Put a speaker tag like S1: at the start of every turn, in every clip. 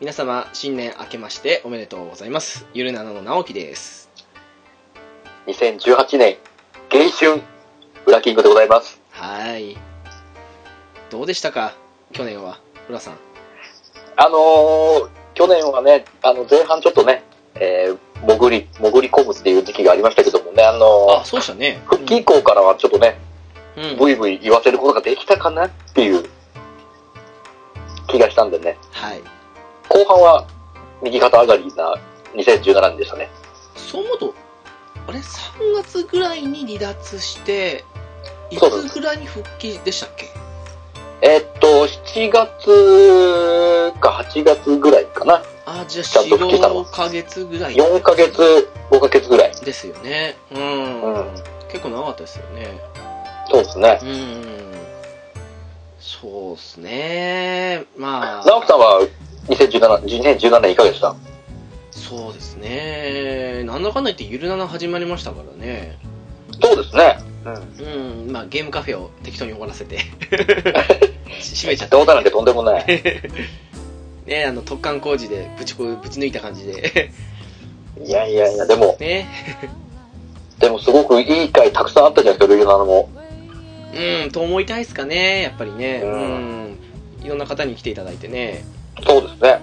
S1: 皆様新年明けましておめでとうございますゆるなのの直樹です
S2: 2018年、迎春、裏キングでございます。
S1: はーいどうでしたか去年は浦さん
S2: あのー、去年はね、あの、前半ちょっとね、えー、潜り、潜り込むっていう時期がありましたけどもね、あの
S1: あそうでしたね
S2: ー、復帰以降からはちょっとね、
S1: うん、うん
S2: ブイブイ言わせることができたかなっていう気がしたんでね、
S1: はい
S2: 後半は右肩上がりな2017年でしたね。
S1: そう思うとあれ3月ぐらいに離脱していつ
S2: そうです
S1: ぐらいに復帰でしたっけ
S2: えーっと、7月か8月ぐらいかな。
S1: あじゃあ
S2: ちゃんと復帰したの
S1: 45ヶ月ぐらい
S2: 4ヶ月、5ヶ月ぐらい。
S1: ですよねう、
S2: うんん。
S1: 結構長かったですよね
S2: そうですね。
S1: うんそうですねまあ
S2: 直樹さんは2017 2017年いかがでした
S1: そうですね。なんだかんだ言ってゆるなな始まりましたからね。
S2: そうですね。
S1: うん、まあゲームカフェを適当に終わらせて。 し閉めちゃった。
S2: 冗談なんてとんでもない。
S1: ねあの、突貫工事でぶちこ、ぶち抜いた感じで。
S2: いやいやいや、でも、
S1: ね。
S2: でもすごくいい回たくさんあったじゃないですか、ルイナのも。
S1: うん、と思いたいですかね、やっぱりね。
S2: う
S1: うん。いろんな方に来ていただいてね。
S2: そうですね。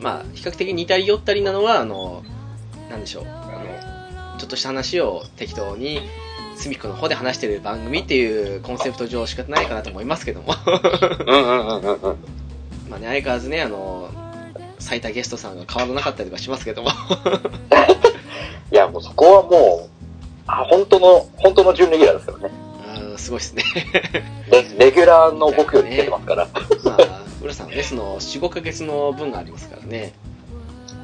S1: まあ、比較的似たり寄ったりなのは、あの、なんでしょう。あの、ちょっとした話を適当に、隅っこの方で話してる番組っていうコンセプト上仕方ないかなと思いますけども。
S2: うんうんうんうんうん。
S1: まあね、相変わらずね、あの、最多ゲストさんが変わらなかったりとかしますけども。
S2: いや、もうそこはもう、あ、本当の、本当の準レギュラーですからね。
S1: うんすごいですね。
S2: レレギュラーの僕より出てますから。
S1: まあ、浦さんはね、その、4、5ヶ月の分がありますからね。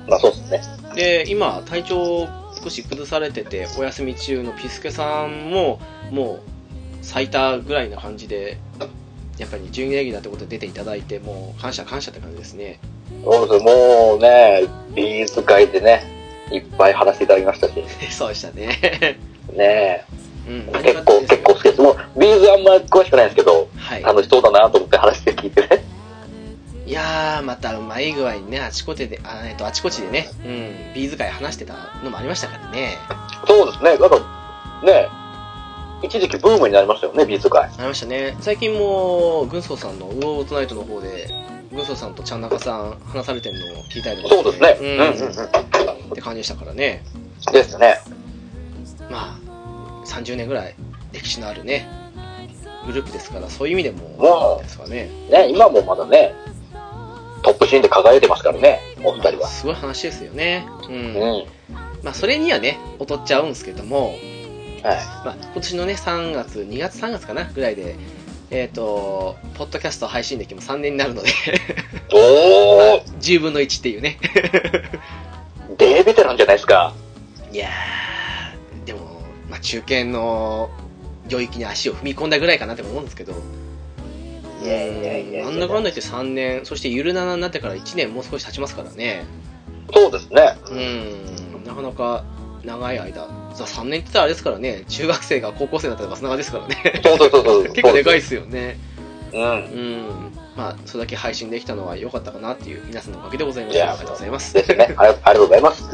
S2: まあそうですね。
S1: で、今、体調を少し崩されてて、お休み中のピスケさんも、もう、最多ぐらいな感じで、やっぱり準レギュラーってことで出ていただいて、もう、感謝感謝って感じですね。
S2: そうですもうね、ビーズ会でね、いっぱい話していただきましたし、ね
S1: そうでしたね。
S2: え
S1: うん、
S2: 結構、結構好きです。もう、ビーズあんま詳しくないんですけど、
S1: はい。
S2: 楽しそうだなと思って話して聞いてね。
S1: いやー、またうまい具合にね、あちこちで、あ,、えっと、あちこちでね、うん、ビーズ会話してたのもありましたからね。
S2: そうですね、なんか、ね、一時期ブームになりましたよね、ビーズ界。
S1: ありましたね。最近も、軍曹さんのウォーオートナイトの方で、軍曹さんとちゃんなかさん話されてるのを聞いたりとか
S2: そうですね。
S1: うん、
S2: うんうん
S1: って感じでしたからね。
S2: うん。ですね。
S1: まあ、30年ぐらい歴史のあるね、グループですから、そういう意味でも
S2: わ、あ
S1: ですかね。
S2: ね、今もまだね、トップシーンで輝いてますからね、お二人
S1: まあ
S2: は。
S1: すごい話ですよね。う
S2: うんん。。はい。
S1: まあ、それにはね、劣っちゃうんですけども、まあ、今年のね3月2月3月かなぐらいでえっ、とポッドキャスト配信歴も3年になるので
S2: お ー、
S1: 10分の1っていうね
S2: デーベテランじゃないですか。
S1: いやーでも、まあ、中堅の領域に足を踏み込んだぐらいかなって思うんですけど
S2: いやいやいやいや
S1: なんだかんだ言って3年そしてゆるななになってから1年もう少し経ちますからね
S2: そうですね。
S1: うんなかなか長い間さ3年って言ったらあれですからね中学生が高校生になったらバス長ですからね
S2: そうそうそうそう。
S1: 結構でかい
S2: い。
S1: ですよね
S2: うん。
S1: うん、まあ、それだけ配信できたのは良かったかなっていう、皆さんのおかげでございます。
S2: い
S1: あり
S2: や
S1: がとうございます。
S2: ですね。ありありがとうございます。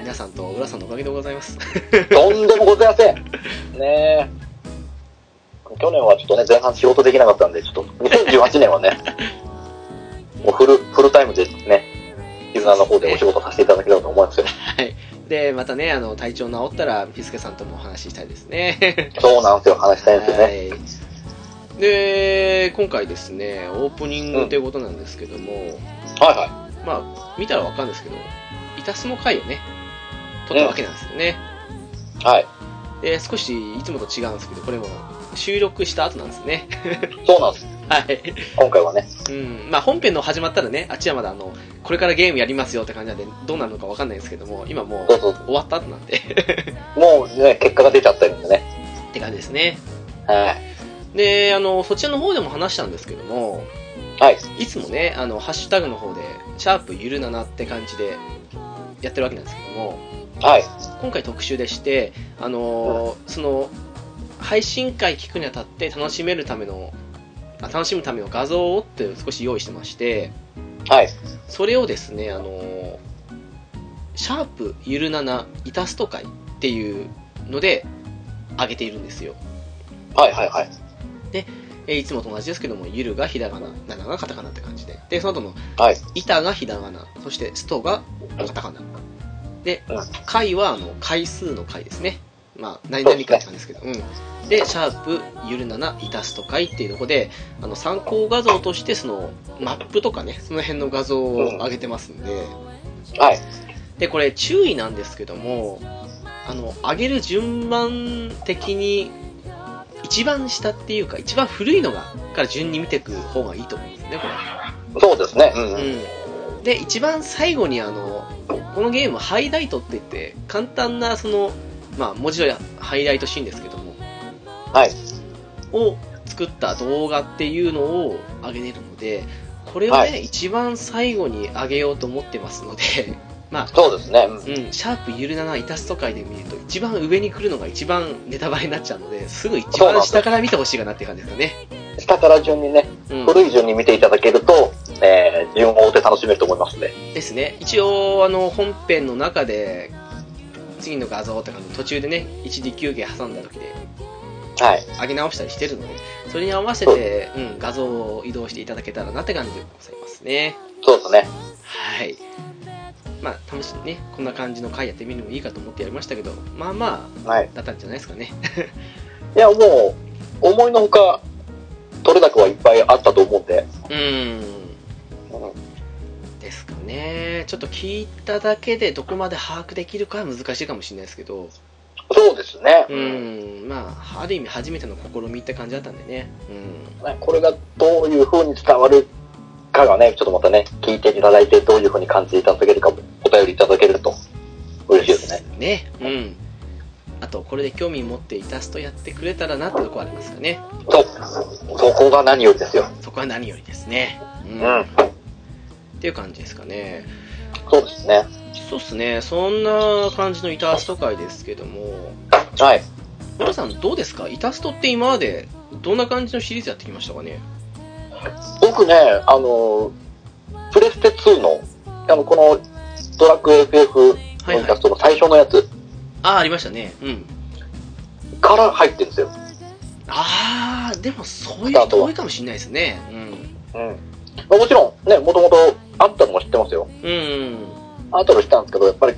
S1: 皆さんと浦さんのおかげでございます。
S2: とんでもございません。ねえ。去年はちょっとね、前半仕事できなかったんで、ちょっと、2018年はね、もうフル、フルタイムでね、絆の方でお仕事させていただければと思うんですよ。
S1: で、またね、あの、体調治ったら、ピスケさんともお話ししたいですね。
S2: そうなんですよ、話したいんですよね。
S1: はい。で、今回ですね、オープニングということなんですけども、
S2: はいは
S1: まあ、見たらわかるんですけど、イタスモ会をね、撮ったわけなんですよね。
S2: い。はい。
S1: で、少し、いつもと違うんですけど、これも、収録した後なんですね。
S2: そうなんです。
S1: はい。
S2: 今回はね。
S1: うん、まあ本編の始まったらね、あっちはまだあの、これからゲームやりますよって感じなんで、どうなるのかわかんないですけども、今もう
S2: そうそう
S1: 終わった後なんで、
S2: もうね、結果が出ちゃってるんでね。
S1: って感じですね。
S2: はい。
S1: で、あの、そちらの方でも話したんですけども、
S2: はい。
S1: いつもね、あの、ハッシュタグの方で、シャープゆるななって感じでやってるわけなんですけども、
S2: はい。
S1: 今回特集でして、あの、その、配信会聞くにあたって楽しめるための、あ楽しむための画像をって少し用意してまして、
S2: はい。
S1: それをですね、あの、シャープゆるななイタスト会っていうので上げているんですよ。
S2: はいはいはい。
S1: えーいつもと同じですけども、ゆるがひらがな、なながカタカナって感じで。で、その後の、
S2: はい。
S1: 板がひらがな、そしてストがカタカナ。で
S2: うん、
S1: 回は、あの、回数の回ですね。まあ、何々回なんですけど、うん。で、シャープ、ゆるなな、イタスト回っていうとこで、あの、参考画像として、その、マップとかね、その辺の画像を上げてますんで、
S2: はい。
S1: で、これ、注意なんですけども、あの、上げる順番的に、一番下っていうか、一番古いのが、から順に見ていく方がいいと思うんですね、これ。
S2: そうですね。うんうん。
S1: うん、で一番最後にあのこのゲームハイライトって言って簡単なその、まあ、文字のハイライトシーンですけども
S2: はい。
S1: を作った動画っていうのを上げてるのでこれをね、
S2: はい
S1: 一番最後に上げようと思ってますので、
S2: そうですね。うん
S1: うん、シャープゆるななイタスト界で見ると一番上に来るのが一番ネタバレになっちゃうのですぐ一
S2: そうなん
S1: 番
S2: です
S1: 下から見てほしいかなっていう感じですよね、
S2: 下から順にね、
S1: うん、
S2: 古い順に見ていただけると、えー、順を追って楽しめると思いますね。
S1: ですね一応あの本編の中で次の画像とかの途中でね一時休憩挟んだ時で
S2: はい。
S1: 上げ直したりしてるのでそれに合わせて、うん、画像を移動していただけたらなって感じでございますね
S2: そうですね。
S1: はいまあ試しにねこんな感じの回やってみるのもいいかと思ってやりましたけどまあま
S2: はい
S1: あ。だったんじゃないですかね
S2: いや、もう、思いのほか、取れ高はいっぱいあったと思うんで。
S1: うーんですかねちょっと聞いただけでどこまで把握できるかは難しいかもしれないですけど
S2: そうですね。
S1: うん、まあ、ある意味初めての試みって感じだったんでね。うん。
S2: ねこれがどういう風に伝わるかがね、ちょっとまたね、聞いていただいて、どういう風に感じていただけるかも、お便りいただけると、嬉しいですね。
S1: ね。うん。あと、これで興味持ってイタストやってくれたらなってとこありますかね。
S2: そう。そこが何よりですよ。
S1: そこは何よりですね。うん。
S2: うん
S1: っ。ていう感じですかね。
S2: そうですね。
S1: そうっすね。そんな感じのイタスト会ですけども、
S2: はい。
S1: 皆さんどうですかイタストって今までどんな感じのシリーズやってきましたかね
S2: 僕ね、あの、プレステ2の、あの、この、ドラクエ FF
S1: は
S2: の
S1: い
S2: イ
S1: は
S2: ラ
S1: い
S2: ス。トの最初のやつ
S1: ああ、ありましたね。うん。
S2: から入ってるんですよ。
S1: ああ、でもそういう人多いかもしれないですね。
S2: うん。まあ、もちろん、ね、もともとあったのも知ってますよ。
S1: うん。うん。
S2: あったの知ったんですけど、やっぱり、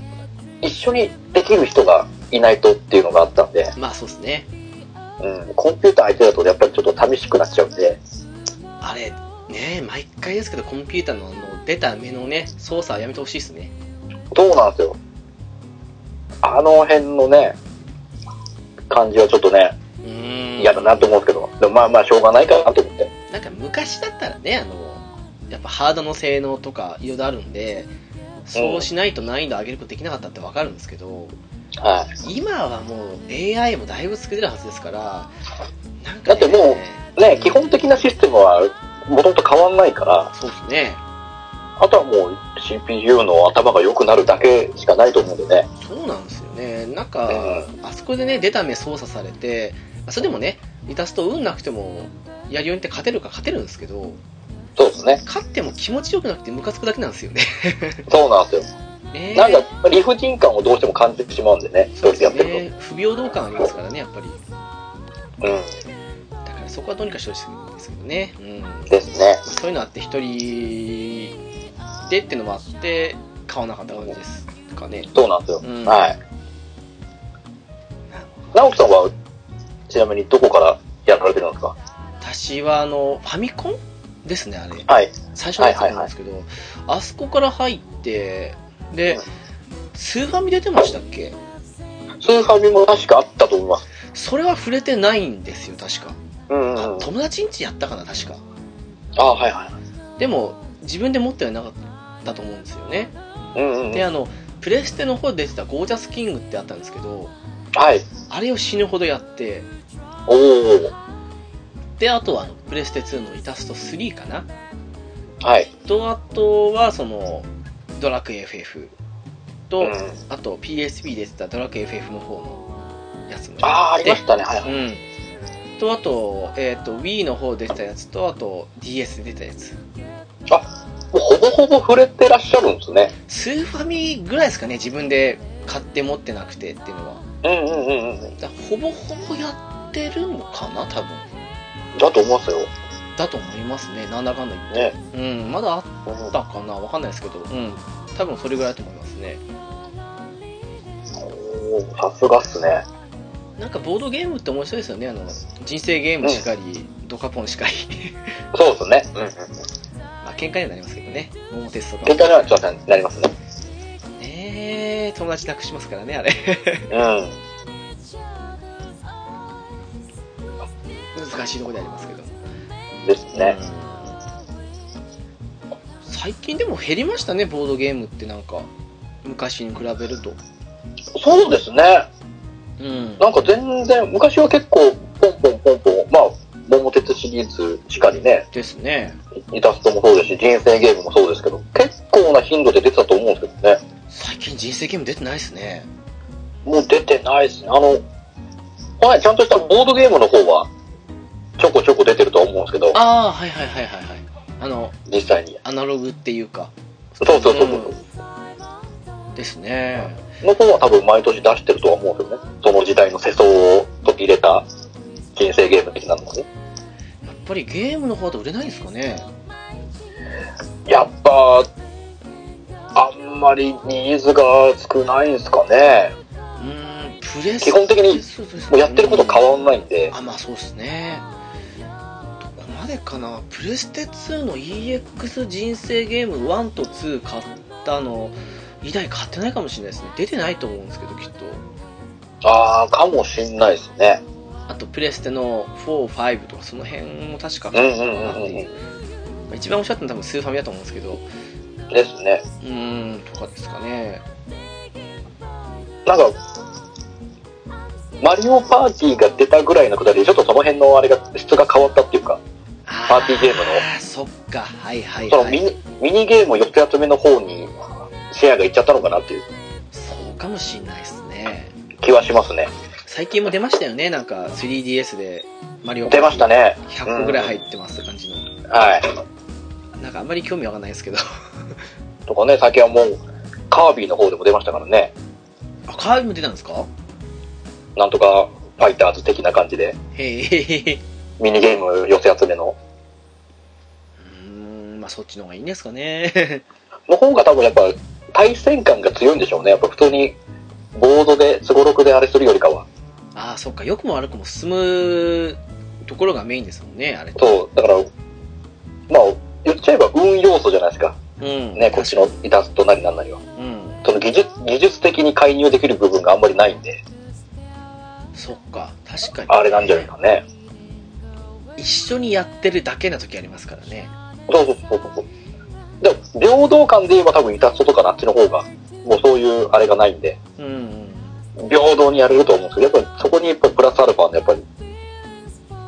S2: 一緒にできる人がいないとっていうのがあったんで、
S1: まあそうですね。
S2: うん、コンピューター相手だとやっぱりちょっと寂しくなっちゃうんで、
S1: あれ、ね毎回ですけど、コンピューターのあの出た目のね、操作はやめてほしいですね。
S2: どうなんですよ。あの辺のね、感じはちょっとね、
S1: うーん。
S2: 嫌だなと思うんですけど、でもまあまあしょうがないかなと思って。
S1: なんか昔だったらね、あの、やっぱハードの性能とかいろいろあるんで、そうしないと難易度上げることできなかったってわかるんですけど、
S2: はい。
S1: 今はもう AI もだいぶ作れるはずですから、なん
S2: だ
S1: か、ね、
S2: ってもう、ね、基本的なシステムはもともと変わんないから、
S1: そうですね。
S2: あとはもう CPU の頭が良くなるだけしかないと思うんでね。
S1: そうなんですよね。なんか、
S2: う
S1: あそこでね、出た目操作されて、あそれでもね、イタスト運なくても、やりようにって勝てるか勝てるんですけど、
S2: そうですね。
S1: 勝っても気持ちよくなくてムカつくだけなんですよね。
S2: そうなんですよ。
S1: ね
S2: なんか理不尽感をどうしても感じてしまうんでね、
S1: そ
S2: 一
S1: う
S2: 人でや
S1: で
S2: っ
S1: す
S2: てる
S1: ね。不平等感ありますからね、やっぱり。
S2: と。うん。
S1: だからそこはどうにかしてほしいですけどね。うん。
S2: ですね。
S1: そういうのあって、一人でってのもあって、買わなかった感じですかね。
S2: そうなんですよ。
S1: うん
S2: はい。直樹さんは、ちなみにどこからやられてるんですか
S1: 私は、あの、ファミコンですね、あれ。
S2: はい。
S1: 最初のやつなんですけど、あそこから入って、で、
S2: うん
S1: スーファミ出てましたっけ
S2: スーファミも確かあったと思います。
S1: それは触れてないんですよ、確か。
S2: うん
S1: あ友達んちやったかな、確か。
S2: あ、はいは
S1: でも、自分で持ってはなかったと思うんですよね。
S2: い。うんうんうん。
S1: で、あの、プレステの方で出てたゴージャスキングってあったんですけど、
S2: はい。
S1: あれを死ぬほどやって、
S2: おー。
S1: で、あとはあの、プレステ2のイタスト3かな。
S2: はい。
S1: と、あとは、その、ドラクエ FF と、
S2: うん
S1: あと PSP で出てたドラクエ FF の方のやつもやって
S2: ああ、ありましたね。はいはい。
S1: うん。と、あと、えっ、と、Wii の方で出たやつと、あと、DS で出たやつ。
S2: もうほぼほぼ触れてらっしゃるんですね。
S1: スーファミぐらいですかね、自分で買って持ってなくてっていうのは。
S2: うんうんうんうん。
S1: だほぼほぼやってるのかな、多分。
S2: だと思いますよ。
S1: だと思いますね、なんだかんだ言って。
S2: ね。
S1: うん、まだあったかな、わかんないですけど、うん、多分それぐらいだと思いますね。
S2: おーさすがっすね。
S1: なんかボードゲームって面白いですよね、あの、人生ゲームしかり、ドカポンしかり、
S2: そうですね。うんうんうん。
S1: まあ喧嘩にはなりますけどね、桃鉄とか。
S2: 喧嘩にはちょっとなりますね。
S1: ねえ、友達なくしますからね、あれ。
S2: うん。
S1: 難しいところでありますけど。
S2: ですね。
S1: うん最近でも減りましたねボードゲームってなんか昔に比べると
S2: そうですね。
S1: うん
S2: なんか全然、昔は結構、ポンポンポンポン、まあ、桃鉄シリーズしかりね、
S1: ですね
S2: イタストもそうですし、人生ゲームもそうですけど、結構な頻度で出てたと思うんですけどね。
S1: 最近人生ゲーム出てないですね
S2: もう出てないですね。あの、これちゃんとしたボードゲームの方は、ちょこちょこ出てるとは思うんですけど、
S1: ああはいはいはいはいはいあの
S2: 実際に。
S1: アナログっていうか
S2: そうそうそうそう。
S1: ですね
S2: の方は多分毎年出してるとは思うんですよね。その時代の世相を取り入れた人生ゲーム的なのもね。
S1: やっぱりゲームの方だと売れないんですかね
S2: やっぱ、あんまりニーズが少ないんですかね。
S1: うーんプレス
S2: 基本的にもうやってること変わんないんで、
S1: あまあそうですねどこまでかなプレステ2の EX 人生ゲーム1と2買ったの以来買ってないかもしれないですね出てないと思うんですけどきっと
S2: ああ、かもしんないですね。
S1: あとプレステの45とかその辺も確か買ったのかなって
S2: うんうんうんうん
S1: いうまあ一番おっしゃったのは多分スーファミだと思うんですけどう
S2: ですね。
S1: ーんとかですかね
S2: なんか、マリオパーティーが出たぐらいのくだりで、ちょっとその辺のあれが、質が変わったっていうか、パーティーゲームの
S1: あーそっかはいはい
S2: その
S1: は
S2: ミ
S1: い
S2: ニミニゲーム4つ集めの方にシェアがいっちゃったのかなっていう
S1: そうかもしれないですね
S2: 気はしますね。
S1: 最近も出ましたよねなんか 3DS でマリオパーティ
S2: 出ま
S1: ー
S2: したね。
S1: 100個ぐらい入ってますって感じの、
S2: は
S1: なんかあんまり興味わかんないですけ どあ
S2: い。とかね、最近はもう、カービィの方でも出ましたからね。
S1: カービィも出たんですか
S2: なんとかファイターズ的な感じで、
S1: へえう
S2: ミニゲーム寄せ集めの、
S1: ーんまあそっちの方がいいんですか ね
S2: の方が多分やっぱ対戦感が強いんでしょうね。やっぱ普通にボードで、すごろくであれするよりかは。
S1: ああそっか良くも悪くも進むところがメインですもんねあれ
S2: そう、だから、まあ、言っちゃえば運要素じゃないですか。
S1: うん
S2: ね、こっちのイタストなりなんなりは。
S1: うん
S2: その技術、技術的に介入できる部分があんまりないんで、
S1: そっか確かに
S2: あれなんじゃないかね。
S1: 一緒にやってるだけな時ありますからね
S2: そうそうそうそう。でも、平等感で言えば多分イタストとかなっちの方が、もうそういうあれがないんで、
S1: うんうん
S2: 平等にやれると思うんですけど、やっぱりそこにやっぱプラスアルファのやっぱり、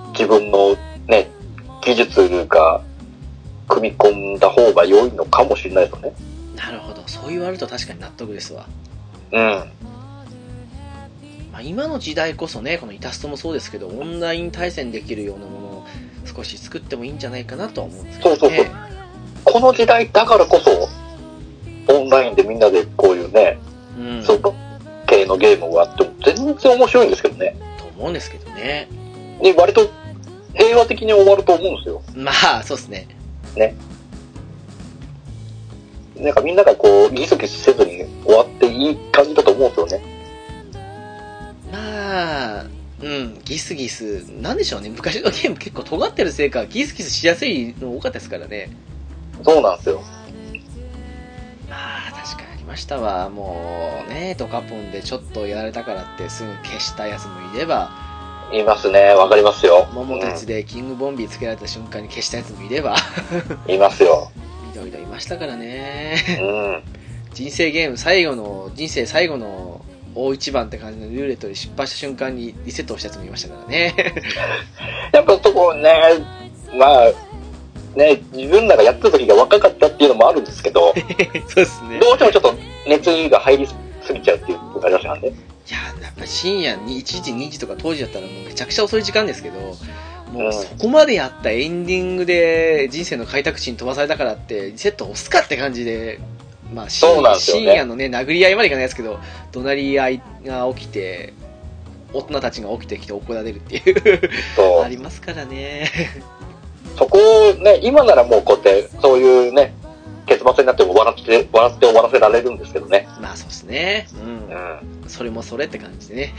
S2: 自分のね、技術が組み込んだ方が良いのかもしれないですよね。
S1: なるほどそう言われると確かに納得ですわ、
S2: うん。
S1: まあ、今の時代こそねこのイタストもそうですけどオンライン対戦できるようなものを少し作ってもいいんじゃないかなとは思うんですけどね
S2: そうそうそうこの時代だからこそ、オンラインでみんなでこういうね、
S1: うん、
S2: その系のゲームがあっても全然面白いんですけどね。
S1: と思うんですけどね
S2: で、割と平和的に終わると思うんですよ。
S1: まあそうですね
S2: なんかみんながこう、ギスギスせずに終わっていい感じだと思うんですよね。
S1: まあうんギスギスなんでしょうね昔のゲーム結構尖ってるせいかギスギスしやすいの多かったですからね
S2: そうなんですよ。
S1: まあ確かにありましたわもうねドカポンでちょっとやられたからってすぐ消したやつもいれば
S2: いますね。わかりますよ。
S1: 桃鉄でキングボンビーつけられた瞬間に消したやつもいれ ば
S2: うんいま すよ。
S1: いろいろいましたからね
S2: うん。
S1: 人生ゲーム最後の人生最後の大一番って感じのルーレットで失敗した瞬間にリセットをしたやつもいましたからね
S2: やっぱそこね、まあ、ね、自分らがやってた時が若かったっていうのもあるんですけ ど、
S1: そうですね。
S2: どうしてもちょっと熱意が入りすぎちゃうっていうのがありましたからね。
S1: いや、やっぱり深夜に1時、2時とか当時だったらもうめちゃくちゃ遅い時間ですけど、も
S2: う
S1: うんそこまでやったエンディングで人生の開拓地に飛ばされたからってリセット押すかって感じで、まあ、深
S2: そうなんですよ
S1: 深
S2: ね
S1: 夜のね殴り合いまでいかないですけど怒鳴り合いが起きて大人たちが起きてきて怒られるっていう
S2: そ
S1: ありますからね
S2: うそこをね、今ならもうこうやって、そういうね、結末になっても笑って、笑って終わらせられるんですけどね。
S1: まあそうですね
S2: う。
S1: うん んそれもそれって感じでね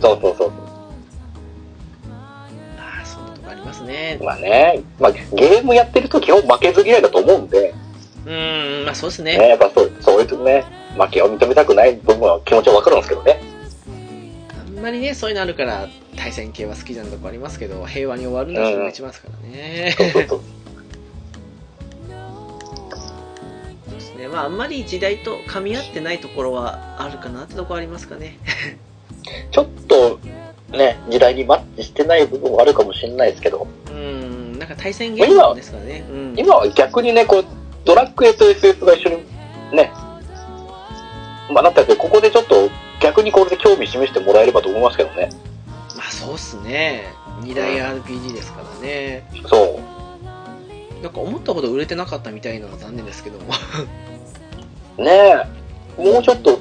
S2: そうそうそう。
S1: まあそんなとこありますね
S2: まあね、まあゲームやってると基本負けず嫌いだと思うんで、
S1: うんまあそうです
S2: ね、
S1: ね
S2: やっぱそう、そういうね、負けを認めたくない部分は気持ちはわかるんですけどね。
S1: あんまりねそういうのあるから対戦系は好きなとこありますけど平和に終わるのがそれが一番ですからね、
S2: そうそうそう。
S1: そうです ねまああんまり時代と噛み合ってないところはあるかなってとこありますかね
S2: ちょっと、ね、時代にマッチしてない部分はあるかもしれないですけど、
S1: うんなんか対戦ゲームですからねうん
S2: 今は逆にね、こう、ドラッグ SSS が一緒にね、まあなったんで、ここでちょっと逆にこれで興味示してもらえればと思いますけどね。
S1: まあそうっすね二大 RPG ですからね
S2: そう。
S1: なんか思ったほど売れてなかったみたいなのが残念ですけども
S2: ねえ、もうちょっと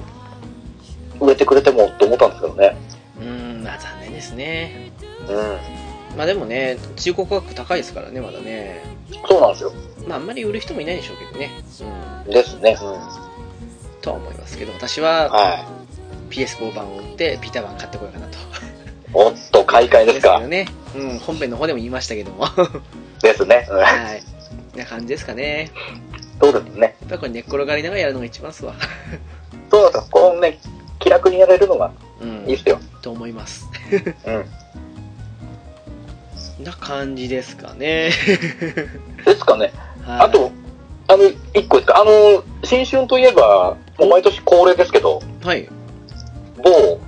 S2: 売れてくれてもと思ったんですけどね。
S1: うんまあ残念ですね
S2: う
S1: まあでもね中古価格高いですからねまだね
S2: ん。そうなんですよ。
S1: まああんまり売る人もいないでしょうけどねうん
S2: ですね。うん。
S1: とは思いますけど私は
S2: は
S1: PS5 版を売ってピーター版買ってこようかなと
S2: い。おっと、買い替えです
S1: け
S2: か
S1: ど。ね、うん、本編の方でも言いましたけど も
S2: ですね。うん
S1: はい。な感じですかね。
S2: そうですね。
S1: やっぱりこれ寝っ転がりながらやるのが一番っすわ。
S2: そうだと、このね、気楽にやれるのが
S1: う
S2: いい
S1: ん
S2: っ。すよ。
S1: と思います。
S2: うん。
S1: な感じですか ね。
S2: ですかね。
S1: はい
S2: あ、と、あの、一個ですか。あの、新春といえば、もう毎年恒例ですけど、
S1: はい。
S2: 某、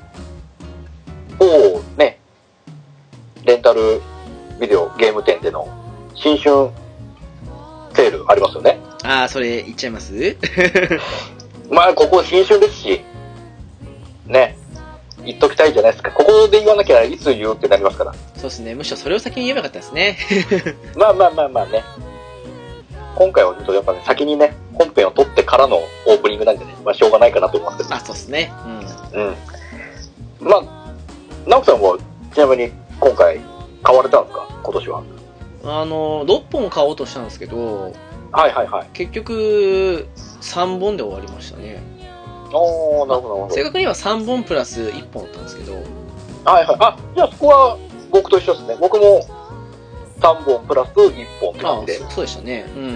S2: 某ね、レンタルビデオゲーム店での新春セールありますよね。
S1: ああ、それ言っちゃいます
S2: まあ、ここ新春ですし、ね、言っときたいじゃないですか。ここで言わなきゃいつ言うってなりますから。
S1: そうですね。むしろそれを先に言えばよかったです ね。
S2: まあまあまあまあね。今回はちょっとやっぱね、先にね、本編を撮ってからのオープニングなんでね、まあしょうがないかなと思います
S1: あ、そうですね。
S2: けど。うん。まあ、直樹さんはちなみに今回買われたんですか今年は。
S1: うん。あの、6本買おうとしたんですけど、
S2: はいはいはい。
S1: 結局、3本で終わりましたね。
S2: おー、なるほどなるほ
S1: 正確には3本プラス1本だったんですけど、
S2: ど。はいはい。あ、じゃあそこは僕と一緒ですね。僕も3本プラス1本って
S1: あ
S2: 感じで
S1: そそうでしたね。うん。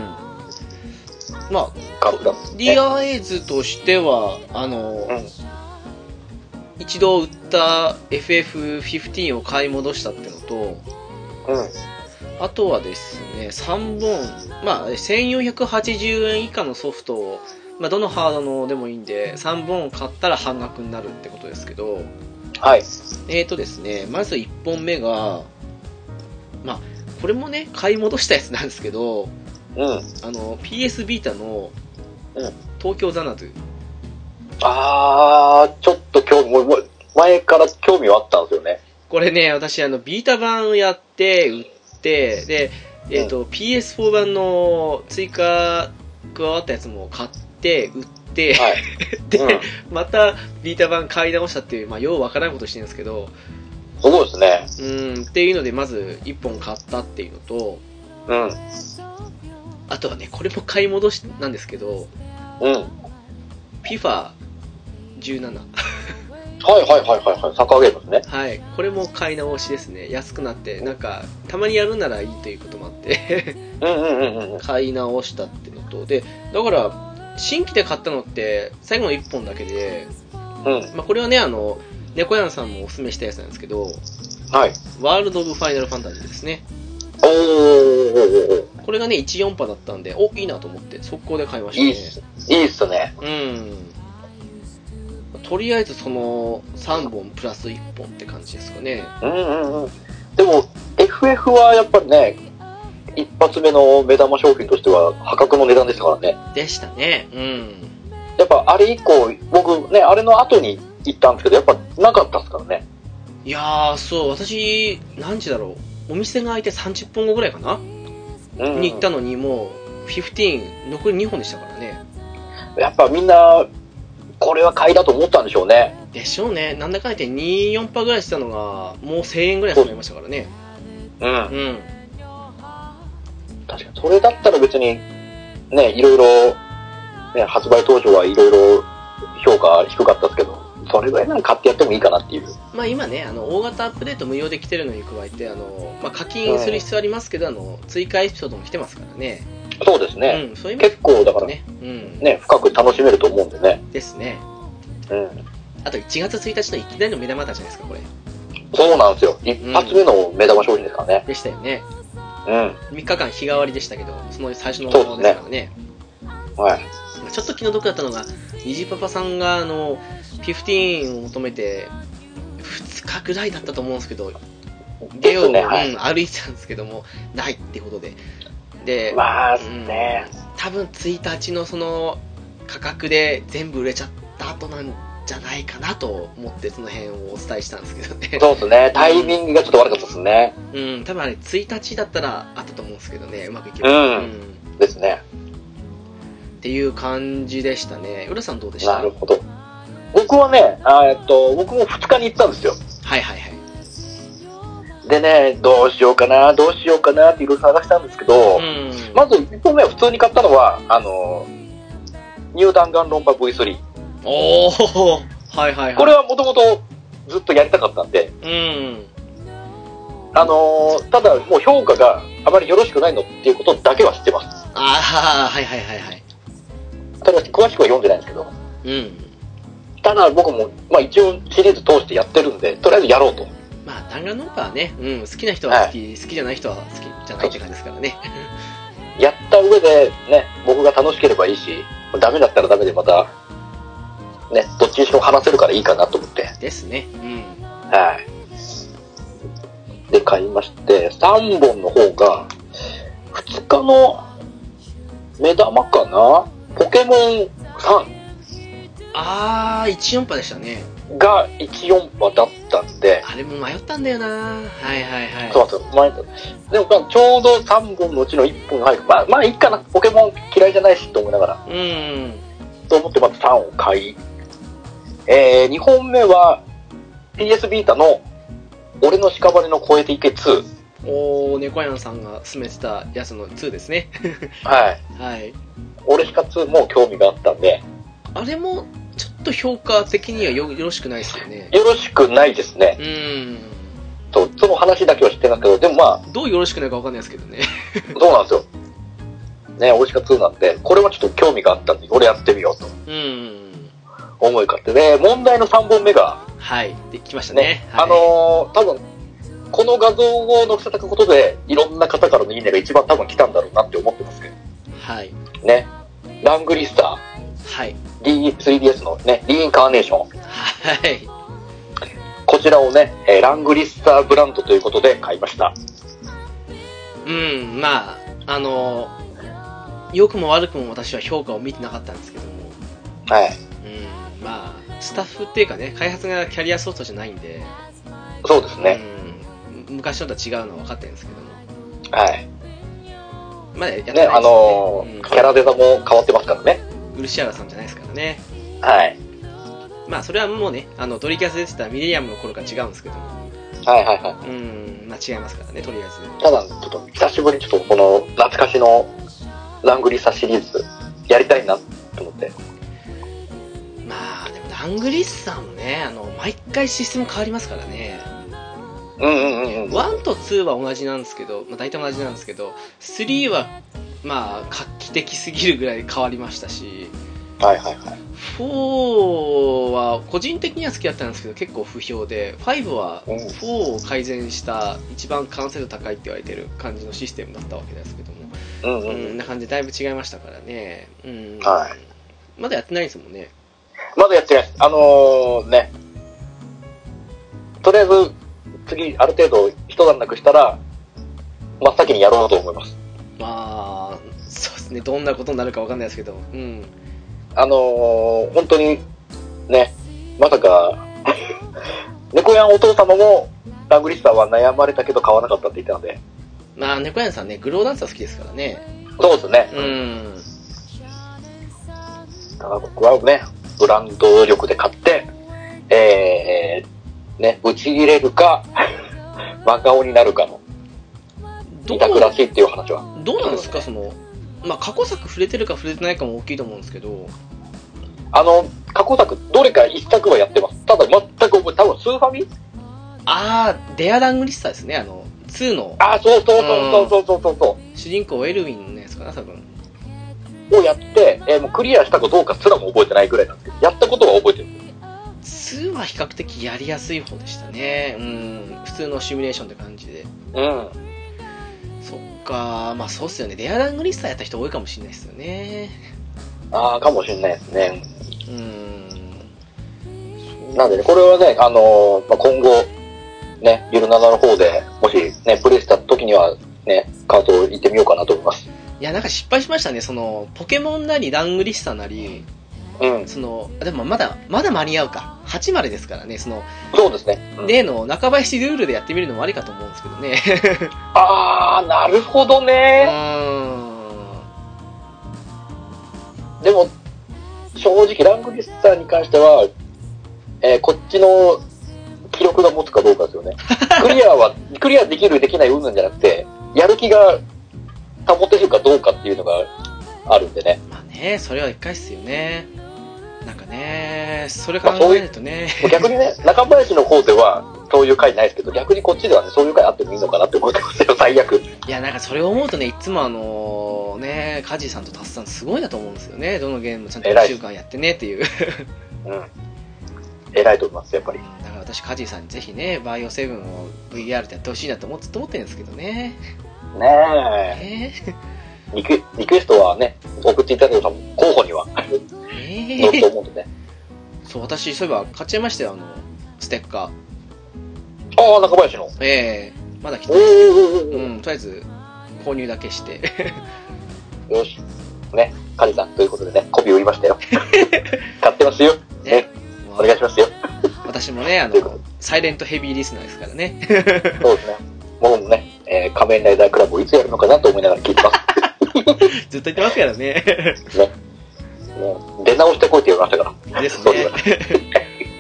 S1: まあ、
S2: 買ったんです
S1: リ
S2: ね。
S1: アエイズとしては、あの、
S2: うん
S1: 一度売った FF15 を買い戻したってのと、
S2: うん。
S1: あとはですね、3本、まあ、1480円以下のソフトを、まあ、どのハードのでもいいんで、3本買ったら半額になるってことですけど、
S2: はい。
S1: えーとですね、まず1本目が、まあ、これもね、買い戻したやつなんですけど、
S2: うん。
S1: あの、PS ビータの
S2: うん、
S1: 東京ザナズ、
S2: あー、ちょっと興味、もうもう前から興味はあったんですよね。
S1: これね、私、あの、ビータ版をやって、売って、で、えっ、と、PS4 版の追加加わったやつも買って、売って、
S2: はい。
S1: で、
S2: うん
S1: またビータ版買い直したっていう、まあ、ようわからんことしてるんですけど、
S2: すごいですね。
S1: うーん、っていうので、まず1本買ったっていうのと、
S2: うん。
S1: あとはね、これも買い戻しなんですけど、
S2: うん。はい
S1: FIFA17。
S2: はいはいはいはい。サッカーゲームですね。
S1: はい。これも買い直しですね。安くなって、なんか、たまにやるならいいということもあって。
S2: うんうんうんうんうん。
S1: 買い直したってのとでだから新規で買ったのって最後の1本だけで、
S2: うん。
S1: まあ、これはねあの猫やんさんもおすすめしたやつなんですけど
S2: はい。
S1: ワールド・オブ・ファイナル・ファンタジーですね
S2: おーおーおーおー
S1: これがね14波だったんでおいいなと思って速攻で買いま
S2: いいっ
S1: し
S2: す。いいっすね。
S1: たねうんとりあえずその3本プラス1本って感じですかね
S2: うんうんうん。でも、FF はやっぱりね、一発目の目玉商品としては破格の値段でしたからね。
S1: でしたねうん
S2: やっぱあれ以降、僕ね、あれの後に行ったんですけど、やっぱなかったですからね。
S1: いやーそう私何時だろうお店が開いて30分後ぐらいかな、
S2: うん
S1: に行ったのにもう15残り2本でしたからね
S2: やっぱみんな、これは買いだと思ったんでしょうね。
S1: でしょうねなんだかんだ言って24パーぐらいしたのがもう1000円ぐらい払いましたからね
S2: う。
S1: うんん
S2: 確かに。それだったら別に、ね、いろいろ、ね、発売当初はいろいろ評価低かったですけど、それぐらいなら買ってやってもいいかなっていう。
S1: まあ今ねあの大型アップデート無料で来てるのに加えてあの、まあ、課金する必要ありますけど、あの追加エピソードも来てますからね
S2: そうですね。
S1: うんそういう意味
S2: 結構だからね、
S1: ねうん
S2: ね、深く楽しめると思うんでね。
S1: ですね
S2: うん。
S1: あと1月1日のいきなりの目玉だったじゃないですかこれ
S2: そうなんですよ。一発目の目玉商品ですからね。
S1: でしたよね
S2: うん。
S1: 3日間日替わりでしたけどその最初の方ですからね
S2: はい。
S1: まあちょっと気の毒だったのが、虹パパさんがあの15を求めて2日ぐらいだったと思うんですけど、ゲ
S2: で
S1: オを、
S2: すねはい
S1: うん歩いてたんですけども、ないってことで、で、
S2: まあ
S1: うん
S2: ね、
S1: 多分1日のその価格で全部売れちゃった後なんじゃないかなと思って、その辺をお伝えしたんですけどね、
S2: そうですね。タイミングがちょっと悪かったですね。
S1: うん、多分あれ、1日だったらあったと思うんですけどね、うまくいけば。
S2: うん
S1: うん
S2: ですね。
S1: っていう感じでしたね。浦さんどうでした
S2: な
S1: はい
S2: るほど。僕はね、あーえっと、僕も2日に行ったんですよ。
S1: はいはい。
S2: でね、どうしようかな、どうしようかなっていろいろ探したんですけど、
S1: うん。
S2: まず1本目は普通に買ったのは、あの、入弾丸論破 V3。
S1: おおはいはいはい
S2: これはもともとずっとやりたかったんで、
S1: うん
S2: あのーただもう評価があまりよろしくないのっていうことだけは知ってます。
S1: ああはいはいはいはい
S2: ただ詳しくは読んでないんですけど、
S1: うん
S2: ただ僕も、まあ一応シリーズ通してやってるんで、とりあえずやろうと。
S1: まあ弾丸論破はね、うん、好きな人は好き、好きじゃない人は好きじゃないって感じですからね
S2: やった上で、ね、僕が楽しければいいし、ダメだったらダメでまた、ね、どっちにしろ話せるからいいかなと思って、
S1: ですねうん
S2: はい。で、買いまして、3本の方が、2日の目玉かなポケモン
S1: ああ14波でしたね
S2: 3が14波だったんで、
S1: あれも迷ったんだよなはいはいはい
S2: そうなんですよ前でもまあちょうど3本のうちの1本が入る。まあ、まあいいかな。ポケモン嫌いじゃないしと思いながら。
S1: うん
S2: と思ってまず3を買い、えー、2本目は PS ビータの俺の屍の超えていけ2。
S1: おお猫やんさんが勧めてたやつの2ですね
S2: はい。
S1: はい
S2: 俺しか2も興味があったんで、
S1: あれもちょっと評価的にはよよろしくないですよね
S2: よろしくないですね。
S1: うん
S2: と、その話だけは知ってますけど、でもまあ、
S1: どうよろしくないかわかんないですけどね
S2: そうなんですよ。ね、俺しか2なんで、これはちょっと興味があったんで、俺やってみようと
S1: うん
S2: 思い買ってね、問題の3本目が、
S1: はい、できましたね。
S2: ね、
S1: はい
S2: あのー、多分、この画像を載せたことで、いろんな方からのいいねが一番多分来たんだろうなって思ってますけど
S1: はい、
S2: ね、ラングリスタ
S1: はい、
S2: ー、D3DS のね、リインカーネーション、
S1: はい、
S2: こちらをね、えーラングリスターブランドということで買いました。
S1: うん、まあ、あの良くも悪くも私は評価を見てなかったんですけども、
S2: はい。
S1: うん、まあ、スタッフっていうかね、開発がキャリアソフトじゃないんで、
S2: そうですね。
S1: うん、昔のとは違うのは分かってるんですけども、
S2: はい。
S1: まだやってないです
S2: ね、あのー
S1: うん
S2: キャラデザも変わってますからね。
S1: 漆原さんじゃないですからね。
S2: はい。
S1: まあ、それはもうね、あの、ドリキャスでしたミレニアムの頃から違うんですけども、
S2: はいはいはい。
S1: うん、まあ違いますからね、とりあえず。
S2: ただ、ちょっと久しぶりにちょっとこの懐かしのラングリスターシリーズやりたいなと思って。
S1: まあでもラングリッサーもねあの毎回システム変わりますからね
S2: うんうんうんうん。
S1: 1と2は同じなんですけど、まあ、大体同じなんですけど3はまあ画期的すぎるぐらい変わりましたし
S2: はいはいはい。
S1: 4は個人的には好きだったんですけど結構不評で5は
S2: うん
S1: 4を改善した一番完成度高いって言われてる感じのシステムだったわけですけども、
S2: うん
S1: う
S2: うん
S1: ん、
S2: うん。
S1: な感じでだいぶ違いましたからね、うん
S2: は
S1: まだやってないですもんね
S2: まだやってないです。あのー、ね。とりあえず、次、ある程度、一段落したら、真っ先にやろうと思います。
S1: まあそうですねどんなことになるかわかんないですけどうん
S2: あのー、本当 に、ね、まさか、猫やんお父様も、ラグリッサーは悩まれたけど買わなかったって言ってたんで。
S1: まあ、猫屋さんね、グローダンサー好きですからね。
S2: そうですね。
S1: うん。
S2: だから僕はね、ブランド力で買って、えー、ね、打ち切れるか、 真顔になるかの
S1: ど
S2: 二択らしいっていう話は。
S1: どうなんですか、その、まあ、過去作触れてるか触れてないかも大きいと思うんですけど、
S2: あの、過去作、どれか一作はやってます。ただ全く覚え、多分スーファミ
S1: あー、デアラングリスタですね、あの、2の
S2: ああ、そうそうそうそうそうそうそう。
S1: 主人公エルウィンのやつかな、多分。
S2: をやって、えーもうクリアしたかどうかすらも覚えてないぐらいなんですけど、やったことは覚えてる。
S1: 2は比較的やりやすい方でしたね。うん、普通のシミュレーションって感じで。
S2: うん。
S1: そっか、まあそうっすよね。デアラングリスタやった人多いかもしれないですよね。
S2: ああ、かもしれないですね。
S1: うん。
S2: なんでね、これはね、あのーまあ、今後、ね、ゆるななの方で、もしね、プレイした時には、ね、カート行ってみようかなと思います。
S1: いや、なんか失敗しましたね。その、ポケモンなり、ラングリスタなり、
S2: うん。
S1: その、あでもまだ、まだ間に合うか。8までですからね、その、
S2: そうですね。うん
S1: 例の中林ルールでやってみるのもありかと思うんですけどね。
S2: ああ、なるほど
S1: う
S2: ね。
S1: ーん。
S2: でも、正直、ラングリスターに関しては、えーこっちの記録が持つかどうかですよね。クリアは、クリアできる、できない、うんじゃなくて、やる気が保てるかどうかっていうのがあるんでね。
S1: まあね、それは一回っすよね。なんかね、それ考
S2: まあそうい
S1: え
S2: う
S1: るとね。
S2: 逆にね、中林の方では、そういう回ないですけど、逆にこっちではね、そういう回あってもいいのかなって思ってますよ、最悪。
S1: いや、なんかそれを思うとね、いつもあのね、カジさんとタスさんすごいなと思うんですよね。どのゲームもちゃんと1
S2: 偉い
S1: 週間やってねっていう。
S2: うん。偉いと思います、やっぱり。
S1: だから私、カジさんにぜひね、バイオセブンを VR でやってほしいなと思ってずっと思ってるんですけどね。
S2: ね
S1: え
S2: え。リクリクエストはね、送っていただけたら候補に は
S1: ー、
S2: 乗る
S1: え
S2: と
S1: ー、
S2: 思うんでね。
S1: そう、私、そういえば買っちゃいましたよ、あの、ステッカ
S2: ああ、中林の。
S1: ー。ええまだ来て
S2: お
S1: ないですけど。
S2: ー
S1: うん、とりあえず、購入だけ して。
S2: よし。ね、カジさんということでね、コピー売りまし たよ。買ってますよ。ね、
S1: も
S2: お
S1: う
S2: 願いしますよ。
S1: 私もね、あ
S2: というこ
S1: の、サイレントヘビーリスナーですからね。
S2: そうですね。僕もね、えー仮面ライダークラブをいつやるのかなと思いながら聞いてま
S1: ずっと言ってますから ね。
S2: す。ね。もう、出直してこいって言われましたから。
S1: です
S2: そうで
S1: ね。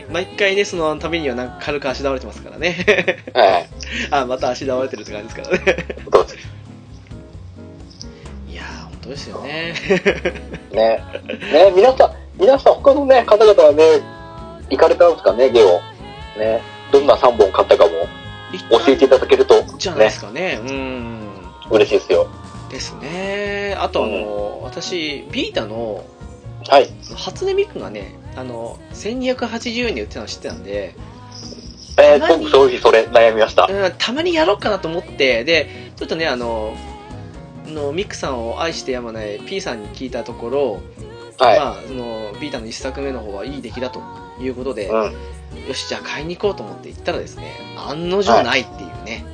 S1: 毎回ね、そのためにはなんか軽く足倒れてますからね。
S2: す。はい。
S1: あ、また足倒れてるって感じですからね。
S2: そうです。
S1: いやー、本当ですよ ね。
S2: ね。ね、皆さん、皆さん他のね、方々はね、行かれたんですかね、ゲオ。ね。どんな3本買ったかも教えていただけると、
S1: じゃないで
S2: ね
S1: す、かね。うん。
S2: 嬉しいですよ。
S1: ですね。あとあの、私、ビータの
S2: はい。
S1: 初音ミクがね、あの、1280円で売ってたの知ってたんで、
S2: えー、僕、正直それ悩みました。
S1: うん、たまにやろうかなと思って、で、ちょっとね、あの、のミクさんを愛してやまない P さんに聞いたところ、
S2: は
S1: まあ、そのビータの1作目の方はいい出来だということ
S2: い。
S1: で、
S2: うん。
S1: よしじゃあ買いに行こうと思って行ったらですね案の定ないっていうね、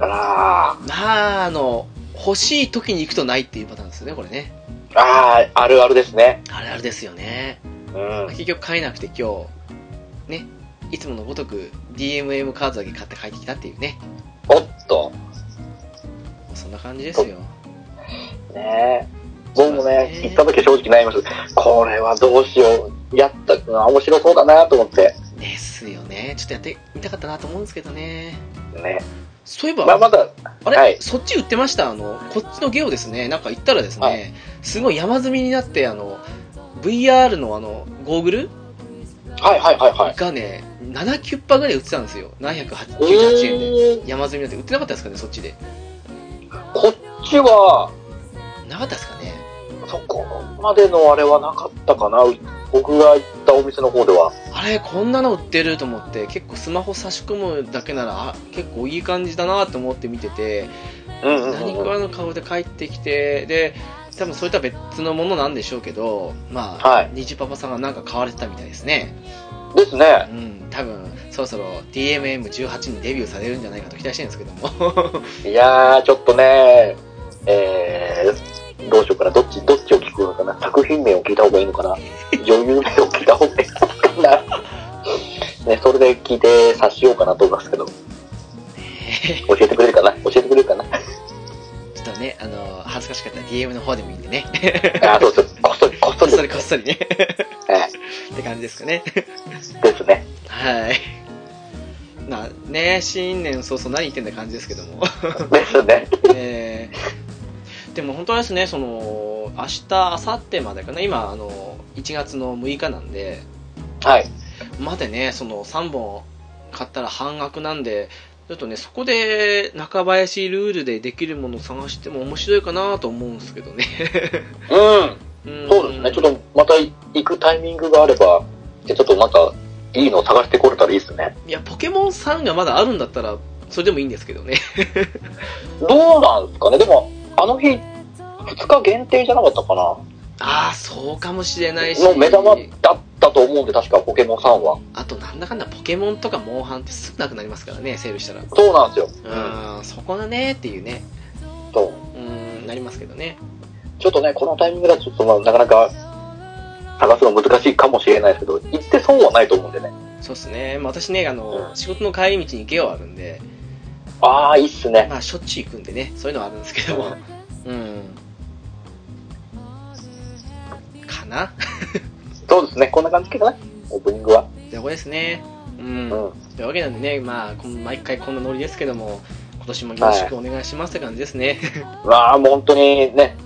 S2: あ
S1: まああの欲しい時に行くとないっていうパターンですよねこれね
S2: あ、ああ、あるあるですね。
S1: あるあるですよね
S2: うん。
S1: 結局買えなくて今日ねいつものごとく DMM カードだけ買って帰ってきたっていうね
S2: おっと。
S1: もうそんな感じですよ
S2: ねえ。僕
S1: そ
S2: もね
S1: うですね、
S2: 行った時正直悩みました。これはどうしよう。やった、うん面白そうだなと思って。
S1: ですよねちょっとやってみたかったなと思うんですけどね
S2: ね。
S1: そういえば、
S2: まあ、まだ、
S1: あれ、
S2: はい
S1: そっち売ってましたあの、こっちのゲオですね、なんか行ったらですね、
S2: はい
S1: すごい山積みになって、あの、VR のあの、ゴーグル
S2: はいはいはいはい。
S1: がね、7、9パーぐらい売ってたんですよ。798円で。
S2: えー、
S1: 山積みになって、売ってなかったですかね、そっちで。
S2: こっちは、
S1: なかったですかね。
S2: そこまでのあれはなかったかな。僕が行ったお店の方では。
S1: あれ、こんなの売ってると思って、結構スマホ差し込むだけなら、あ結構いい感じだなと思って見てて、
S2: うんうん
S1: 何
S2: うん、
S1: かの顔で帰ってきて、で、多分それとは別のものなんでしょうけど、まあ、
S2: はい
S1: ニジパパさんがなんか買われてたみたいですね。
S2: ですね。
S1: うん、多分そろそろ DMM18 にデビューされるんじゃないかと期待してるんですけど も
S2: いやー、ちょっとね、えー、どうしようかな。どっち、どっちを聞くのかな。 作品名を聞いた方がいいのかな。女優名を聞いた方がいいのかな。ね、それで聞いて察しようかなと思いますけど、教えてくれるかな教えてくれるか な
S1: ちょっとね、あの、恥ずかしかったら DM の方でもいいんでね。
S2: あーそうそう、こっそり、こっそ
S1: こっ
S2: りで
S1: そ
S2: す
S1: り
S2: ね
S1: こっそりね。
S2: え
S1: って感じですかね。
S2: えですね。
S1: はい。まあね、新年早々何言ってんだ感じですけども。
S2: ですね。
S1: えーでも本当はですね、その、明日、明後日までかな、今、あの、1月の6日なんで、
S2: はい。
S1: までね、その3本買ったら半額なんで、ちょっとね、そこで中林ルールでできるものを探しても面白いかなと思うんですけどね。
S2: うん。
S1: うん
S2: そうですね。ちょっとまた行くタイミングがあれば、でちょっとなんか、いいのを探してこれたらいいですね。
S1: いや、ポケモン3がまだあるんだったら、それでもいいんですけどね。
S2: どうなんですかねでも、あの日、2日限定じゃなかったかな
S1: ああ、そうかもしれないし。
S2: の目玉だったと思うんで、確かポケモンさんは。
S1: あと、なんだかんだポケモンとかモンハンってすぐなくなりますからね、セールしたら。
S2: そうなんですよ。
S1: うん、そこだねっていうね、
S2: そう。
S1: うん、なりますけどね。
S2: ちょっとね、このタイミングだと、ちょっとまあなかなか探すの難しいかもしれないですけど、行って損はないと思うんでね。
S1: そうっすね。まあ、私ね、あの、
S2: うん
S1: 仕事の帰り道にゲオあるんで、
S2: ああ、いいっすね。
S1: まあ、しょっちゅう行くんでね、そういうのはあるんですけども。うん。かな
S2: そうですね、こんな感じかな、オープニングは。
S1: じゃあ、これですね。うん。
S2: うん。
S1: というわけなんでね、まあ、この毎回こんなノリですけども、今年もよろしくお願いしますって感じですね。
S2: まあ、もう本当にね、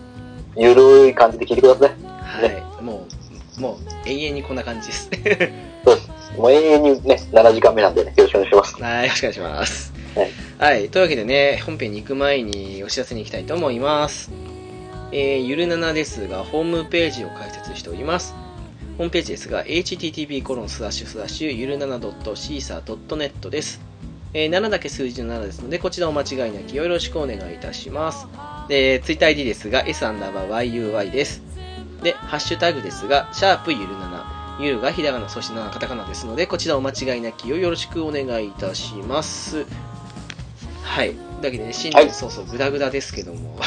S2: ゆるい感じで聞いてください。
S1: はい、もう、もう永遠にこんな感じ です。
S2: そうです。もう永遠にね、7時間目なんでね、よろしくお願いします。
S1: はい、よろしくお願いします。
S2: はい。
S1: というわけでね、本編に行く前にお知らせに行きたいと思います。えー、ゆるななですが、ホームページを開設しております。ホームページですが、http:// コロンスラッシュスラッシュゆるなな .caesar.net です。えー、7だけ数字の7ですので、こちらお間違いなきよろしくお願いいたします。で、TwitterID ですが、s アンダーバー yuy です。で、ハッシュタグですが、シャープゆるなな。ゆるがひらがな、そしてなカタカナですので、こちらお間違いなきをよろしくお願いいたします。はい。というわけでね、新
S2: はい
S1: 年早々グダグダですけども、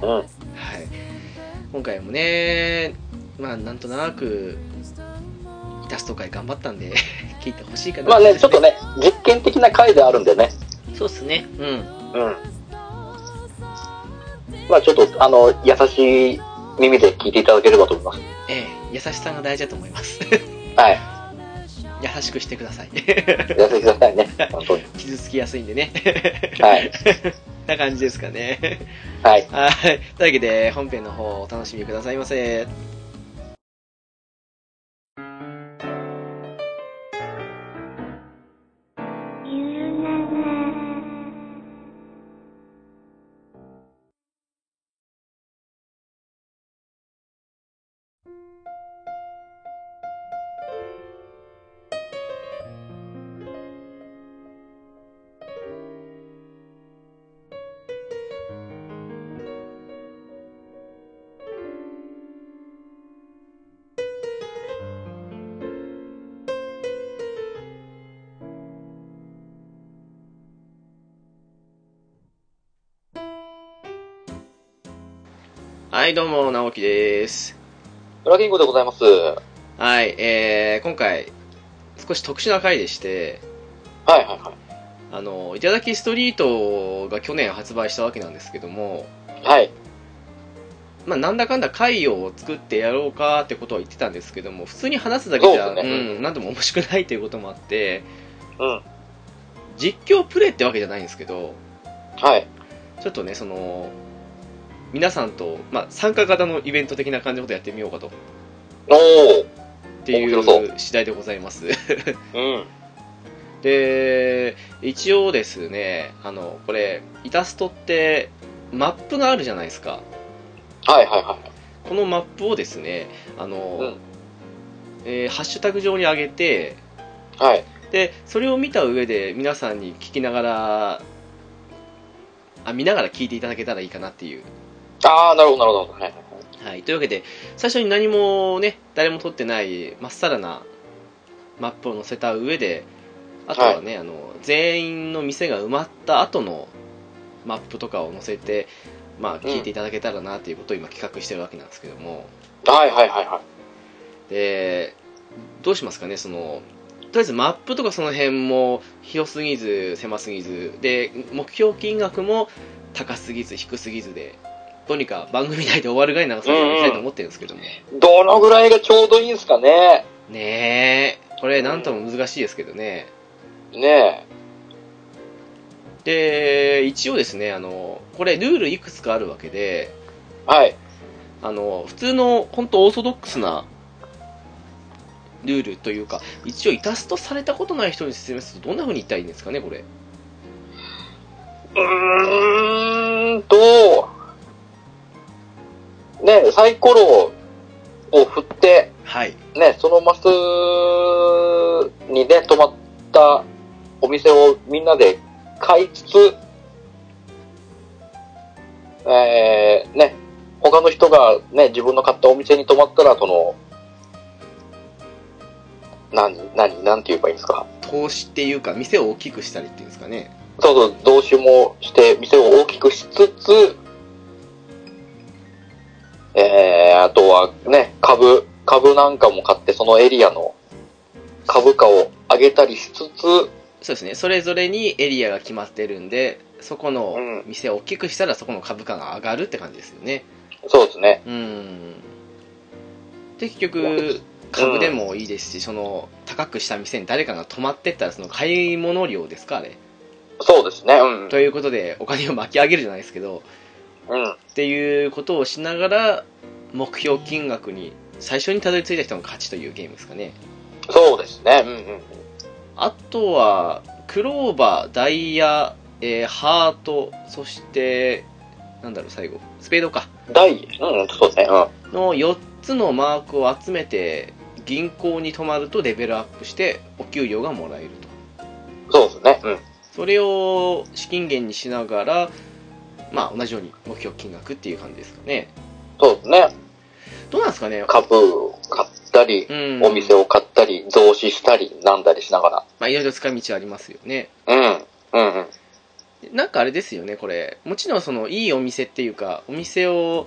S1: は
S2: うん。
S1: い。今回もね、まあ、なんとなく、イタスト会頑張ったんで、 聞いてほしいかな
S2: まあね、ちょっと。ね、実験的な回であるんでね。
S1: そうですね。うん。
S2: うん。まあちょっと、あの、優しい耳で聞いていただければと思います。
S1: ええ、優しさが大事だと思います。
S2: はい。
S1: 優しくしてください。
S2: やってくださ いね。本当に。
S1: 傷つきやすいんでね。
S2: はい。
S1: な感じですかね。
S2: はい。
S1: はい。というわけで、本編の方お楽しみくださいませ。はい、どうも、直樹です。
S2: 裏キングでございます。は
S1: はい、えー、今回、少し特殊な回でして、
S2: いはいは
S1: あの、いただきストリートが去年発売したわけなんですけども、
S2: い。はい。
S1: まあ、なんだかんだ回を作ってやろうかってことは言ってたんですけども、普通に話すだけじゃ、
S2: そうですね
S1: うん、なんとも面白くないということもあって、
S2: うん。
S1: 実況プレイってわけじゃないんですけど、
S2: はい。
S1: ちょっとね、その、皆さんと、まあ、参加型のイベント的な感じのことやってみようかと、っ
S2: おー。
S1: てい
S2: 面白そう
S1: 次第でございます。
S2: うん。
S1: で一応ですねあのこれイタストってマップがあるじゃないですか
S2: はいはいはい。
S1: このマップをですねあの、
S2: うん
S1: えーハッシュタグ上に上げて
S2: はい。
S1: でそれを見た上で皆さんに聞きながらあ見ながら聞いていただけたらいいかなっていう、
S2: あー、なるほどなるほど。はいはいはい。
S1: はい、というわけで最初に何もね誰も撮ってないまっさらなマップを載せた上であとはね、あの全員の店が埋まった後のマップとかを載せて、まあ、聞いていただけたらなということを今企画してるわけなんですけども、
S2: はいはいはいはい。
S1: でどうしますかねそのとりあえずマップとかその辺も広すぎず狭すぎずで目標金額も高すぎず低すぎずでどうにか番組内で終わるぐらいの長さにしたいと思ってるんですけども、
S2: どのぐらいがちょうどいいんすかね
S1: ねえこれなんとも難しいですけどね
S2: ね
S1: で一応ですねあのこれルールいくつかあるわけで
S2: え。はい。
S1: あの普通の本当オーソドックスなルールというか一応イタストされたことない人に説明するとどんな風に言ったらいいんですかねこれ
S2: うーんと、ねえ、サイコロを振って、
S1: はい
S2: ね、そのマスにね、泊まったお店をみんなで買いつつ、えー、ね、他の人がね、自分の買ったお店に泊まったら、その、何、何、なんて言えばいいんですか。
S1: 投資っていうか店を大きくしたりっていうんですかね
S2: そうそう、増資もして、店を大きくしつつ、えー、あとはね、株、株なんかも買って、そのエリアの株価を上げたりしつつ、
S1: そうですねそれぞれにエリアが決まってるんでそこの
S2: うん
S1: 店を大きくしたらそこの株価が上がるって感じですよね
S2: そうですね。
S1: うんで結局株でもいいですし、その高くした店に誰かが泊まってったらその買い物量ですかあれ
S2: そうですね。うん。
S1: ということでお金を巻き上げるじゃないですけど
S2: うん。
S1: っていうことをしながら目標金額に最初にたどり着いた人の勝ちというゲームですかね
S2: そうですね。うんうん。
S1: あとはクローバーダイヤ、えーハートそしてなんだろう最後スペードか
S2: 第、うん、そうですね。うん。
S1: の4つのマークを集めて銀行に泊まるとレベルアップしてお給料がもらえると
S2: そうですね。うん。
S1: それを資金源にしながらまあ同じように目標金額っていう感じですかね
S2: そうですね。
S1: どうなんですかね
S2: 株を買ったり、
S1: うん
S2: お店を買ったり、増資したり、なんだりしなが
S1: まあいろいろ使い道ありますよね
S2: ら。うん。うんうん。
S1: なんかあれですよねこれもちろんそのいいお店っていうかお店を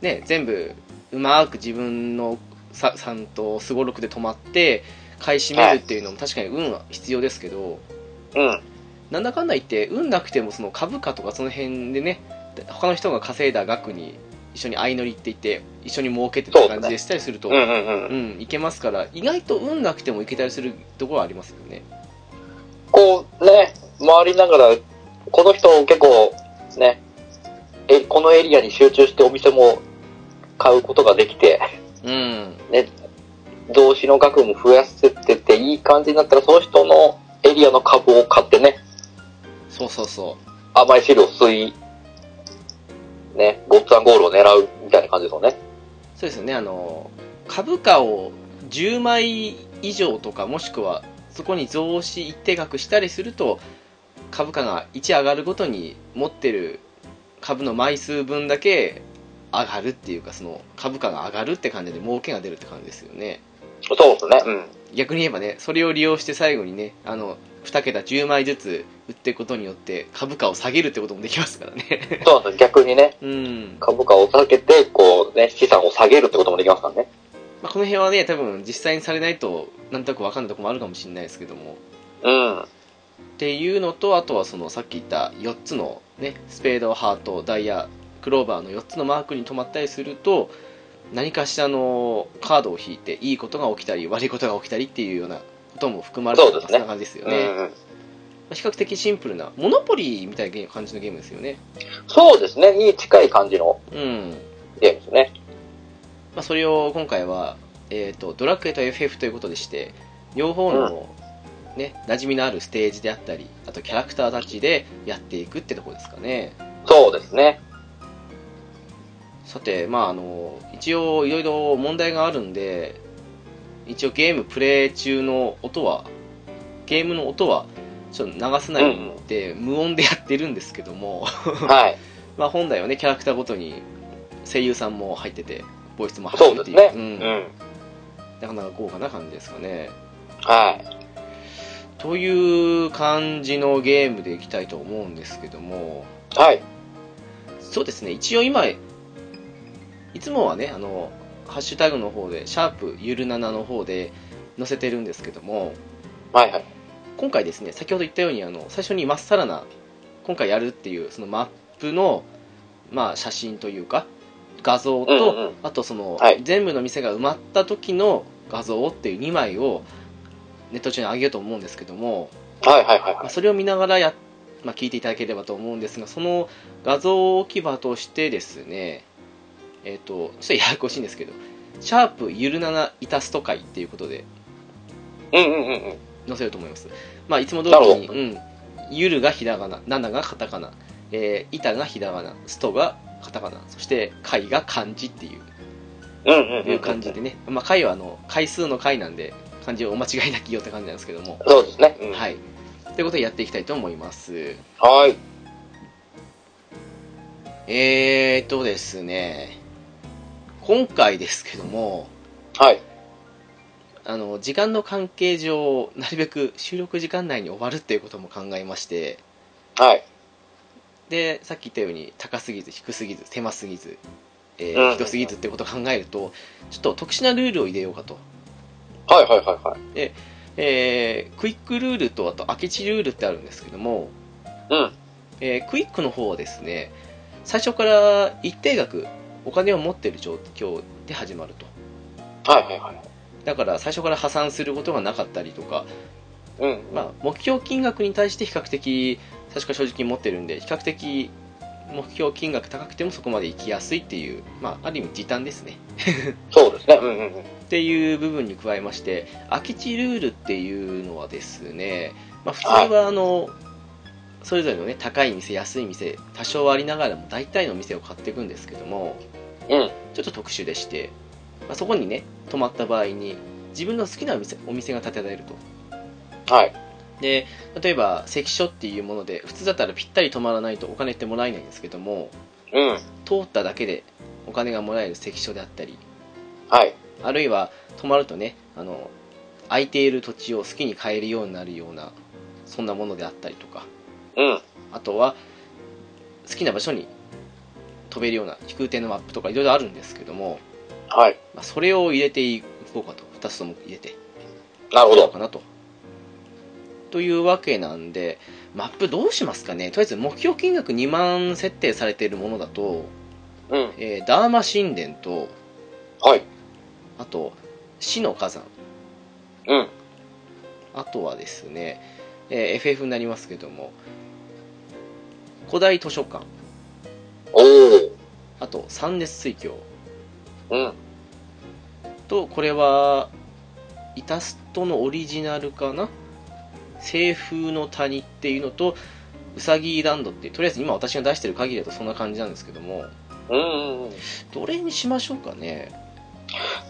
S1: ね全部うまく自分のささんとすごろくで泊まって買い占めるっていうのも確かに運は必要ですけど
S2: うん。
S1: なんだかんだ言って運なくてもその株価とかその辺でね他の人が稼いだ額に一緒に相乗りって言って一緒に儲けてって感じでしたりすると
S2: うんうんうん。
S1: うんいけますから意外と運なくてもいけたりするところはありますよね
S2: こうね、回りながら、この人結構ね、え、このエリアに集中してお店も買うことができて、
S1: うん
S2: 増資の額も増やせてて、いい感じになったら、その人のエリアの株を買ってね、
S1: そうそうそう
S2: 甘い汁を吸い、ね、ゴッツァンゴールを狙うみたいな感じですよね。
S1: そうですねあの株価を10枚以上とかもしくはそこに増資一定額したりすると株価が1上がるごとに持ってる株の枚数分だけ上がるっていうかその株価が上がるって感じで儲けが出るって感じですよね
S2: そうですね。うん。
S1: 逆に言えばねそれを利用して最後にねあの2桁10枚ずつ売っていくことによって株価を下げるってこともできますからね
S2: そうなんです。逆にね、
S1: うん
S2: 株価を下げて、こうね、資産を下げるってこともできますからね。
S1: まあ、この辺はね多分実際にされないとなんとなく分かんないところもあるかもしれないですけども
S2: うん。
S1: っていうのとあとはそのさっき言った4つのねスペードハートダイヤクローバーの4つのマークに止まったりすると何かしらのカードを引いていいことが起きたり悪いことが起きたりっていうようなことも含まれて
S2: そう
S1: る
S2: です
S1: そ
S2: ね
S1: んな感じですよ
S2: う
S1: ね、
S2: んうん。
S1: 比較的シンプルなモノポリーみたいなゲーム感じのゲームですよね
S2: そうですね。に近い感じの
S1: うん、
S2: ゲームですね。
S1: まあ、それを今回は、えー、とドラクエと FF ということでして両方の、ね馴染みのあるステージであったりあとキャラクターたちでやっていくってとこですかね
S2: そうですね。
S1: さて、まあ、あの一応いろいろ問題があるんで一応ゲームプレイ中の音はゲームの音はちょっと流せないんで、無音でやってるんですけども
S2: はい。
S1: まあ本来はねキャラクターごとに声優さんも入っててボイスも入
S2: そ
S1: っ
S2: う
S1: て
S2: で
S1: て
S2: すね。う
S1: うん
S2: ん。
S1: なかなか豪華な感じですかね
S2: はい。
S1: という感じのゲームでいきたいと思うんですけども
S2: はい。
S1: そうですね、一応今、いつもはね、あの、ハッシュタグの方で、シャープゆるななの方で載せてるんですけども、
S2: はいはい。
S1: 今回ですね先ほど言ったようにあの最初にまっさらな今回やるっていうそのマップの、まあ、写真というか画像と、
S2: うんうん
S1: あとその、
S2: はい
S1: 全部の店が埋まった時の画像っていう2枚をネット上に上げようと思うんですけども、
S2: はいはいはい
S1: ま
S2: は
S1: あ
S2: い。
S1: それを見ながらや、まあ、聞いていただければと思うんですがその画像置き場としてですねえっ、とちょっとややこしいんですけど「シャープゆるななイタスト会」っていうことで
S2: うんうんうんうん。
S1: 載せると思います。まあ、いつも通
S2: な
S1: り
S2: る
S1: に、
S2: ほ
S1: うん、ゆるがひらがな、なながカタカナ、えー、板がひらがな、ストがカタカナ、そして貝が漢字っていう
S2: うんうんうん。
S1: いう感じで。ね、まあ、貝はあの回数の貝なんで、漢字をお間違いなきよって感じなんですけども、
S2: そうですね。うん
S1: はい。ということでやっていきたいと思います。
S2: はい。
S1: えーとですね、今回ですけども、
S2: はい。
S1: あの時間の関係上、なるべく収録時間内に終わるっていうことも考えまして、
S2: はい。
S1: でさっき言ったように高すぎず低すぎず狭すぎず、え
S2: うんうん
S1: ー
S2: うん
S1: ひどすぎずってことを考えるとちょっと特殊なルールを入れようかと、
S2: はいはいはいはい。
S1: えークイックルールとあと空き地ルールってあるんですけども、
S2: うん。
S1: えークイックの方はですね最初から一定額お金を持ってる状況で始まると
S2: はいはいはい。
S1: だから最初から破産することがなかったりとか、
S2: うん。
S1: まあ、目標金額に対して比較的最初から正直に持ってるんで比較的目標金額高くてもそこまで行きやすいっていう、まあ、ある意味時短ですね
S2: そうですね。うんうんうん。
S1: っていう部分に加えまして空き地ルールっていうのはですね、まあ、普通はあの、それぞれのね高い店安い店多少はありながらも大体の店を買っていくんですけども
S2: うん。
S1: ちょっと特殊でして、まあ、そこにね泊まった場合に自分の好きなお店お店が建てられると
S2: はい。
S1: で例えば関所っていうもので普通だったらぴったり泊まらないとお金ってもらえないんですけども
S2: うん。
S1: 通っただけでお金がもらえる関所であったり
S2: はい。
S1: あるいは泊まるとねあの空いている土地を好きに買えるようになるようなそんなものであったりとか
S2: うん。
S1: あとは好きな場所に飛べるような飛空艇のマップとかいろいろあるんですけども、
S2: はい。
S1: まあ、それを入れていこうかと2つとも入れてい
S2: なるほ
S1: こう
S2: ど。
S1: かなと。というわけなんでマップどうしますかねとりあえず目標金額2万設定されているものだと、
S2: うん。
S1: えーダーマ神殿と
S2: はい。
S1: あと死の火山
S2: うん。
S1: あとはですね、えー FF になりますけども、古代図書館、
S2: おー。
S1: あと三熱水郷
S2: うん。
S1: と、これは、イタストのオリジナルかな西風の谷っていうのと、うさぎランドっていう、とりあえず今私が出してる限りだとそんな感じなんですけども、
S2: うんうん。
S1: どれにしましょうかね。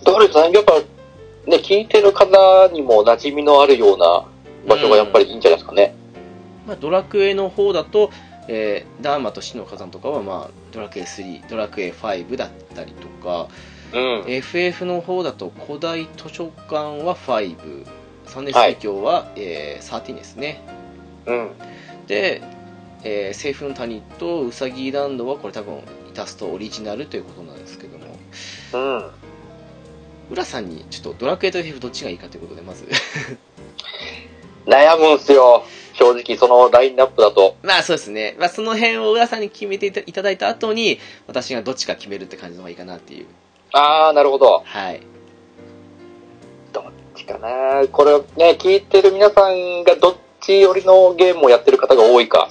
S2: どれですかねやっぱ、ね、聞いてる方にも馴染みのあるような場所がやっぱりいいんじゃないですかね。
S1: まあ、ドラクエの方だと、えーダーマと死の火山とかは、まあ、ドラクエ3、ドラクエ5だったりとか、
S2: うん。
S1: FF の方だと古代図書館は5三年最強は、えー、13ですね
S2: うん。
S1: で、えー、西風の谷とウサギランドはこれ多分イタストオリジナルということなんですけども
S2: うん。
S1: 浦さんにちょっとドラクエと FF どっちがいいかということでまず
S2: 悩むんすよ。正直、そのラインナップだと。
S1: まあそうですね、まあ、その辺を浦さんに決めていたいただいた後に私がどっちか決めるって感じの方がいいかなっていう
S2: あー、なるほど。
S1: はい
S2: どっちかなこれね、聞いてる皆さんがどっち寄りのゲームをやってる方が多いか。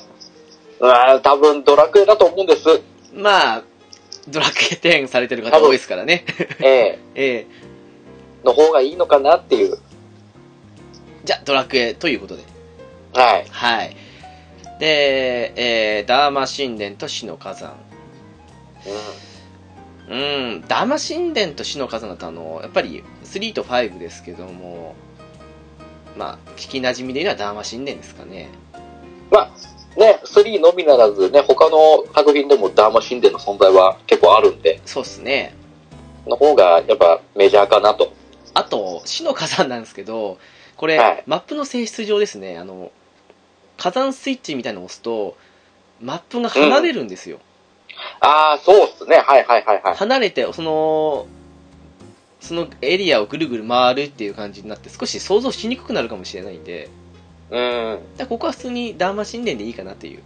S2: うわー多分ドラクエだと思うんです。
S1: まあドラクエ10されてる方多いですからね
S2: ええ
S1: え
S2: の方がいいのかなっていう。
S1: ー、じゃあドラクエということで
S2: はい。
S1: はい。で、えーダーマ神殿と死の火山。うん、ダーマ神殿と死の火山だと、あの、やっぱり3と5ですけども、まあ、聞き馴染みで言うのはダーマ神殿ですかね。
S2: まあ、ね、3のみならずね、他の作品でもダーマ神殿の存在は結構あるんで、
S1: そうっすね。
S2: の方がやっぱメジャーかなと。
S1: あと、死の火山なんですけど、これ、
S2: はい
S1: マップの性質上ですね、あの、火山スイッチみたいなのを押すと、マップが離れるんですよ。
S2: あー、そうっすね。はいはいはいはい。
S1: 離れて、その、そのエリアをぐるぐる回るっていう感じになって少し想像しにくくなるかもしれないんで
S2: うん。
S1: だからここは普通にダーマ神殿でいいかなっていう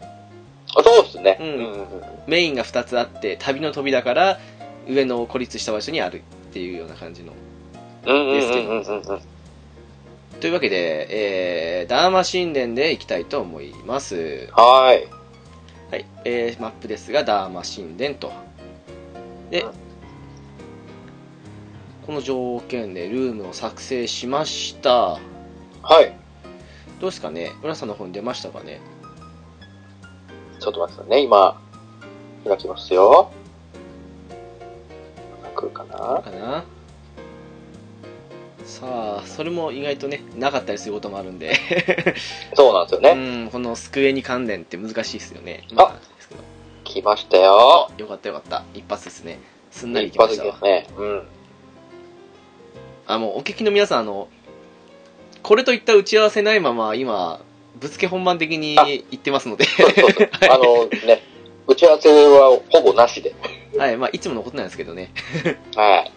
S2: そうですね。
S1: う
S2: うんん。
S1: メインが2つあって旅の扉から上の孤立した場所にあるっていうような感じの
S2: うん。うん。う
S1: で
S2: ん。う
S1: すけど
S2: ん。うん。うん。
S1: というわけで、えー、ダーマ神殿で行きたいと思います
S2: はーい。
S1: はい、えーマップですが、ダーマ神殿と。で
S2: うん、
S1: この条件でルームを作成しました。
S2: はい。
S1: どうですかね浦さんの方に出ましたかね
S2: ちょっと待ってくださいね。今、開きますよ。来るかな
S1: かなさあ、それも意外とね、なかったりすることもあるんで、
S2: そうなんですよ
S1: う
S2: ね。
S1: ん、このスクエニ関連って難しいですよね。
S2: あ
S1: まあ、ですけど
S2: 来ましたよ。
S1: よかったよかった。一発ですね。すんなりい
S2: 一
S1: きま
S2: 発
S1: した
S2: で
S1: わ
S2: す。ね。 うん。
S1: あ、もうお聞きの皆さん、あの、これといった打ち合わせないまま、今、ぶつけ本番的に
S2: あ
S1: 言ってますので、
S2: そうそう そう。あのね、打ち合わせはほぼなしで。
S1: はい、まあ、いつものことなんですけどね。
S2: はい。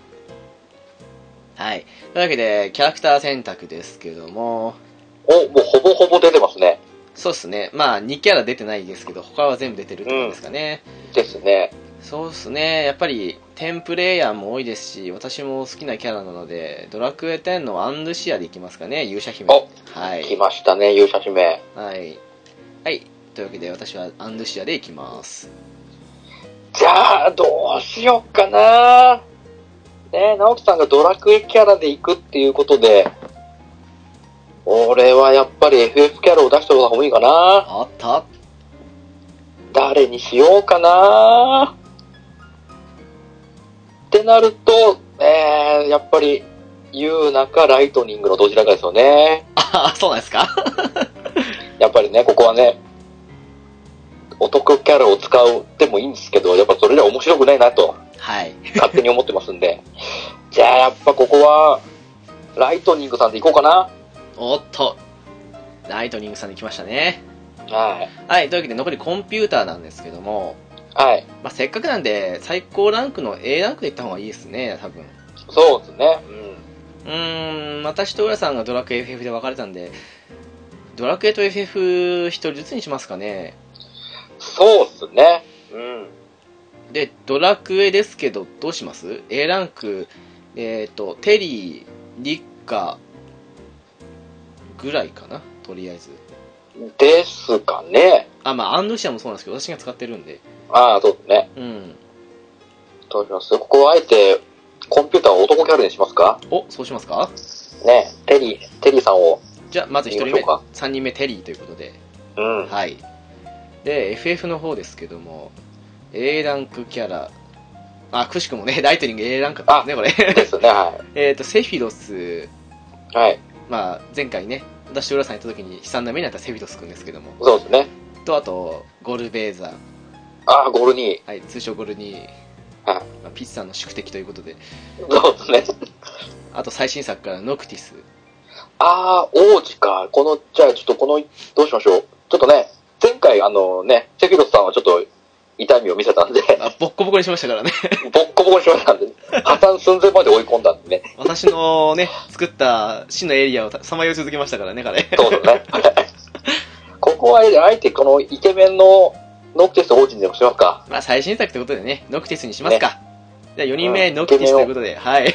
S1: はい。というわけで、キャラクター選択ですけども、
S2: お、もうほぼほぼ出てますね。
S1: そうっすね。まあ、2キャラ出てないですけど、他は全部出てるってことですかね。
S2: ですね。
S1: そうっすね。やっぱり、テンプレイヤーも多いですし、私も好きなキャラなので、ドラクエ10のアンルシアでいきますかね、勇者姫。
S2: お
S1: は
S2: 来
S1: い。
S2: ましたね、勇者姫。
S1: はい。はい。というわけで、私はアンルシアでいきます。
S2: じゃあ、どうしよっかなねえ、直樹さんがドラクエキャラで行くっていうことで、俺はやっぱり FF キャラを出した方がいいかな
S1: あった
S2: 誰にしようかなってなると、えー、やっぱり、ユーナかライトニングのどちらかですよね。
S1: あ、そうなんですか
S2: やっぱりね、ここはね、お得キャラを使ってもいいんですけど、やっぱそれじゃ面白くないなと。
S1: はい。
S2: 勝手に思ってますんで。 じゃあやっぱここは、ライトニングさんで行こうか
S1: おっと。ライトニングさんで来ましたね。
S2: な。はい。
S1: はい、というわけで残りコンピューターなんですけども、
S2: はい。
S1: まあ、せっかくなんで最高ランクの A ランクでいった方がいいですね、多分。
S2: そうですね。
S1: うーん、私と浦さんがドラクエ FF で分かれたんで、ドラクエと FF 一人ずつにしますかね。
S2: そうですね。うん。
S1: で、ドラクエですけど、どうします ?A ランク、えっ、と、テリー、リッカぐらいかな、とりあえず。
S2: ですかね。
S1: あ、まあ、アンドシアもそうなんですけど、私が使ってるんで。
S2: ああ、そうですね。
S1: うん。
S2: どうしますここはあえて、コンピューターを男キャラにしますか
S1: お、そうしますか
S2: ね。テリー、テリーさんを。
S1: じゃあ、まず一人
S2: 行きま
S1: 目、
S2: しょうか
S1: 三人目、テリーということで。
S2: うん。
S1: はい。で、FF の方ですけども、A ランクキャラ、あ、くしくもね、ラ イトニング A ランクだったんですね、これ。
S2: ですね。は
S1: えっと、セフィロス、
S2: い。はい。
S1: まあ、前回ね、私と浦さん行った時に悲惨な目にあったセフィロスくんですけども、
S2: そうですね。
S1: と、あと、ゴルベーザ、
S2: ああ、ゴール2。
S1: はい、通称ゴルに、
S2: はい。
S1: まあ、ピッツァの宿敵ということで、
S2: そうですね。
S1: あと最新作からノクティス、
S2: ああ、王子か。この、じゃあちょっとこの、どうしましょう。ちょっとね、前回あのね、セフィロスさんはちょっと痛みを見せたんで、
S1: あ、ボッコボコにしましたからね。
S2: ボッコボコにしましたんで、破産寸前まで追い込んだんでね。
S1: 私のね、作った死のエリアをさまよい続けましたからね、彼。
S2: そうですね。ここは、あえてこのイケメンのノクテス王子にでもしますか。
S1: まあ、最新作ってことでね、ノクティスにしますか。じゃあ4人目、
S2: うん
S1: ノクティスということで、はい。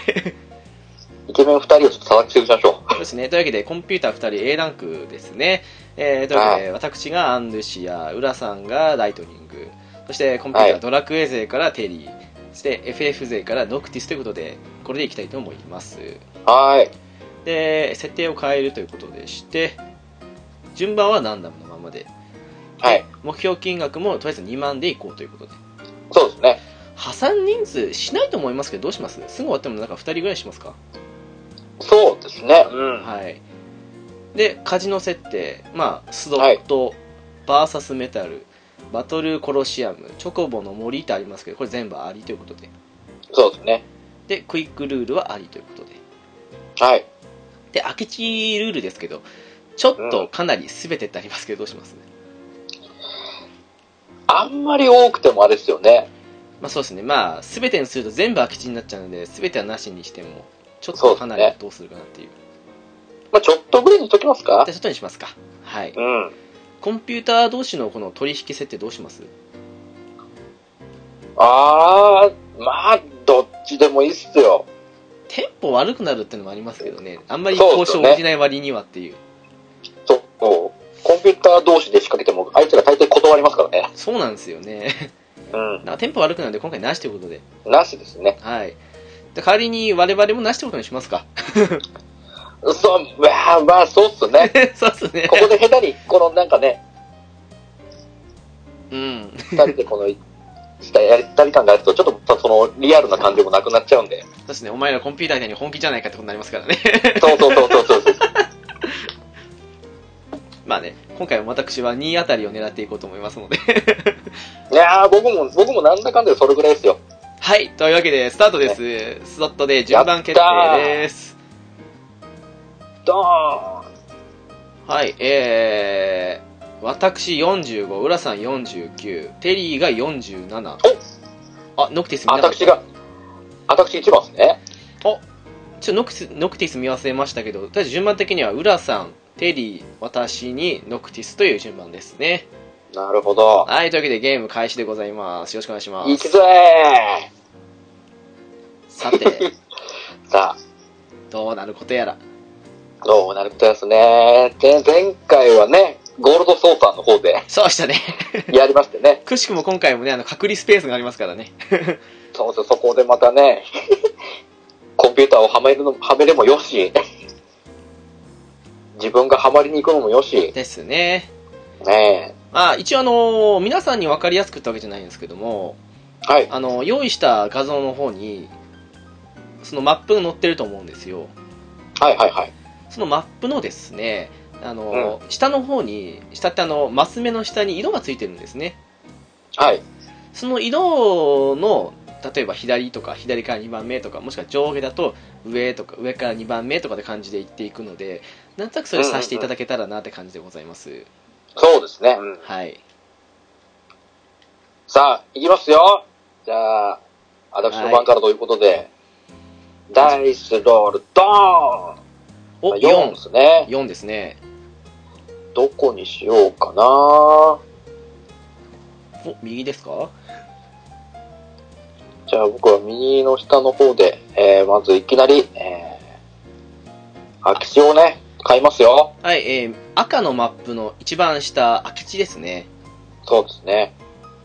S2: イケメン二人をちょっとさらきしていきましょ
S1: そうですね。というわけで、コンピューター2人 A ランクですね。えー、というわけで、私がアンルシア、浦さんがライトニング、そしてコンピューター、
S2: はい
S1: ドラクエ勢からテリー、そして FF 勢からノクティスということで、これでいきたいと思います。
S2: う。はい。
S1: で、設定を変えるということでして、順番はランダムのままで、
S2: はい。
S1: 目標金額もとりあえず2万でいこうということで。
S2: そうですね。
S1: 破産人数しないと思いますけど、どうしますすぐ終わってもなんか2人ぐらいしますか
S2: そうですね。うん。
S1: はい。で、カジノ設定、まあ、スド
S2: はい
S1: ット、バーサスメタル、バトルコロシアム、チョコボの森ってありますけど、これ全部ありということで。
S2: そうですね。
S1: で、クイックルールはありということで。
S2: はい。
S1: で、明智ルールですけど、ちょっ
S2: う
S1: と
S2: ん
S1: かなり全てってありますけど、どうします
S2: あんまり多くてもあれですよね。
S1: まあそうですね、まあ、全てにすると全部空き地になっちゃうので、全てはなしにしても、ちょっとかなりどうするかなっていう。
S2: まあちょっとぐらいにしときますか
S1: じゃあ、ちょっとにしますか。はい。
S2: うん。
S1: コンピューター同士のこの取引設定どうします
S2: あー、まあ、どっちでもいいっすよ。
S1: テンポ悪くなるってのもありますけどね。あんまり
S2: そう
S1: 交
S2: です
S1: 渉
S2: よ
S1: を
S2: ね
S1: 応じない割にはっていう。
S2: そう。コンピューター同士で仕掛けても、あいつら大体断りますからね。
S1: そうなんですよね。
S2: うん。
S1: なんかテンポ悪くなるんで今回なしということで。
S2: なしですね。
S1: はい。で代わりに我々もなしということにしますか。
S2: そう、まあ、まあ、そうっすね。
S1: そうっすね
S2: こ。こで下手に、このなんかね、
S1: うん。
S2: 二人でこの、したやりたり感があると、ちょっとまたそのリアルな感情もなくなっちゃうんで。
S1: そうですね。お前らコンピューターに本気じゃないかってことになりますからね。
S2: そうそうそうそうそうそう。
S1: まあね、今回も私は2位あたりを狙っていこうと思いますので。
S2: いやー、僕も、僕もなんだかんだでそれぐらいですよ。
S1: はい。というわけで、スタートです。スロットで順番決定です。
S2: ドーン
S1: はい。えー、私45、浦さん49、テリーが47。あ、ノクティス見なかった。
S2: 私が、私一番ですね。
S1: ちょっとノクティスノクティス見忘れましたけど、とりあえず順番的には、浦さん、テリー、私に、ノクティスという順番ですね。
S2: なるほど。
S1: はい、というわけでゲーム開始でございます。よろしくお願いしま
S2: い
S1: す。
S2: くぜー
S1: さて、
S2: さ
S1: どうなることやら。
S2: あ、どうなることですね。で、前回はね、ゴールドソーターの方 で
S1: そうしたね。
S2: やりましてね。
S1: くしくも今回もね、あの、隔離スペースがありますからね。
S2: そうそう、そこでまたね、 コンピューターをはめるの、はめるもよし、自分がはまりに行くのもよし、
S1: ですね。
S2: ね
S1: まあ、一応あのー皆さんに分かりやすくってわけじゃないんですけども、
S2: え。はい。
S1: あの、用意した画像の方に、そのマップが載ってると思うんですよ。
S2: はいはいはい。
S1: そのマップのですね、あの、下の方に、下ってあの、マス目の下に色がついてるんですね。
S2: はい。
S1: その色の、例えば左とか左から2番目とか、もしくは上下だと上とか上から2番目とかで感じでいっていくので、なんとなくそれさせていただけたらなって感じでございます。
S2: そうですね。うん
S1: はい。
S2: さあ、いきますよ。じゃあ、私の番からということで、ダイスロール、ドーン
S1: お、
S2: まあ
S1: 4
S2: 4で。すね。
S1: 4ですね。
S2: どこにしようかな。
S1: お、右ですか
S2: じゃあ僕は右の下の方で、えー、まずいきなり、えー、空き地をね、買いますよ。
S1: はい、えー、赤のマップの一番下、空き地ですね。
S2: そうですね。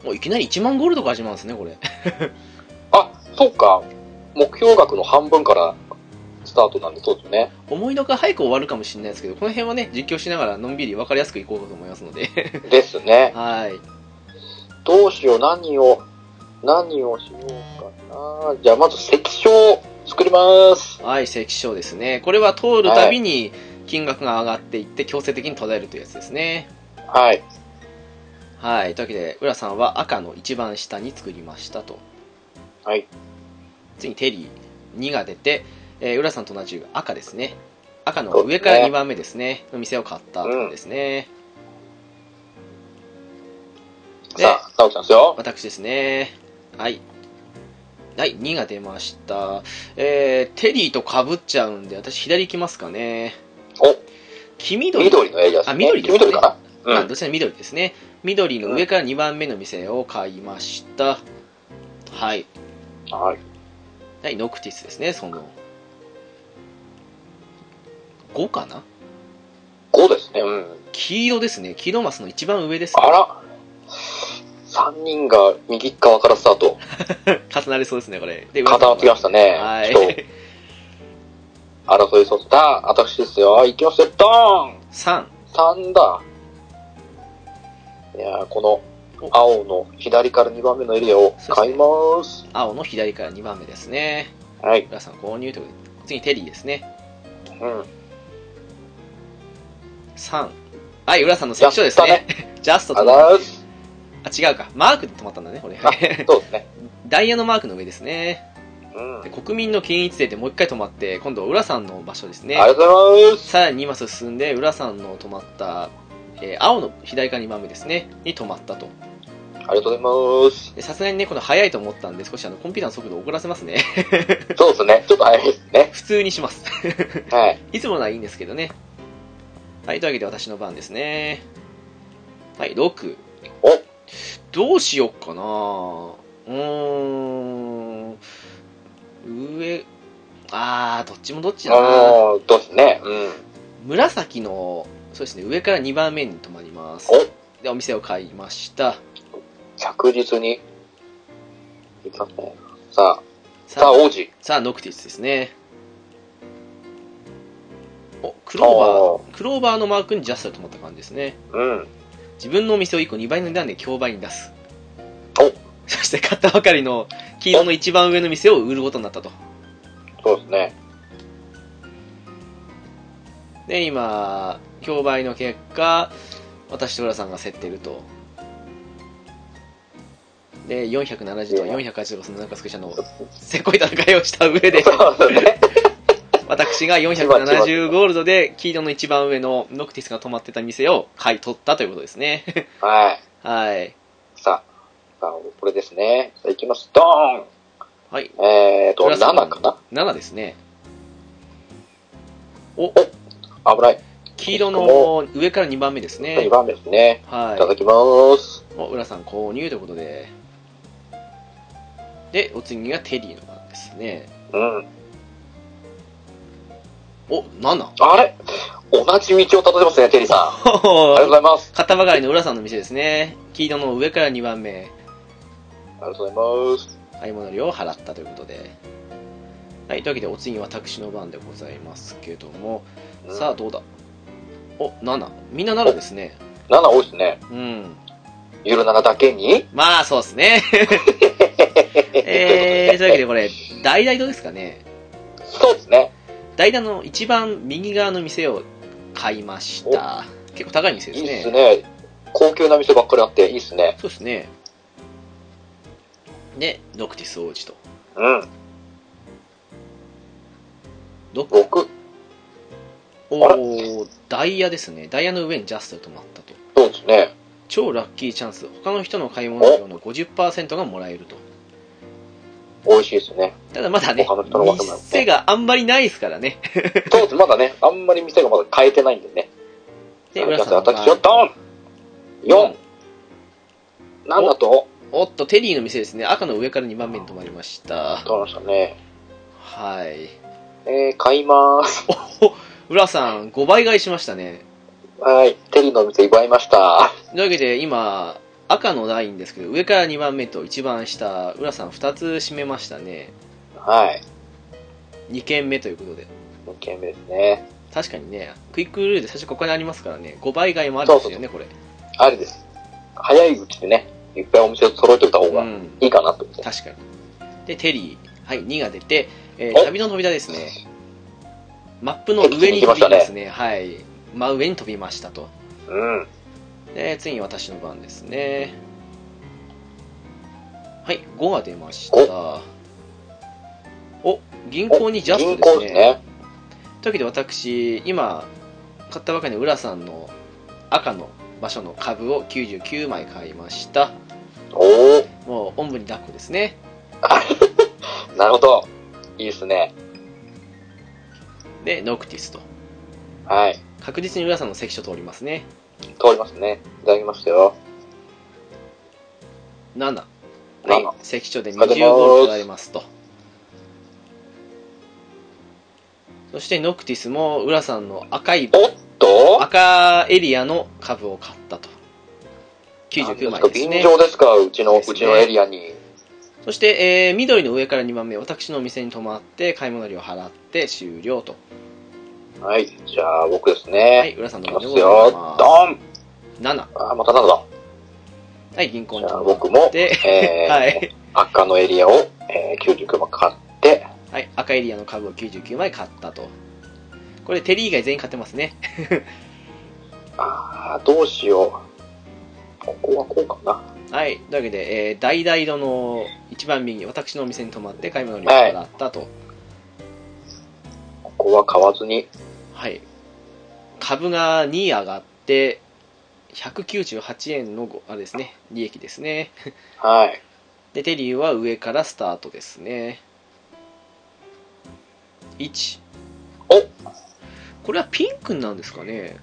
S1: もういきなり1万ゴールドから始まるんですね、これ。
S2: あ、そうか。目標額の半分からスタートなんで、そうですね。
S1: 思いのほか早く終わるかもしれないですけど、この辺はね、実況しながらのんびり分かりやすくいこうかと思いますので。
S2: ですね。
S1: はい。
S2: どうしよう、何を、何をしようかな。じゃあまず石章を作ります。
S1: はい、関所ですね。これは通るたびに金額が上がっていって、強制的に途絶えるというやつですね。
S2: はい。
S1: はい。というわけで、浦さんは赤の一番下に作りましたと。
S2: はい。
S1: 次にテリー、2が出て、えー浦さんと同じく赤ですね。赤の上から2番目ですね。の店を買ったんですね。で
S2: さあ、直ちゃんですよ。
S1: 私ですね。はい。はい、2が出ました。えー、テリーとかぶっちゃうんで、私左行きますかね。
S2: お、
S1: 黄緑。
S2: 緑のエリアですね。
S1: あ緑ですね
S2: 緑かな。
S1: あ
S2: うん。
S1: どちらも緑ですね。緑の上から2番目の店を買いました。はい。
S2: はい。
S1: はい、ノクティスですね、その。5かな
S2: 5ですね。うん。
S1: 黄色ですね。黄色マスの一番上ですね。
S2: あら。3人が右側からスタート。
S1: 重なりそうですね、これ。で、
S2: 固まってきましたね。
S1: はい
S2: ちょっ。と、争いそうだ。私ですよ。行きますよ。ドーン
S1: 3。
S2: !3 だ。いやーこの、青の左から2番目のエリアを買います。
S1: 青の左から2番目ですね。
S2: はい。
S1: 浦さん購入ということで。次、テリーですね。
S2: うん。
S1: 3はい浦さんの関所ですねジャスト
S2: あ
S1: と
S2: ざーす。
S1: あ違うかマークで止まったんだねこれ
S2: あそうですね。
S1: ダイヤのマークの上ですね
S2: うん。
S1: で国民の均一税でもう一回止まって今度は浦さんの場所ですね
S2: ありがとうございます。
S1: さらに2マス進んで浦さんの止まった、えー青の左側2番目ですねに止まったと
S2: ありがとうございます。
S1: でさすがにね、この早いと思ったんで、少しあの、コンピューターの速度を遅らせますね。
S2: そうですね。ちょっと早いですね。
S1: 普通にします。
S2: はい。
S1: いつものはいいんですけどね。はい、というわけで私の番ですね。はい、6。
S2: お
S1: どうしよっかなうーん。上、あー、どっちもどっちだな
S2: あー、どうですね。うん。
S1: 紫の、そうですね、上から2番目に止まります。で、お店を買いました。
S2: 着実に。いきますね。さあ、さ
S1: さ
S2: あ、
S1: あ、
S2: 王子。
S1: さあノクティスですね。お、クローバー、クローバーのマークにジャストで止まった感じですね。
S2: うん。
S1: 自分のお店を1個2倍の値段で競売に出す
S2: お
S1: そして買ったばかりの黄色の一番上の店を売ることになったと
S2: そうですね。
S1: で今競売の結果私と浦さんが競っているとで470と485そのなんかスクシャのせこい戦いをした上 で
S2: そうですね。
S1: 私が470ゴールドで黄色の一番上のノクティスが泊まってた店を買い取ったということですね
S2: はい。
S1: はい
S2: さあ、さあ、これですね。さあ、いきます。ドー
S1: はい
S2: ンえーと、
S1: 浦さん
S2: 7かな
S1: 7ですねお
S2: 危ない。
S1: 黄色の上から2番目です
S2: 2
S1: ね。
S2: 番目ですね。いた
S1: は
S2: だきます。
S1: い。お、浦さん購入ということで。で、お次がテリーの番ですね。
S2: うん。
S1: お、7!
S2: あれ同じ道をたどってますね、テリーさん。ありがとうございます。
S1: 買ったばかりの浦さんの店ですね。黄色の上から2番目。
S2: ありがとうございます。
S1: 買い物料を払ったということで。はい、というわけでお次は私の番でございますけども。
S2: うん
S1: さあ、どうだお、7。みんな7ですね。
S2: 7多いですね。
S1: うん。
S2: ゆる7だけに
S1: まあ、そうです ね。えー、というわけでこれ、大々どうですかね。
S2: そうですね。
S1: 代打の一番右側の店を買いました結構高い店で
S2: い
S1: す
S2: い
S1: ね
S2: っすね。高級な店ばっかりあって、いいっすね。
S1: そうですねでノクティス王子と
S2: うん。
S1: ノク
S2: 6。あ
S1: お
S2: れ
S1: ーダイヤですねダイヤの上にジャストが止まったと
S2: そうですね。
S1: 超ラッキーチャンス他の人の買い物量の50%がもらえると
S2: 美味しいですね。
S1: ただまだね
S2: 他の人の枠なんですね
S1: 店があんまりないですからね
S2: そうです。まだね、 あんまり店がまだ変えてないんでね。
S1: で
S2: あり
S1: 浦
S2: が
S1: さ
S2: とうんございます私は
S1: が
S2: ドン
S1: 4
S2: !4! なんだと
S1: おっとテリーの店ですね赤の上から2番目に止まりました
S2: 取りましたね。
S1: はい
S2: えー、買いまーす。
S1: 浦さん5倍買いしましたね
S2: はい。テリーの店奪いました。
S1: というわけで今赤のラインですけど上から2番目と一番下浦さん2つ締めましたね
S2: はい。
S1: 2軒目ということで
S2: 4件目ですね。
S1: 確かにねクイックルールで最初ここにありますからね5倍買いもあるんですよねこれ
S2: あれです。早いうちでね、いっぱいお店を揃えておいた方
S1: う
S2: が
S1: ん
S2: いいかなと思って。
S1: 確かにでテリーはい2が出て、えー
S2: お
S1: 旅の扉ですねマップの上に飛びますねはい真上に飛びましたと
S2: うん。
S1: で次に私の番ですねはい5が出ましたお銀行にジャスト
S2: 銀
S1: ですね
S2: 行ですね。
S1: というわけで私今買ったばかりの浦さんの赤の場所の株を99枚買いました
S2: おー。
S1: もうおんぶに抱っこですね
S2: なるほど。いいですね。
S1: でノクティスと
S2: はい。
S1: 確実に浦さんの関所通りますね
S2: 通りますね。いただきましたよ。
S1: 7は
S2: 7
S1: い関所で
S2: ありがとうござい
S1: 20
S2: ます
S1: ゴールドられますとそしてノクティスも浦さんの赤い
S2: おっと
S1: 赤エリアの株を買ったと99枚です
S2: 便
S1: ね
S2: 乗ですか、うちの、
S1: ですね
S2: うちのエリアに。
S1: そして、えー緑の上から2番目、私のお店に泊まって、買い物料を払って終了と。
S2: はい。じゃあ、僕です
S1: は
S2: ね。
S1: い、浦さん
S2: いき
S1: の
S2: ま
S1: 番
S2: す
S1: でござ
S2: よ
S1: い。ま
S2: ドン
S1: す。7。
S2: あー、またなんだ。
S1: はい、銀行に
S2: じゃあ、
S1: 泊まっ
S2: 僕も、
S1: て、
S2: え ー
S1: はい、
S2: 赤のエリアを、えー、99番買って、
S1: はい、赤エリアの株を99枚買ったと。これ、テリー以外全員買ってますね。
S2: あー、どうしよう。ここはこうかな。
S1: はい、というわけで、えー、大々色の一番右、私のお店に泊まって、買い物料を払ったと。
S2: ここは買わずに。
S1: はい。株が2上がって、 198円のごあれですね利益ですね
S2: はい。
S1: でテリーは上からスタートですね1
S2: お
S1: これはピンクなんですかね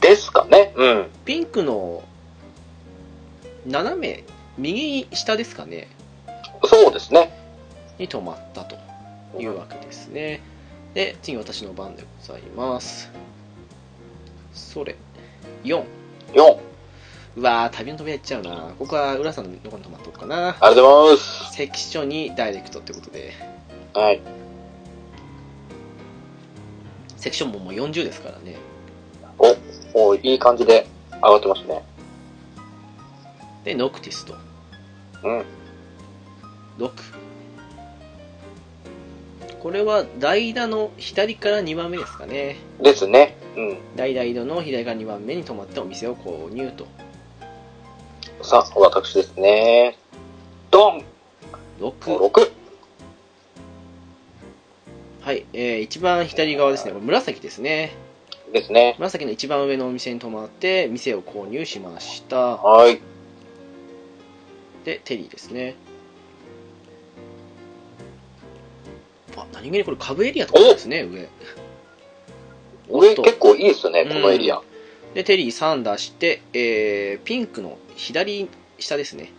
S2: ですかね。うん。
S1: ピンクの斜め右下ですかね
S2: そうですね。
S1: に止まったというわけですねで次私の番でございますそれ4
S2: 4。
S1: うわー旅の扉行っちゃうなここは浦さんのとこに止まっとくかな
S2: ありがとうございます。
S1: 関所にダイレクトってことで
S2: はい。
S1: セクションももう40ですからね。
S2: おいい感じで上がってますね。
S1: で、ノクティスと。
S2: うん。
S1: 6。これは、ダイダの左から2番目ですかね。
S2: ですね。うん。
S1: ダイダイドの左から2番目に泊まってお店を購入と。
S2: さあ、私ですね。ドン
S1: 6。
S2: !6!
S1: はい。えー、一番左側ですね。これ紫ですね。
S2: ですね。
S1: 紫の一番上のお店に泊まって、店を購入しました。
S2: はい。
S1: で、テリーですね。あ、何気にこれ株エリアとかですね、上。お
S2: 上
S1: っと
S2: 結構いいですね、このエリア。
S1: でテリー3出して、えーピンクの左下ですね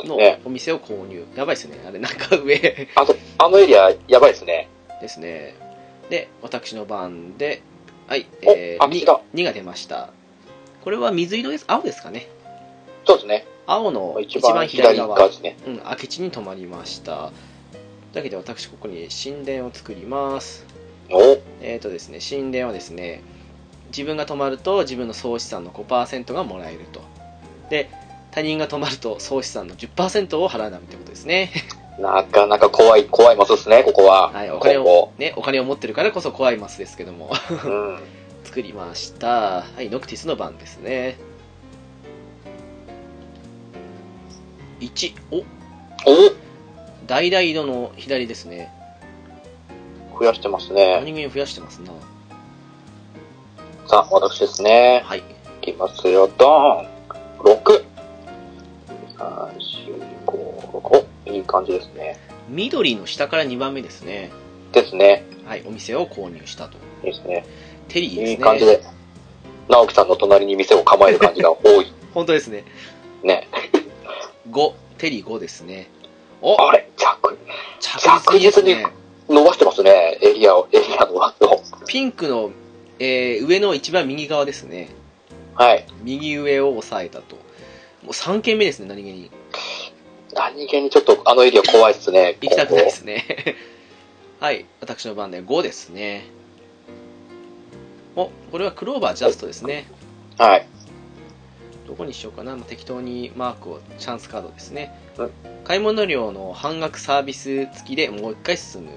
S1: の
S2: ね
S1: お店を購入やばいですねあれ中上で
S2: あと、あのエリア、やばいですね。
S1: すねで私の番ではい、
S2: お
S1: え
S2: あ来た
S1: 2, が出ましたこれは水色です青ですかね
S2: そうですね。
S1: 青の一
S2: 一
S1: 番
S2: 番
S1: 左
S2: 左
S1: 側
S2: 側ですね。
S1: うん、空き地に泊まりましただけど私ここに神殿を作ります
S2: お
S1: えっ、とですね神殿はですね自分が泊まると自分の総資産の5%がもらえるとで他人が泊まると総資産の10%を払うなみってことですね
S2: なかなか怖い、怖いマスですね、ここは。
S1: はいお金
S2: 今
S1: を
S2: 後。
S1: ねお金を持ってるからこそ怖いマスですけども
S2: うん。
S1: 作りましたはいノクティスの番ですね1お大々色の左ですね
S2: お増やしてますね。
S1: 何気に増やしてますな
S2: さあ、私ですね。
S1: はい
S2: いきますよ、ドーン !6! 3、4、5、6。おいい感じですね。
S1: 緑の下から2番目ですね
S2: ですね。
S1: はいお店を購入したと
S2: いいですね。
S1: テリーですね
S2: いい感じで。直樹さんの隣に店を構える感じが 多い。
S1: 本当ですね
S2: ね。
S1: 5テリー5ですねお
S2: あれ着、
S1: 着実にですね
S2: 着伸ばしてますね。エリアを、エリアの枠を。
S1: ピンクの、えー上の一番右側ですね
S2: はい。
S1: 右上を押さえたともう3軒目ですね何気に
S2: 何気にちょっとあのエリア怖いっすね。
S1: 行きたくないです ねはい私の番で5ですねおこれはクローバージャストですね
S2: 今後はい。
S1: どこにしようかな、まあ適当にマークをチャンスカードですね、
S2: はい
S1: 買い物料の半額サービス付きでもう一回進む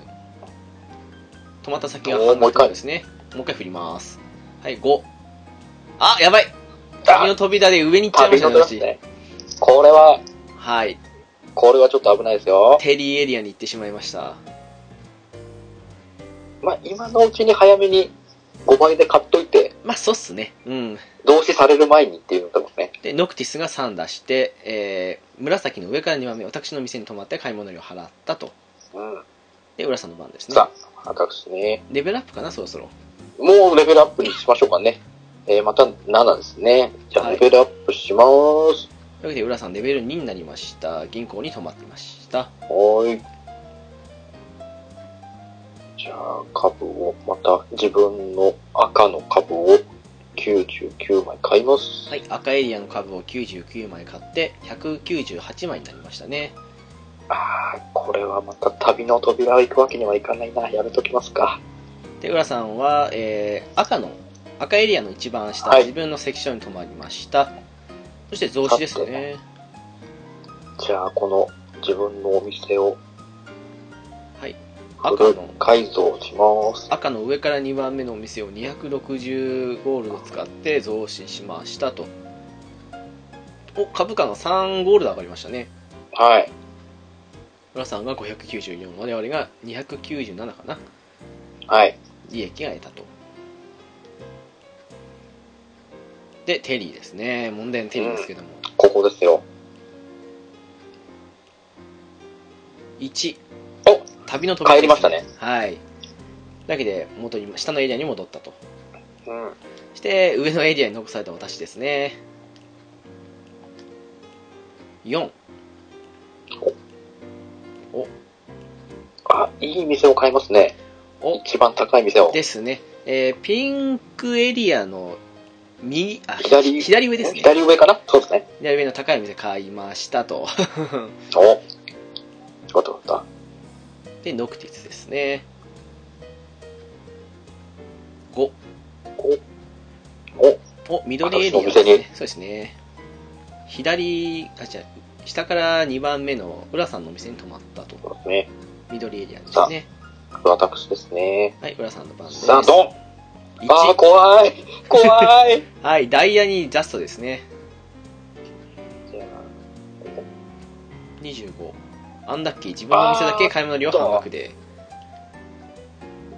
S1: 止まった先が半
S2: おーもう
S1: 額
S2: 一回
S1: ですねもう一回振りますはい5あやばい旅の
S2: あ、
S1: 扉で上に行っちゃいま
S2: 旅
S1: した
S2: の
S1: ね
S2: 出ます
S1: 私
S2: ね。これは、
S1: はい
S2: これはちょっと危ないですよ。
S1: テリーエリアに行ってしまいました
S2: まあ、今のうちに早めに5倍で買っといて、
S1: まあそうっすねうん
S2: 同視される前にっていうのともね。
S1: でノクティスが3出して、えー紫の上から2番目私の店に泊まって買い物料を払ったと
S2: うん。
S1: で浦さんの番ですね
S2: さあ、私ね。
S1: レベルアップかなそろそろ
S2: もうレベルアップにしましょうかね。えー、また7ですね。じゃあ、
S1: はい
S2: レベルアップし
S1: という
S2: ます。
S1: わけで浦さんレベル2になりました銀行に泊まっていました
S2: はーい。じゃあ、株を、また自分の赤の株を99枚買います。
S1: はい赤エリアの株を99枚買って198枚になりましたね
S2: ああ、これはまた旅の扉を行くわけにはいかないな。やめときますか。
S1: で浦さんは、えー赤の赤エリアの一番下、
S2: はい
S1: 自分の関所に泊まりましたそして増資ですね
S2: じゃあ、この自分のお店を
S1: はい
S2: フ
S1: 赤
S2: ル
S1: の
S2: 改造します。
S1: 赤の上から2番目のお店を260ゴールド使って増資しましたとお株価が3ゴールド上がりましたね
S2: はい。
S1: 浦さんが594我々が297かな
S2: はい。
S1: 利益が得たと。で、テリーですね。門田テリーですけども。
S2: ここですよ。
S1: 1、
S2: お
S1: 旅の飛び
S2: 帰りましたね。
S1: はい。だけで、元に、下のエリアに戻ったと。
S2: うん。
S1: して、上のエリアに残された私ですね。4、
S2: あ、いい店を買いますね。
S1: お、
S2: 一番高い店を。
S1: ですね。えーピンクエリアの右、あ、
S2: 左
S1: 左上ですね。
S2: 左上かなそうですね。
S1: 左上の高い店買いましたと。
S2: およかったよかっ
S1: で、ノクティスですね。5。
S2: た。おお
S1: お、緑エリアです
S2: 私のお店に
S1: ね。そうですね。左、あ、じゃ下から2番目の浦さんのお店に泊まったと。
S2: そうですね。
S1: 緑エリアですね。
S2: 私ですね。
S1: はい、浦さんの番です。
S2: さあ、ドンあー、
S1: 1。
S2: 怖い怖い
S1: はい、ダイヤにジャストですね。25。アンダッキー、自分のお店だけ買い物量半額で。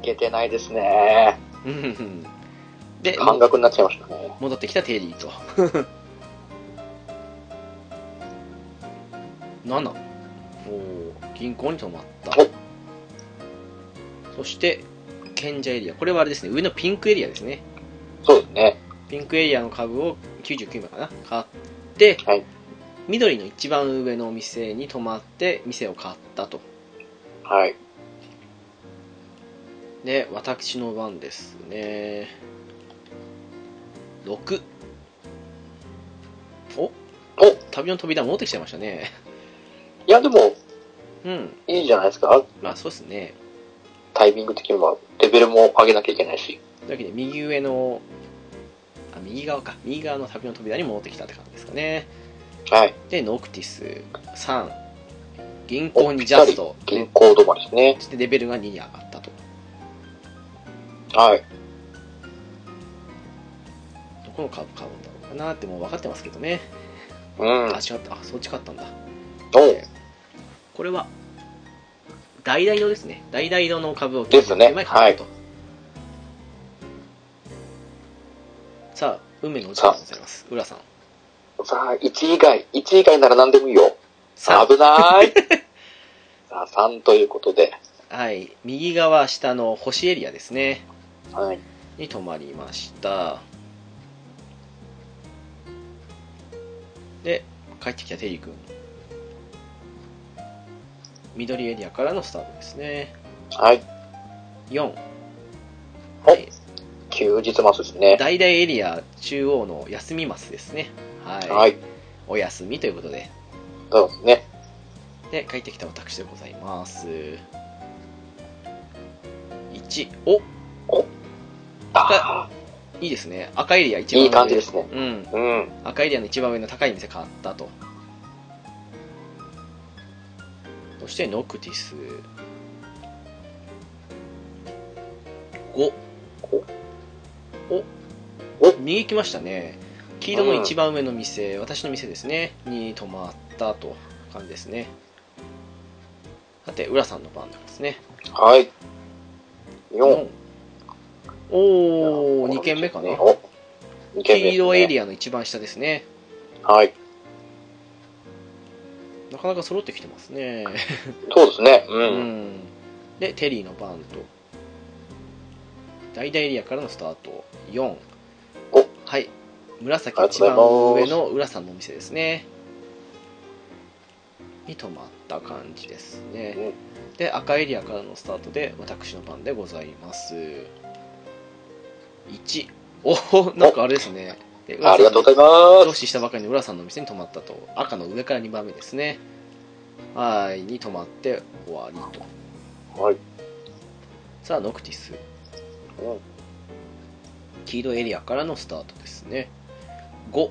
S2: いけてないですね。
S1: うんうんうんで、
S2: 半額になっちゃいましたね。
S1: 戻ってきたテリーと 7おー銀行に泊まった
S2: お
S1: そして賢者エリアこれはあれですね上のピンクエリアですね
S2: そうですね。
S1: ピンクエリアの株を99枚かな買って、
S2: はい
S1: 緑の一番上のお店に泊まって店を買ったと
S2: はい。
S1: で私の番ですね6お
S2: お
S1: 旅の扉戻ってきちゃいましたね
S2: いや、でも、
S1: うん
S2: いいじゃないですか。
S1: まあそうですね
S2: タイミング的には、レベルも上げなきゃいけないし。
S1: というわけで右上のあ右側か右側の旅の扉に戻ってきたって感じですかね
S2: はい。
S1: でノクティス3銀行にジャスト
S2: 銀行止まりですね。
S1: そしてレベルが2に上がったと
S2: はい。
S1: どこの株買うんだろうかなってもう分かってますけどね、
S2: うん。
S1: あ違ったあそっち買ったんだ
S2: おう
S1: これは、橙色ですね。橙色の株を
S2: ですね
S1: 99枚買ったと。さあ、運命のお時間でございます。浦さん。
S2: さあ、1以外、1以外なら何でもいいよ。
S1: さ
S2: 危ない。さあ、3ということで。
S1: あ、はい。右側下の星エリアですね。
S2: はい。
S1: に泊まりました。で、帰ってきたテリー君。緑エリアからのスタートですね。
S2: はい。
S1: 4。
S2: お
S1: はい。
S2: 休日マスですね。
S1: 大々エリア中央の休みマスですね。はい。
S2: はい。
S1: お休みということで。
S2: そうですね。
S1: で、帰ってきた私でございます。1、お
S2: あ
S1: いいですね。赤エリア一
S2: あ、
S1: 番上。
S2: いい感じですね。
S1: うん。
S2: うん。
S1: 赤エリアの一番上の高い店買ったと。そして、ノクティス。5。お
S2: お
S1: 右行きましたね。黄色の一番上の店、私の店ですね。に泊まったと感じですね。さて、浦さんの番ですね。
S2: はい。4。
S1: おお2軒目かな。
S2: お2軒目。
S1: 黄色エ
S2: ア。
S1: リアの一番下ですね。
S2: はい。
S1: なかなか揃ってきてますね。
S2: そうですね。う。
S1: うんん。で、テリーの番と。大々エリアからのスタート。4。
S2: お
S1: はい。紫
S2: ありが
S1: 一番
S2: とうござ
S1: 上
S2: います
S1: の浦さんのお店ですね。に泊まった感じですね。で、赤エリアからのスタートで、私の番でございます。1。お おなんかあれですね。で浦さん
S2: ありがとうございま
S1: 上
S2: す。
S1: 司したばかりの浦さんの店に泊まったと赤の上から2番目ですねはいに泊まって終わりと
S2: はい。
S1: さあノクティス
S2: うん
S1: 黄色エリアからのスタートですね5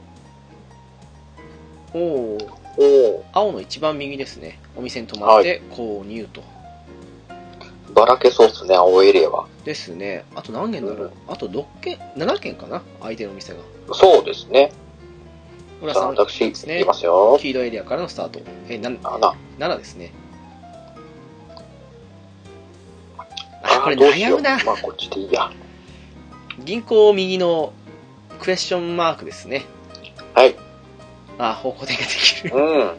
S1: おおー
S2: お
S1: 青の一番右ですねお店に泊まって購入と、
S2: ーばらけそうですね、青エリアは。
S1: ですねあと何軒だろう、あと6軒7軒かな相手のお店が
S2: そうですね。
S1: 浦
S2: さ
S1: さ
S2: あ、
S1: ん
S2: 私、
S1: ですね
S2: いきますよ。
S1: 黄色エリアからのスタートえな
S2: あな。
S1: 7ですね
S2: あ
S1: あこれ
S2: どうし
S1: 悩
S2: よう
S1: むな
S2: まあ、こっちでいいや。
S1: 銀行右のクエスチョンマークですね。
S2: はい。
S1: あ、方向転換 できる。
S2: うん。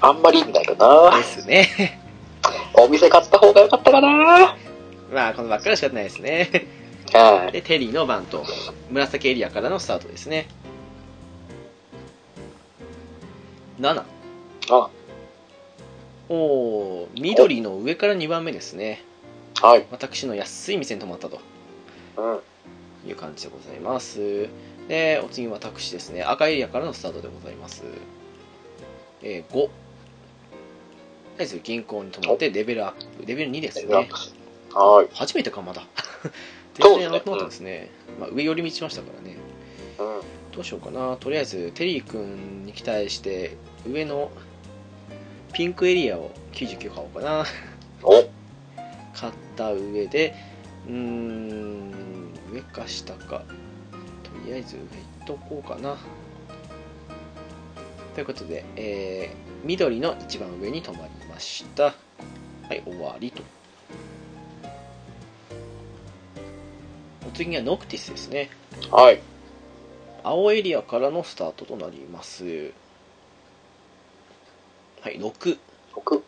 S2: あんまり意味ないかな
S1: で。すね。
S2: お店買った方が良かったかな。は
S1: まあ、このばっかりは仕方ないですね。
S2: い。
S1: で、テリーの番と、紫エリアからのスタートですね。7。
S2: あ、
S1: おー、緑の上から2番目ですね。
S2: はい。
S1: 私の安い店に泊まったと
S2: うん。
S1: いう感じでございます。で、お次は私ですね。赤エリアからのスタートでございます。えー、5。とりあえず銀行に泊まってレベルアップ。レベル2ですね。
S2: はい。
S1: 初めてかまだ
S2: そう
S1: 全然
S2: ですね
S1: アウトノートですね、まあ、上寄り道しましたからね
S2: うん。
S1: どうしようかなとりあえずテリー君に期待して上のピンクエリアを99買おうかな
S2: お、
S1: 買った上でうーん上か下かとりあえず上行っとこうかなということで、えー緑の一番上に止まりましたはい終わりとお次はノクティスですね
S2: はい。
S1: 青エリアからのスタートとなりますはい6
S2: 僕、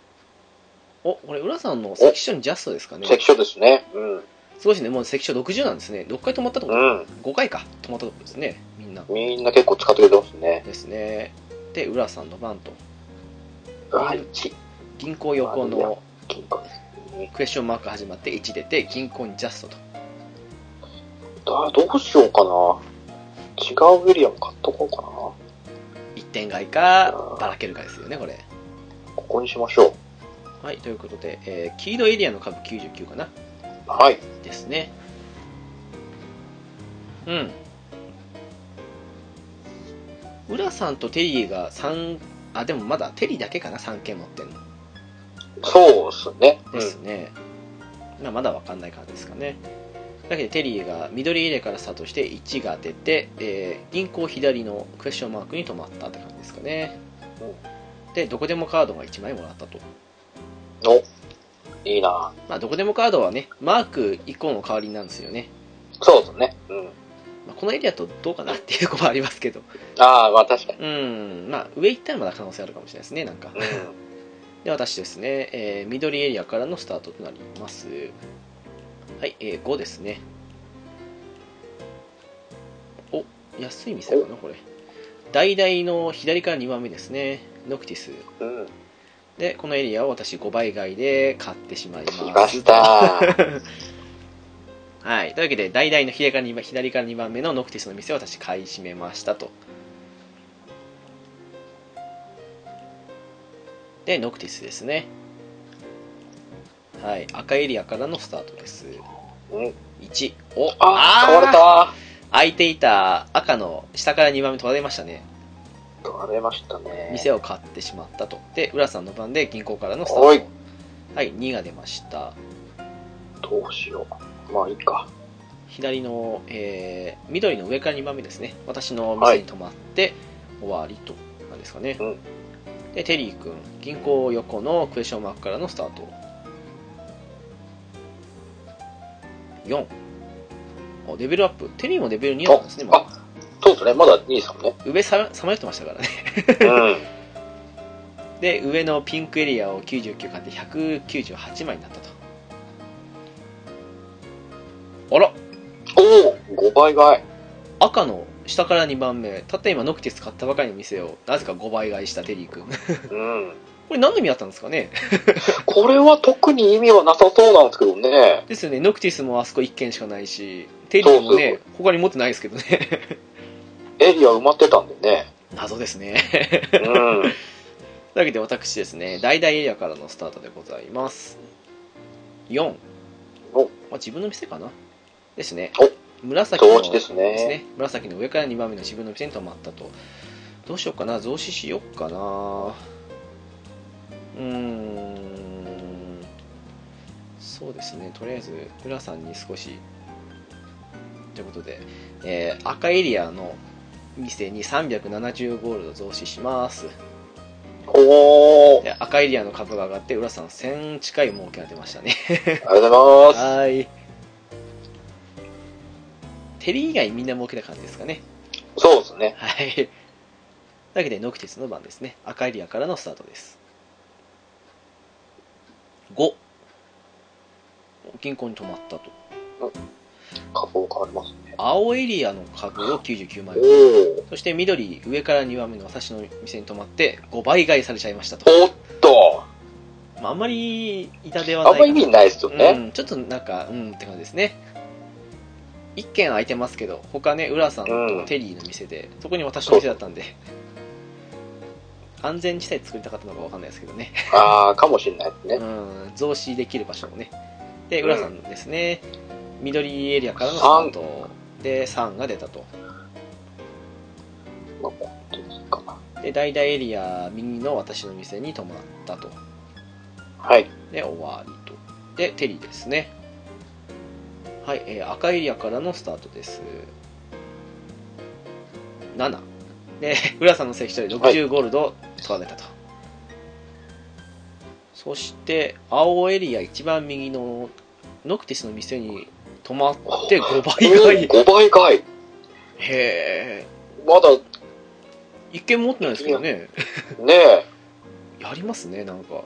S1: おこれ浦さんのセクションジャストですかね
S2: 関所ですね。うん。
S1: すごいですねもう関所60なんですね6回止まったとこ
S2: うん。
S1: 5回か止まったとこですねみんな
S2: みんな結構使ってくれてますね。
S1: ですねで浦さんの番と
S2: はい。1、
S1: 銀行横の
S2: 金庫。
S1: クエスチョンマーク始まって1出て銀行にジャストと
S2: あどうしようかな。違うエリアも買っとこうかな。
S1: 1点買いかばらけるかですよねこれ
S2: ここにしましょ
S1: はいということで、えー黄色エリアの株99かな
S2: う。はい。
S1: ですねうん浦さんとテリーが3あでもまだテリーだけかな3件持ってんの
S2: そう
S1: で
S2: です
S1: す
S2: ね。
S1: ね、まあ、まだ分かんない感じですかねだけどテリーが緑入れからスタートして1が出て、えー銀行左のクエスチョンマークに止まったって感じですかねでどこでもカードが1枚もらったと
S2: うん。お、いいな。
S1: まあどこでもカードはねマーク1個の代わりなんですよね、
S2: そうですね。うん。
S1: まあこのエリアとどうかなっていうところはありますけど
S2: ああ、まあ確かに。
S1: うんまあ上行ったらまだ可能性あるかもしれないですねなんか
S2: うん。
S1: で私ですね、えー緑エリアからのスタートとなりますはい、えー5ですねお安い店かなこれ大々の左から2番目ですねノクティス
S2: うん。
S1: でこのエリアを私5倍買いで買ってしまいます
S2: 来ました。
S1: はい、というわけで大々の左から ,2 番左から2番目のノクティスの店を私買い占めましたとでノクティスですねはい赤エリアからのスタートです
S2: うん。
S1: 1お
S2: ああ、
S1: ー
S2: 買われた。
S1: 空いていた赤の下から2番目取られましたね
S2: 取られましたね。
S1: 店を買ってしまったとで浦さんの番で銀行からのスタートはい2が出ました
S2: どうしよう。まあいいか。
S1: 左の、えー緑の上から2番目ですね私の店に泊まって、終わりとなんですかね、
S2: うん
S1: でテリー君銀行横のクエスチョンマークからのスタート4おレベルアップテリーもレベル2なんですね、まだ
S2: あ、そうですね。まだ兄さんね。
S1: 上ささまよってましたからね
S2: うん。
S1: で上のピンクエリアを99買って198枚になったとあら
S2: おお、5倍買い。
S1: 赤の下から2番目たった今ノクティス買ったばかりの店をなぜか5倍買いしたテリー君 こ
S2: うん。
S1: れ何の意味あったんですかね
S2: これは特に意味はなさそうなんですけどね。
S1: ですよねノクティスもあそこ1軒しかないしテリーもね他に持ってないですけどね
S2: エリア埋まってたんでね。
S1: 謎ですね
S2: うん。
S1: というわけで私ですね大々エリアからのスタートでございます4
S2: お
S1: まあ、自分の店かなですね
S2: お
S1: 紫の
S2: 同時です
S1: です
S2: ね。
S1: ね紫の上から2番目の自分の店に泊まったとどうしようかな増資しようかなうーんそうですねとりあえず浦さんに少しということで、えー赤エリアの店に370ゴールド増資します
S2: おお、
S1: で赤エリアの株が上がって浦さん1000近い儲けが出ましたね
S2: ありがとうございます。
S1: はい。テリー以外みんな儲けた感じですかね。
S2: そうですね。
S1: はい。というわけで、ノクティスの番ですね。赤エリアからのスタートです。5。銀行に止まったと。
S2: 加工変わりますね。
S1: 青エリアの株を99万
S2: お
S1: 円。
S2: ー
S1: そして緑、上から2番目の私の店に止まって5倍買いされちゃいましたと。
S2: おっと
S1: まあ、あんまり痛手はない
S2: あん
S1: かな
S2: ま意味ないですよね。
S1: うん、ちょっとなんか、うんって感じですね。1軒空いてますけど、他ね、浦さん
S2: う
S1: と
S2: ん
S1: テリーの店で、そこに私の店だったんで、安全地帯作りたかったのかわかんないですけどね、
S2: ああ、かもしれないですね。
S1: うん、増資できる場所もね。で、
S2: うん
S1: 浦さんですね、緑エリアからのスタートで、3が出たと。
S2: まあ、こっちかな。
S1: で、代々エリア、右の私の店に泊まったと。
S2: はい。
S1: で、終わりと。で、テリーですね。はい、えー赤エリアからのスタートです。7。で、 浦さんの席1人60ゴールド取られたと。そして、青エリア一番右のノクティスの店に泊まって5倍がいい。
S2: 5倍かい。
S1: へえ。
S2: まだ、ね
S1: 一見持ってないですけどね。
S2: え、
S1: やりますね、なんか。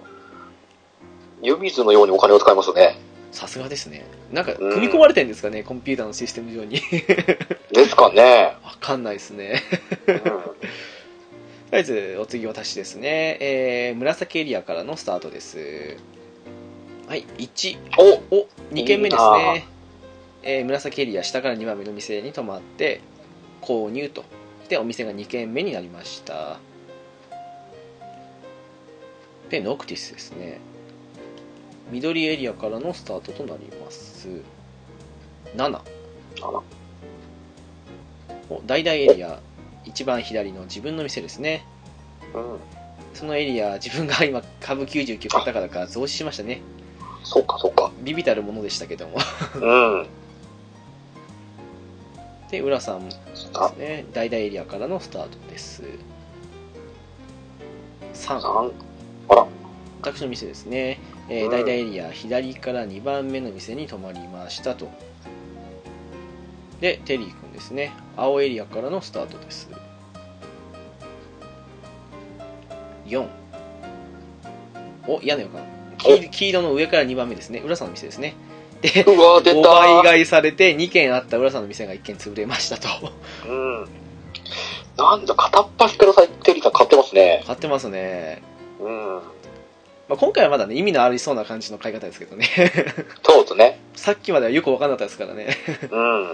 S2: 湯水のようにお金を使いますよね。
S1: さすがですね。なんか、
S2: うん
S1: 組み込まれてるんですかね、コンピューターのシステム上に。
S2: ですかね。
S1: わかんないですね。
S2: うん
S1: とりあえずお次私ですね、えー、紫エリアからのスタートですはい1
S2: お
S1: お2軒目です
S2: いい
S1: ねえー紫エリア下から2番目の店に泊まって購入とでお店が2軒目になりましたでノクティスですね緑エリアからのスタートとなります7
S2: あら
S1: お大々エリア一番左の自分の店ですね
S2: うん。
S1: そのエリア、自分が今、株99買ったからか、増資しましたね。
S2: そっかそっか。
S1: ビビたるものでしたけども。
S2: うん。
S1: で、浦さんで
S2: あ
S1: す、ね、大々エリアからのスタートです。3、
S2: 3。
S1: 私の店ですね。え
S2: う
S1: ー、
S2: ん
S1: 大々エリア、左から2番目の店に泊まりましたと。で、テリー君ですね。青エリアからのスタートです。4。お、嫌な予感。黄黄色の上から2番目ですね。浦さんの店ですね。で、
S2: うわ、出
S1: 5
S2: た。
S1: 倍買いされて2軒あった浦さんの店が1軒潰れましたと
S2: うん。なんだ、片っ端からさ、テリーさん買ってますね。
S1: 買ってますね、
S2: うん。
S1: まあ、今回はまだね意味のありそうな感じの買い方ですけどね
S2: そうですね。
S1: さっきまではよく分かんなかったですからね
S2: うん。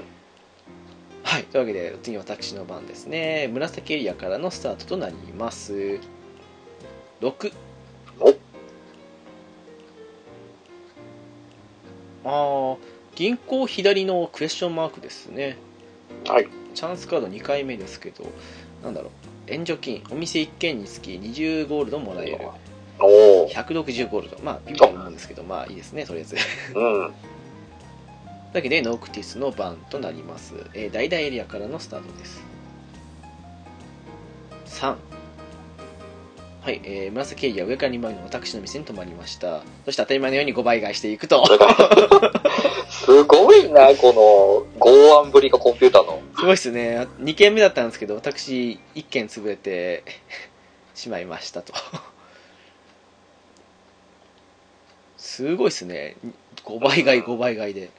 S1: はいというわけで次私の番ですね紫エリアからのスタートとなります6
S2: お
S1: あー銀行左のクエスチョンマークですね
S2: はい。
S1: チャンスカード2回目ですけどなんだろう援助金お店1軒につき20ゴールドもらえる
S2: おお。
S1: 160ゴールドまあピンポンなんですけどまあいいですねとりあえず という
S2: うん。
S1: わけでノクティスの番となります、えー、大々エリアからのスタートです3はい、えー、紫エリア上から2番目の私の店に泊まりましたそして当たり前のように5倍買いしていくと
S2: すごいな、この、剛腕ぶりがコンピューターの。
S1: すごいですね2軒目だったんですけど私1軒潰れてしまいましたとすごいですね5倍買い5倍買いで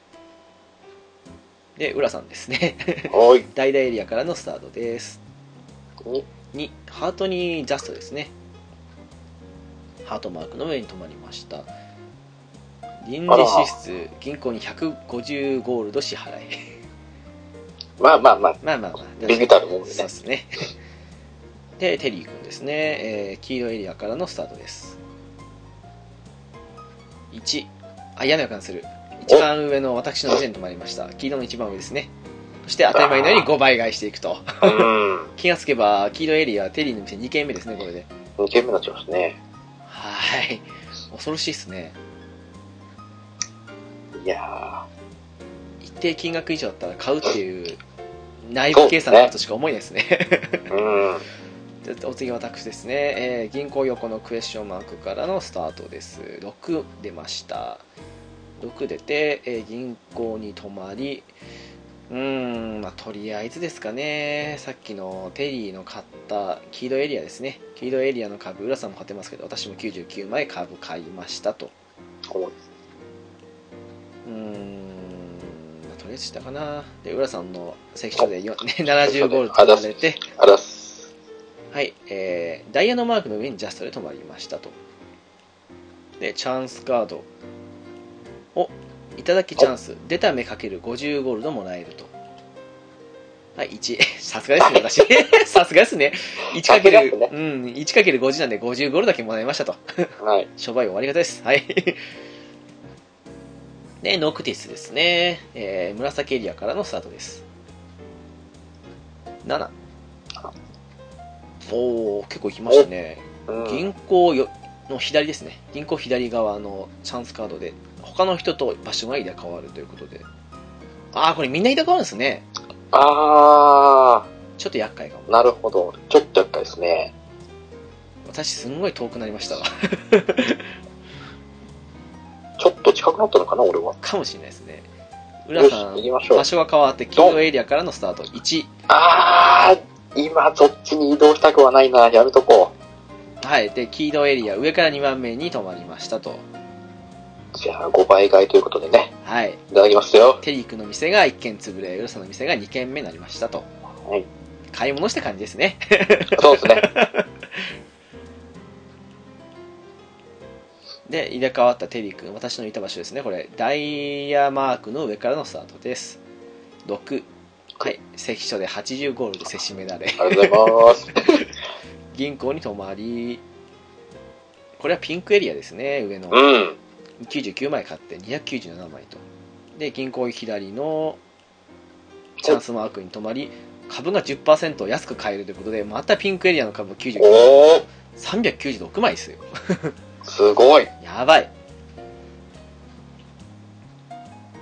S1: で浦さんですね
S2: はい。
S1: 大々エリアからのスタートです
S2: に
S1: 2ハートにジャストですねハートマークの上に止まりました臨時支出銀行に150ゴールド支払い
S2: まあまあまあ、
S1: まあまあまあ
S2: ビビたるもんで
S1: そう
S2: ね
S1: で。すね。で、テリー君ですね、えー黄色エリアからのスタートです。1、あ、嫌な予感する。一番上の私の店に止まりました。黄色の一番上ですね。そして当たり前のように5倍買いしていくと。
S2: うん。
S1: 気がつけば、黄色エリア、テリーの店2軒目ですね、これで。
S2: 2件目になっちゃいますね。
S1: はい。恐ろしいですね。
S2: いや
S1: 一定金額以上だったら買うっていう内部計算だとしか思えないですね。
S2: ー。うん。
S1: でお次私ですね、えー銀行横のクエスチョンマークからのスタートです6出ました6出て、えー銀行に泊まりうーん、まあ、とりあえずですかね、さっきのテリーの買った黄色エリアですね、黄色エリアの株、浦さんも買ってますけど、私も99枚株買いましたと。
S2: こ
S1: うーん、まあとりあえずしたかな、で浦さんの関所でよ70ゴールド取られて、
S2: うあらす。
S1: はい、えーダイヤのマークの上にジャストで止まりましたと。で、チャンスカードをいただきチャンス、出た目かける50ゴールドもらえると。はい、1。さ すがですね、私。 さすがですね。1かけ
S2: さす
S1: る、
S2: がっす
S1: うん、1かける50なんで50ゴールドだけもらいましたと。
S2: はい。
S1: 商売終わり方です。はい。 で、ノクティスですね。えー紫エリアからのスタートです。7。おー、結構いきましたね。
S2: うん
S1: 銀行よの左ですね。銀行左側のチャンスカードで、他の人と場所が入れ替わるということで。あー、これみんな入れ替わるんですね。
S2: あ
S1: ちょっと厄介かも。
S2: ー、なるほど。ちょっと厄介ですね。
S1: 私、すんごい遠くなりましたわ。
S2: ちょっと近くなったのかな、俺は。
S1: かもしれないですね。
S2: よ
S1: 浦
S2: し、
S1: さ
S2: 行
S1: ん、
S2: きましょう
S1: 場。所が変わって、黄色エリアからのスタート。1。
S2: あー、今そっちに移動したくはないな。やめとこ
S1: はい、で黄色エリア上から2番目に止まりましたと、
S2: う。じゃあ、5倍買いということでね。
S1: はい、
S2: いただきますよ。
S1: テリークの店が1軒潰れ浦さんの店が2軒目になりましたと、
S2: はい
S1: 買い物した感じですね
S2: そうですね。
S1: で入れ替わったテリーク私のいた場所ですねこれダイヤマークの上からのスタートです6はい関所で80ゴールドせしめられ
S2: ありがとうございます。
S1: 銀行に止まりこれはピンクエリアですね上の
S2: うん。
S1: 99枚買って297枚とで銀行左のチャンスマークに止まり株が10%安く買えるということでまたピンクエリアの株99
S2: おー、
S1: 396枚ですよ
S2: すごい。
S1: やばい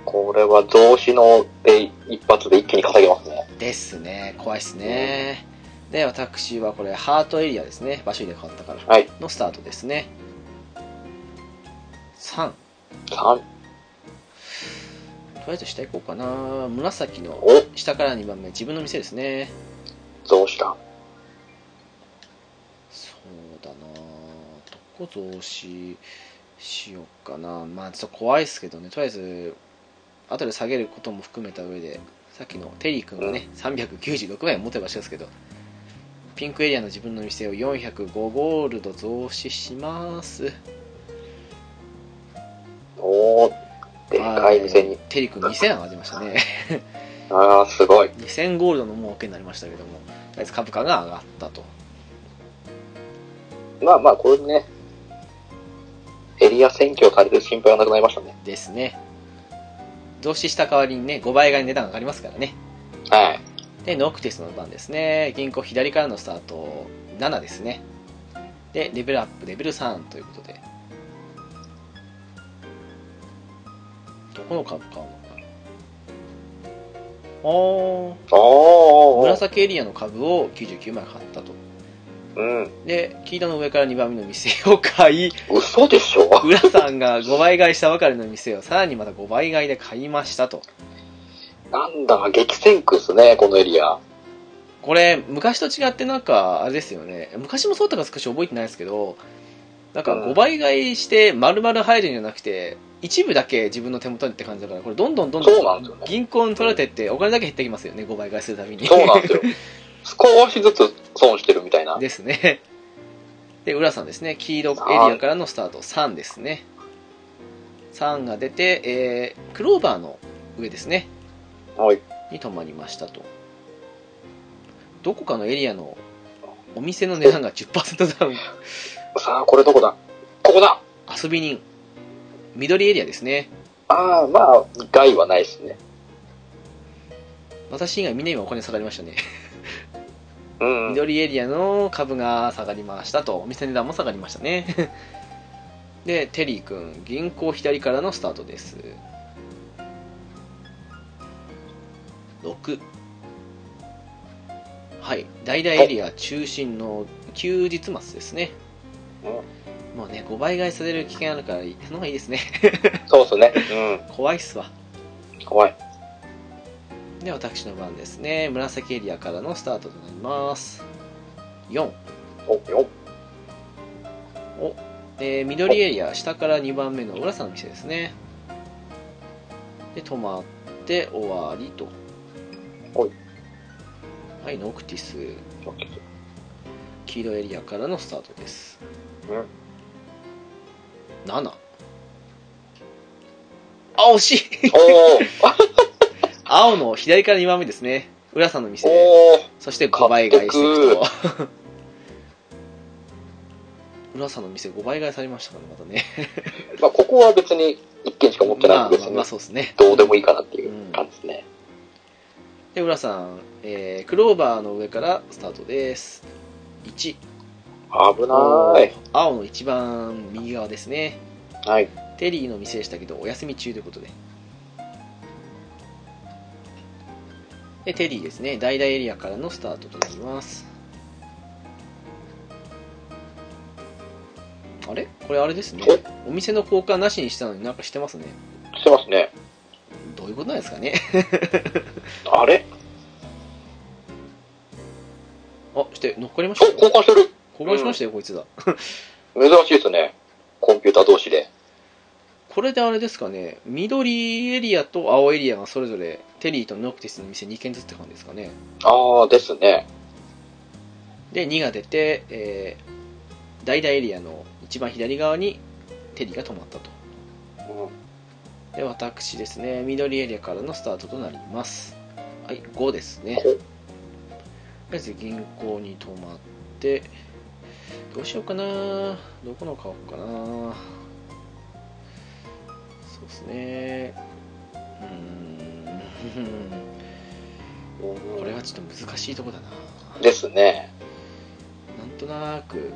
S2: これは増資ので一発で一気に稼げますね。
S1: ですね怖いですねで私はこれハートエリアですね場所入れ替わったから、
S2: はい
S1: のスタートですね3と
S2: 3、
S1: りあえず下行こうかな紫の
S2: お、
S1: 下から2番目自分の店ですね
S2: 増資だ。
S1: そうだなあどこ増資しようかなまあちょっと怖いですけどねとりあえず後で下げることも含めた上でさっきのテリー君がね、396枚持てばしですけどピンクエリアの自分の店を405ゴールド増資します
S2: おー、でかい店に。
S1: テリー君2000上がりました ね
S2: あー、すごい。
S1: 2000ゴールドの儲けになりましたけどもとりあえず株価が上がったと
S2: まあまあ、これね、エリア選挙をされる心配はなくなりましたね。
S1: ですね増資した代わりにね5倍が値段が上がりますからね
S2: はい。
S1: で、ノクティスの番ですね。銀行左からのスタート7ですね。で、レベルアップ、レベル3ということで。どこの株買うのかなあー、
S2: おー、
S1: 紫エリアの株を99枚買ったと。
S2: うん。
S1: で、黄色の上から2番目の店を買い、
S2: 嘘でしょ
S1: 浦さんが5倍買いしたばかりの店をさらにまた5倍買いで買いましたと。
S2: なんだか激戦区ですね、このエリア。
S1: これ昔と違ってなんかあれですよね昔もそうだったか少し覚えてないですけどなんか
S2: うん
S1: 5倍買いして丸々入るんじゃなくて一部だけ自分の手元にって感じだからこれどんどんどん
S2: そうな
S1: ど
S2: んですよ
S1: ん
S2: ね
S1: 銀行に取られてってお金だけ減ってきますよね5倍買いするたびに
S2: そうなんですよ。 少しずつ損してるみたいな。
S1: ですねで浦さんですね黄色エリアからのスタート3ですね3が出て、えークローバーの上ですね
S2: はい。
S1: に泊まりましたとどこかのエリアのお店の値段が10%ダウン
S2: さあ、これどこだここだ
S1: 遊び人緑エリアですね
S2: あー、まあ、害はないですね。
S1: 私以外みんな今お金下がりましたね、
S2: うん。
S1: 緑エリアの株が下がりましたとお店の値段も下がりましたね でテリー君銀行左からのスタートです6はい大々エリア中心の休日末ですねもうね5倍買いされる危険あるから行ったのがいいですね
S2: そうですね。
S1: 怖いっすわ
S2: うん。怖い。
S1: で私の番ですね紫エリアからのスタートとなります4
S2: お、 よ
S1: お、えー緑エリア下から2番目の浦さんの店ですねで止まって終わりと
S2: ほい
S1: はいノクティス
S2: オッケー
S1: 黄色エリアからのスタートです
S2: うん
S1: 7あ惜しい
S2: おー、
S1: 青の左から2番目ですね浦さんの店
S2: おー、
S1: そして5倍買いしていく と。浦さんの店5倍買いされましたからね、またね。
S2: まあ、ここは別に一軒しか持ってない
S1: ま
S2: ん
S1: あ、ま
S2: で別
S1: あ、
S2: に、
S1: まあそうですね。
S2: どうでもいいかなっていう感じですね。
S1: で、浦さん、えークローバーの上からスタートです。1。
S2: 危ない。
S1: 青の一番右側ですね。
S2: はい。
S1: テリーの店でしたけど、お休み中ということで。で、テリーですね。代々エリアからのスタートとなります。あれこれあれですね。お店の交換なしにしたのになんかしてますね。
S2: してますね。
S1: どういうことなんですかね。
S2: あれ
S1: あ、して、乗っかりまし
S2: お、
S1: たよ。
S2: 交換してる
S1: 交換しましたよ、こいつだ。
S2: 珍しいですね。コンピューター同士で。
S1: これであれですかね、緑エリアと青エリアがそれぞれ、テリーとノクティスの店2軒ずつって感じですかね。
S2: ああ、ですね。
S1: で、2が出て、えー、ダイダエリアの一番左側にテリーが止まったと。
S2: うん
S1: で、私ですね、緑エリアからのスタートとなります。はい、5ですね。と
S2: お
S1: りあえず銀行に止まって、どうしようかなどこの買おうかなそうですね。うー ん。これはちょっと難しいとこだな
S2: ですね。
S1: なんとなく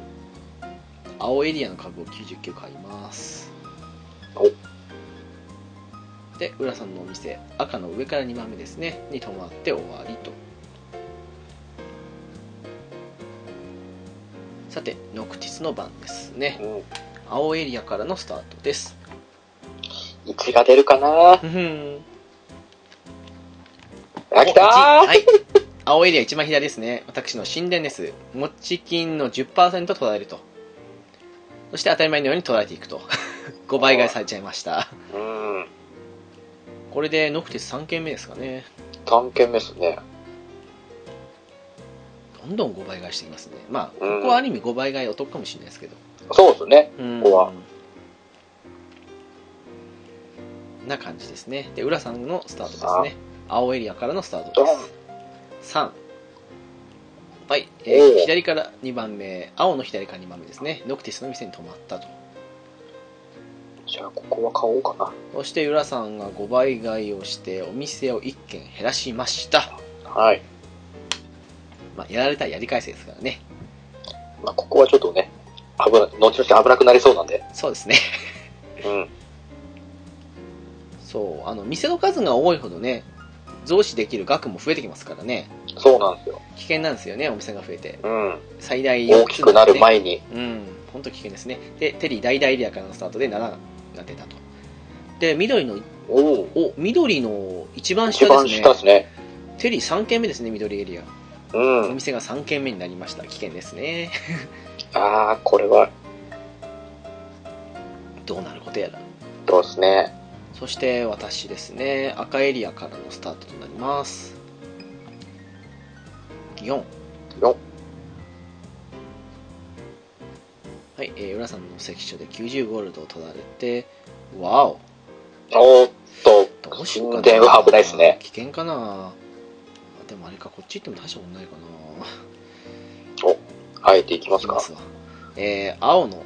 S1: 青エリアの株を99買います
S2: お
S1: で浦さんのお店赤の上から2番目ですねに泊まって終わりとさてノクティスの番ですね
S2: うん。
S1: 青エリアからのスタートです
S2: 1が出るかな
S1: ふふん
S2: あ、きたー
S1: お一はい青エリア一番左ですね私の神殿です持ち金の10%取られるとそして当たり前のように取られていくと5 倍買いされちゃいました
S2: うん。
S1: これでノクティス3軒目ですかね
S2: 探検目ですね。
S1: どんどん5倍買いしていますねまあ
S2: うん
S1: ここはある意味5倍買いお得かもしれないですけど
S2: そうですね。
S1: うん
S2: ここは
S1: な感じですねで浦さんのスタートですね青エリアからのスタート
S2: ド
S1: で
S2: ン。
S1: す3はい、えー
S2: おう
S1: 左から2番目青の左から2番目ですねノクティスの店に泊まったと
S2: じゃあ、ここは買おうかな。
S1: そして浦さんが5倍買いをしてお店を1軒減らしました、
S2: はい。
S1: まあ、やられたらやり返せですからね
S2: まあ、ここはちょっとね、危な、後々危なくなりそうなんで。
S1: そうですね
S2: うん。
S1: そうあの店の数が多いほどね増資できる額も増えてきますからね
S2: そうなんですよ。
S1: 危険なんですよねお店が増えて
S2: うん。
S1: 最大
S2: 大きくなる前に。
S1: うん本当危険ですねでテリー大々エリアからのスタートで7が出たとで緑の
S2: おお。
S1: お緑の一番
S2: 一
S1: 下
S2: 番
S1: です
S2: 下
S1: ね
S2: ですね。
S1: テリー3軒目ですね緑エリア
S2: う
S1: お
S2: ん。
S1: 店が3軒目になりました危険ですね
S2: ああ、これは、
S1: どうなることやら
S2: どうですね。
S1: そして私ですね赤エリアからのスタートとなります4
S2: よ
S1: はい、えー、浦さんの関所で90ゴールドを取られて、わお、
S2: おーっと、
S1: どうしようかな。
S2: 電話危ないですね。
S1: 危険かな。でもあれか、こっち行っても大したことないかな。
S2: あえていきま
S1: 行
S2: す
S1: き
S2: か
S1: ま。すわ。えー、青の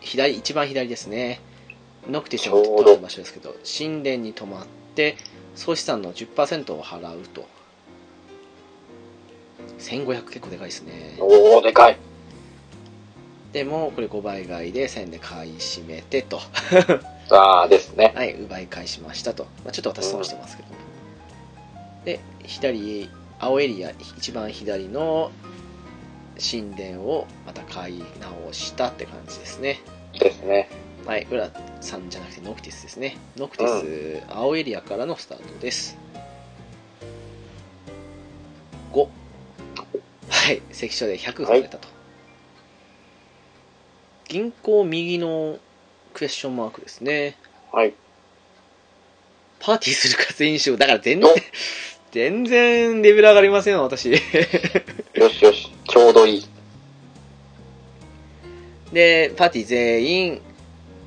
S1: 左、一番左ですね。ノクティス
S2: ちょ
S1: の
S2: うど
S1: 取る場所ですけど、神殿に泊まって、総資産の10%を払うと。1500結構でかいですね。
S2: おお、でかい。
S1: でも、これ5倍買いで1000で買い占めてと。
S2: ああ、ですね。
S1: はい、奪い返しましたと、まあ、ちょっと私損してますけど、で左青エリア一番左の神殿をまた買い直したって感じですね
S2: ですね。
S1: はい浦さんじゃなくてノクティスですねノクティス、青エリアからのスタートです5はい関所で100増えたと、銀行右のクエスチョンマークですね
S2: はい。
S1: パーティーするか全員集だから全然全然レベル上がりませんわ私
S2: よしよし。ちょうどいい。
S1: でパーティー全員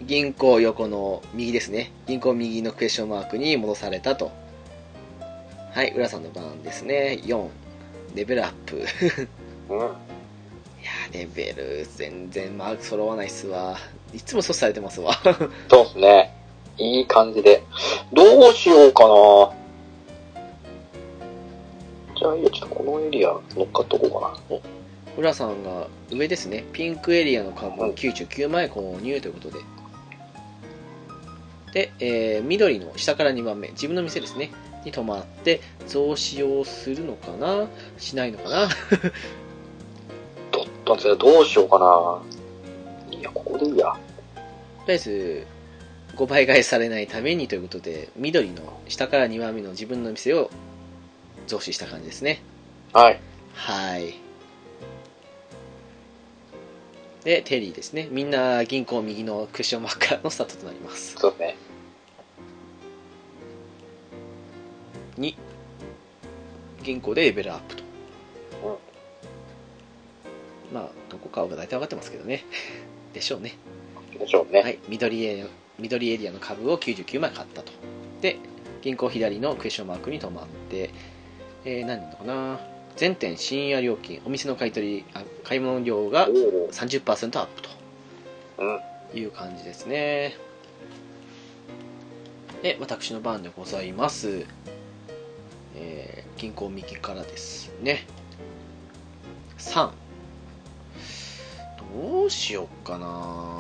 S1: 銀行横の右ですね銀行右のクエスチョンマークに戻されたとはい浦さんの番ですね4レベルアップ いや
S2: うん。
S1: ーレベル全然マーク揃わないっすわいつも阻止されてますわ
S2: そうですね。いい感じで。どうしようかなじゃあ、いいよ、ちょっとこのエリア乗っかっとこうかな。
S1: 浦さんが上ですねピンクエリアの株を99万円購入ということでで、えー緑の下から2番目自分の店ですねに泊まって増資をするのかなしないのかな
S2: どどうしようどうしようかな。いや、ここでいいや。
S1: とりあえず5倍買いされないためにということで緑の下から2番目の自分の店を増資した感じですね
S2: はい。
S1: はいでテリーですねみんな銀行右のクッションマーカーのスタートとなります
S2: そうですね。
S1: 銀行でレベルアップと、
S2: うん
S1: まあどこかは大体分かってますけどね でしょうね
S2: でしょうね。
S1: はい緑エリア緑エリアの株を99枚買ったとで銀行左のクエスチョンマークに止まって、えー何なのかな全店深夜料金お店の買い取りあ買い物量が
S2: おお。
S1: 30%アップと
S2: うん。
S1: いう感じですねで私の番でございます、えー銀行右からですね3どうしようかなも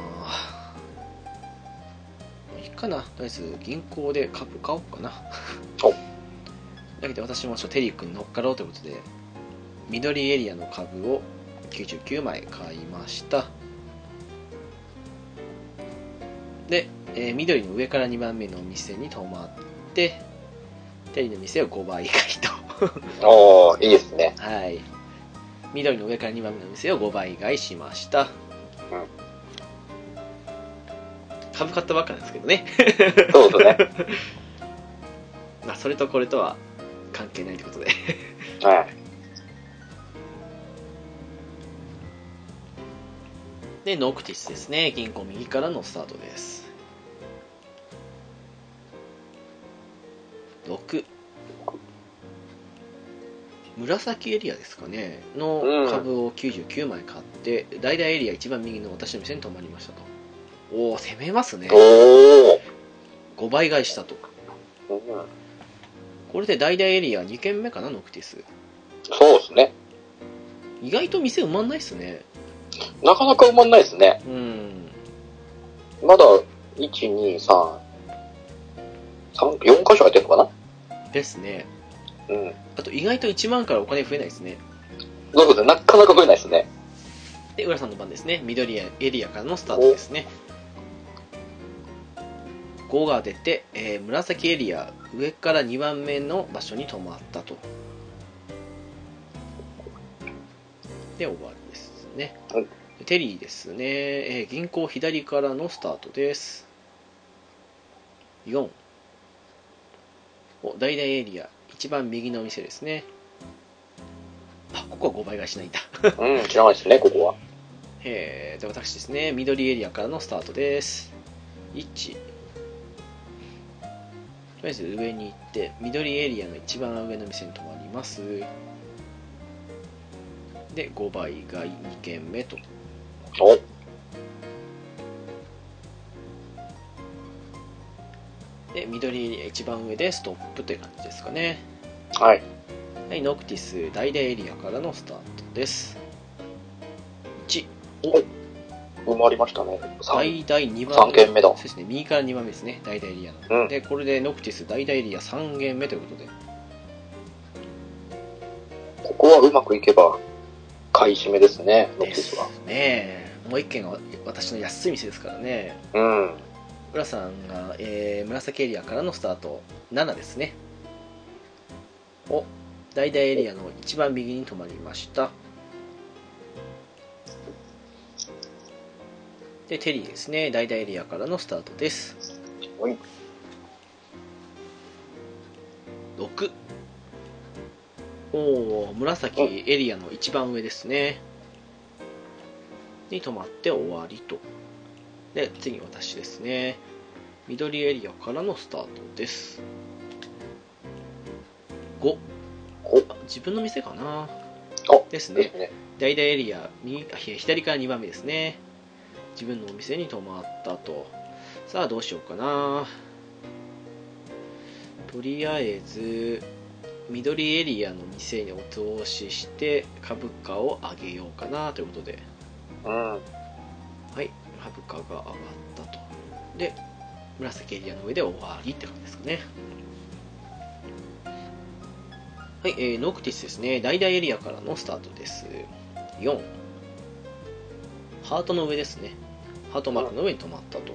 S1: ういいかなとりあえず銀行で株買おうかな
S2: お
S1: だけど私もちょっとテリー君に乗っかろうということで緑エリアの株を99枚買いましたで、えー緑の上から2番目のお店に泊まってテリーの店を5倍買いと
S2: おおいいですね。
S1: はい緑の上から2番目の店を5倍買いしました、
S2: うん
S1: 株買ったばっかなんですけどね
S2: そうですね。
S1: まあそれとこれとは関係ないということで
S2: はい。
S1: でノクティスですね銀行右からのスタートです6紫エリアですかねの株を99枚買って、大々エリア一番右の私の店に泊まりましたとおお攻めますね
S2: おお。
S1: 5倍買いしたと
S2: うん。
S1: これで大々エリア2軒目かなノクティス
S2: そうですね。
S1: 意外と店埋まんないっすね
S2: なかなか埋まんないですね。
S1: うん
S2: まだ、1、2、3、3、4箇所空いてるのか
S1: ですね
S2: なうん。
S1: あと意外と1万からお金増えないですね
S2: そうですね。なかなか増えないです ね。
S1: で浦さんの番ですね緑エリアからのスタートですね5が出て、えー紫エリア上から2番目の場所に止まったとで終わりですね、
S2: はい
S1: テリーですね、えー銀行左からのスタートです4お大々エリア一番右のお店ですねあここは5倍買いしないんだ
S2: うん、知らないですね、ここは。
S1: えーで私ですね緑エリアからのスタートです1とりあえず上に行って緑エリアの一番上の店に泊まりますで5倍が2軒目と
S2: お
S1: で緑エリア一番上でストップという感じですかね
S2: はい。
S1: はいノクティス大々エリアからのスタートです1
S2: 埋まりましたね。3。
S1: 大々2番
S2: 三軒目だ
S1: そうですね右から2番目ですね大々エリアの
S2: うん。
S1: でこれでノクティス大々エリア3軒目ということで
S2: ここはうまくいけば、買い占めですね、ノッ
S1: で
S2: クス
S1: す
S2: は。
S1: ねえもう一軒が私の安い店ですからね
S2: うん。
S1: 浦さんが、えー紫エリアからのスタート7ですねお大々エリアの一番右に止まりましたでテリーですね大々エリアからのスタートです
S2: はい
S1: 6おお紫エリアの一番上ですねに止まって終わりとで次私ですね緑エリアからのスタートです5
S2: お
S1: 自分の店かな
S2: お
S1: です
S2: で
S1: ね
S2: すね。
S1: 大々エリア右あひ左から2番目ですね自分のお店に泊まったとさあどうしようかなとりあえず緑エリアの店にお通しして株価を上げようかなということで
S2: うん。
S1: はい株価が上がったとで紫エリアの上で終わりって感じですかねはい、えーノクティスですね大々エリアからのスタートです4ハートの上ですねハートマークの上に止まったと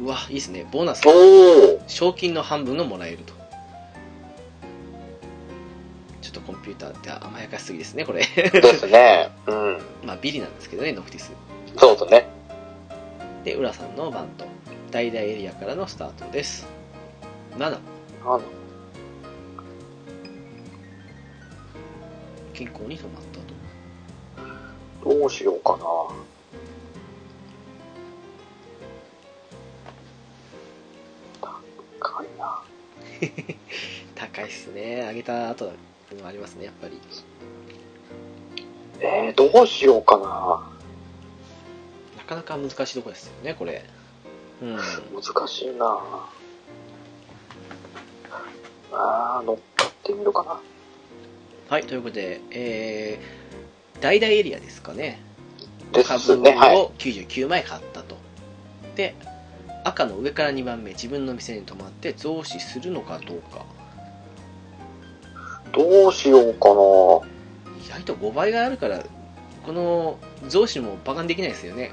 S1: うわいいですねボーナス
S2: おー
S1: 賞金の半分がもらえるとちょっとコンピューターって甘やかしすぎですねこれ
S2: ですね。うん。
S1: まあビリなんですけどねノクティス
S2: そうですね。
S1: で浦さんの番と大々エリアからのスタートです7
S2: あの
S1: 均衡に止まったと
S2: どうしようかな。高いな。
S1: 高いっすね上げた後だっていうのもありますねやっぱり
S2: えー、どうしようかな。
S1: なかなか難しいとこですよねこれうん
S2: 難しいな。あー、乗っかってみるかな。
S1: はいということでえー、大々エリアですかね
S2: です
S1: 株
S2: ね。はい。
S1: を99枚買ったと、で赤の上から2番目自分の店に泊まって増資するのかどうか
S2: どうしようかな。
S1: 意外と5倍があるからこの増資もバカにできないですよね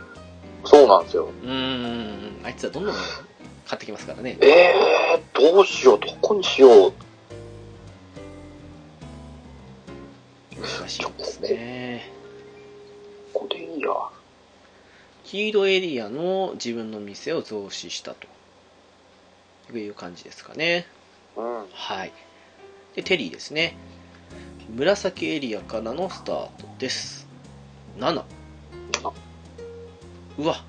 S2: そうなんですよ。
S1: うーん、あいつはどんどん買ってきますからね。
S2: えー、どうしよう。どこにしよう。
S1: 難しいですね。
S2: ここでいいや。
S1: 黄色エリアの自分の店を増資したという感じですかね。
S2: うん。
S1: はい。で、テリーですね。紫エリアからのスタートです。7。うわ、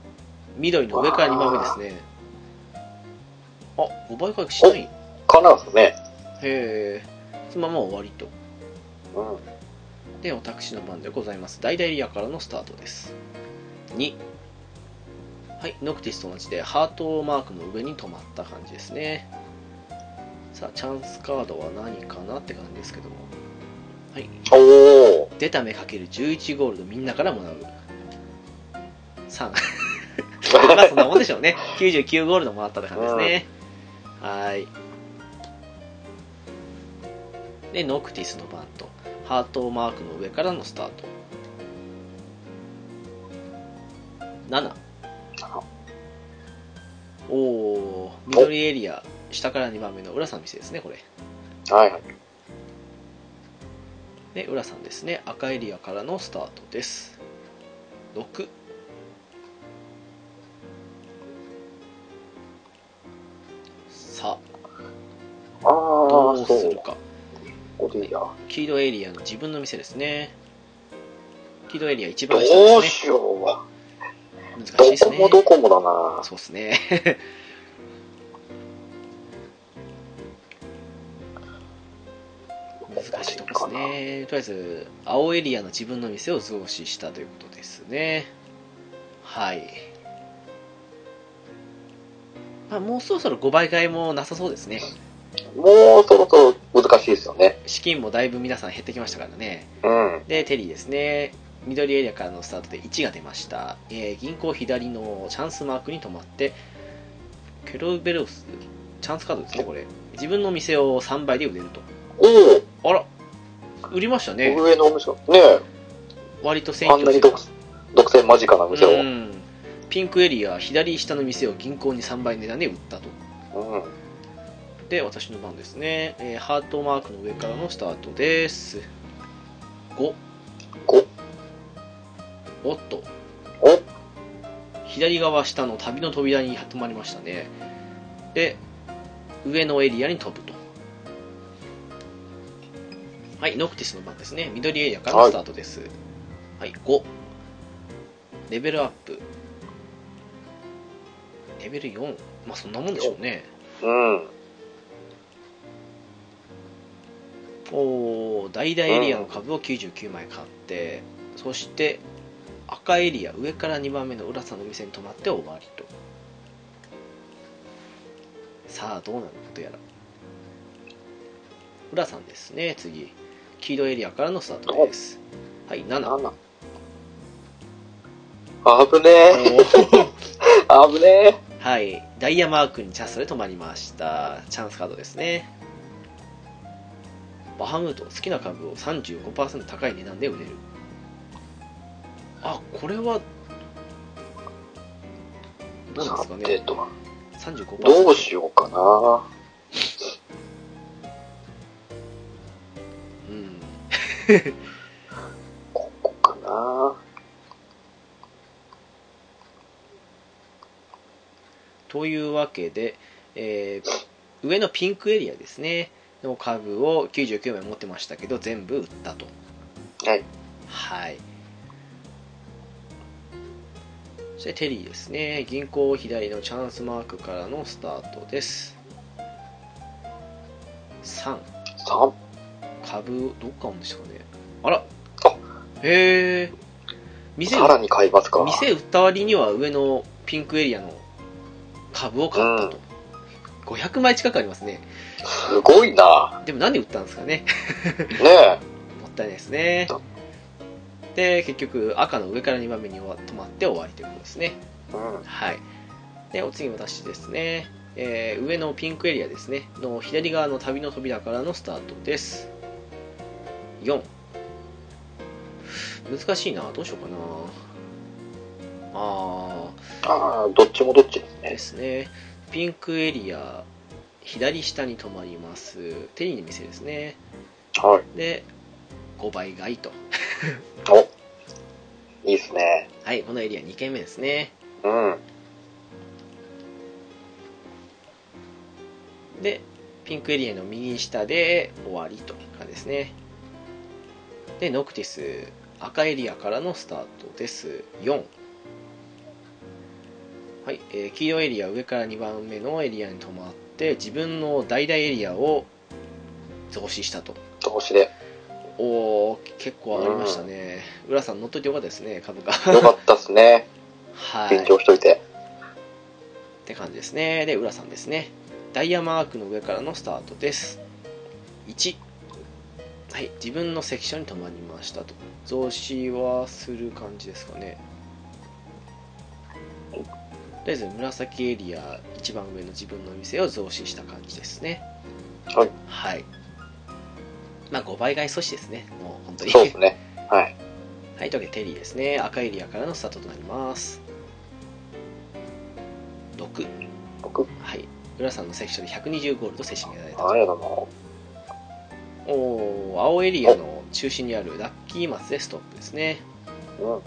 S1: 緑の上から2番目ですね。あ、5倍回復しない。へ
S2: かなですね。
S1: え。そのまま終わりと。
S2: うん。
S1: で私の番でございます大々エリアからのスタートです2はいノクティスと同じでハートマークの上に止まった感じですねさあチャンスカードは何かなって感じですけどもはい
S2: おお。
S1: 出た目かける11ゴールドみんなからもらう3 まあそんなもんでしょうね99ゴールドもらったって感じですねはーいでノクティスの番とハートマークの上からのスタート7おおー緑エリア下から2番目の浦さんの店ですねこれ
S2: はいはい。
S1: で浦さんですね赤エリアからのスタートです6さ
S2: あ
S1: あどう
S2: あ、
S1: す
S2: そう
S1: る。か
S2: ここでいいや。
S1: 黄色エリアの自分の店ですね黄色エリア一
S2: ど
S1: 番下で
S2: う
S1: す
S2: しよう。
S1: ね難しいで
S2: ど
S1: す
S2: こ
S1: ね
S2: もどこもだな。
S1: そうですね 難しいとこですねとりあえず青エリアの自分の店を増資したということですねはいまあもうそろそろ5倍買いもなさそうですね
S2: もうそろそろ難しいですよね。
S1: 資金もだいぶ皆さん減ってきましたからね
S2: うん。
S1: でテリーですね緑エリアからのスタートで1が出ました、えー銀行左のチャンスマークに止まってケロベロスチャンスカードですねこれ自分の店を3倍で売れると
S2: おお、
S1: あら売りましたね
S2: 上のお店。ね
S1: 割と
S2: え、
S1: 選
S2: あんな
S1: 挙
S2: に独独占間近な店
S1: う
S2: を。
S1: んピンクエリア左下の店を銀行に3倍値段で売ったと
S2: うん。
S1: で、私の番ですね。えーハートマークの上からのスタートです。5、
S2: 5、
S1: おっと、
S2: お、
S1: 左側下の旅の扉に止まりましたね。で、上のエリアに飛ぶと。はい、ノクティスの番ですね。緑エリアからのスタートです。はい、5。レベルアップ。レベル4。まあそんなもんでしょうね。
S2: うん。
S1: おー大々エリアの株を99枚買って、そして赤エリア上から2番目の浦さんの店に泊まって終わりとさあどうなることやら浦さんですね次黄色エリアからのスタートですはい7
S2: 7。危ねえ。危ねえ。
S1: はいダイヤマークにチャンスで止まりましたチャンスカードですねバハムート好きな株を35%高い値段で売れるあこれはどうなんですか
S2: さて
S1: ね
S2: と、
S1: 35%
S2: どうしようかな。
S1: う、ん、
S2: ここかな。
S1: というわけで、えー上のピンクエリアですねの株を99枚持ってましたけど全部売ったと
S2: はい。
S1: はい。そしてテリーですね。銀行左のチャンスマークからのスタートです。3、
S2: 3。
S1: 株、どっかあるんでしたかね。あら
S2: あ
S1: へえ。店
S2: さらに買いますか。
S1: 店売った割には上のピンクエリアの株を買ったと。500枚近くありますね。
S2: すごいな。
S1: でもなんで売ったんですかね。
S2: ねえ。
S1: もったいないですねで結局赤の上から2番目に終わ止まって終わりということですね
S2: うん。
S1: はいでお次私ですね、えー上のピンクエリアですねの左側の旅の扉からのスタートです4難しいなどうしようかなあ
S2: ああ、どっちもどっちです
S1: ーで
S2: ね。
S1: すねピンクエリア左下に止まりますテリーの店ですね
S2: はい。
S1: で5倍買いと
S2: お。いいですね。
S1: はい、このエリア2軒目ですね。
S2: うん。
S1: で、ピンクエリアの右下で終わりとかですね。で、ノクティス、赤エリアからのスタートです。4。はい、えー黄色エリア上から2番目のエリアに止まって、自分の大々エリアを増資したと。
S2: 投資で。
S1: おー、結構上がりましたね。浦さん乗っといてよかったですね、株価。
S2: よかったっすね。
S1: はい。
S2: 緊張しといて。
S1: って感じですねで浦さんですねダイヤマークの上からのスタートです1はい自分のセクションに止まりましたと増資はする感じですかねとりあえず紫エリア一番上の自分の店を増資した感じですね
S2: はい
S1: はいまあ5倍買い阻止ですねもう本当に
S2: そうですね。はい。
S1: はい、というわけでテリーですね。赤エリアからのスタートとなります。6。
S2: 僕、
S1: はい。浦さんのセクションで120ゴールド接していただいた
S2: あれだな。
S1: と。おー青エリアの中心にあるラッキーマスでストップですね。
S2: うん。
S1: は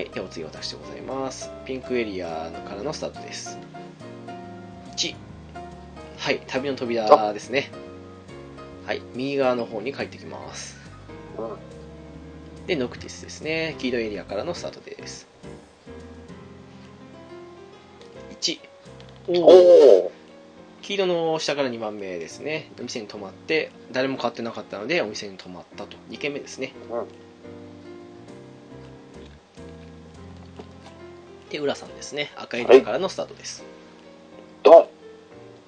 S1: い。で、お次私でございます。ピンクエリアからのスタートです。1。はい。旅の扉ですね。はい。右側の方に帰ってきます。
S2: うん。
S1: で、ノクティスですね。黄色いエリアからのスタートです。1。おお
S2: おお。
S1: 黄色の下から2番目ですね。お店に泊まって、誰も買ってなかったので、お店に泊まったと。2軒目ですね。
S2: うん。
S1: で、浦さんですね。赤エリアからのスタートです。
S2: ドン。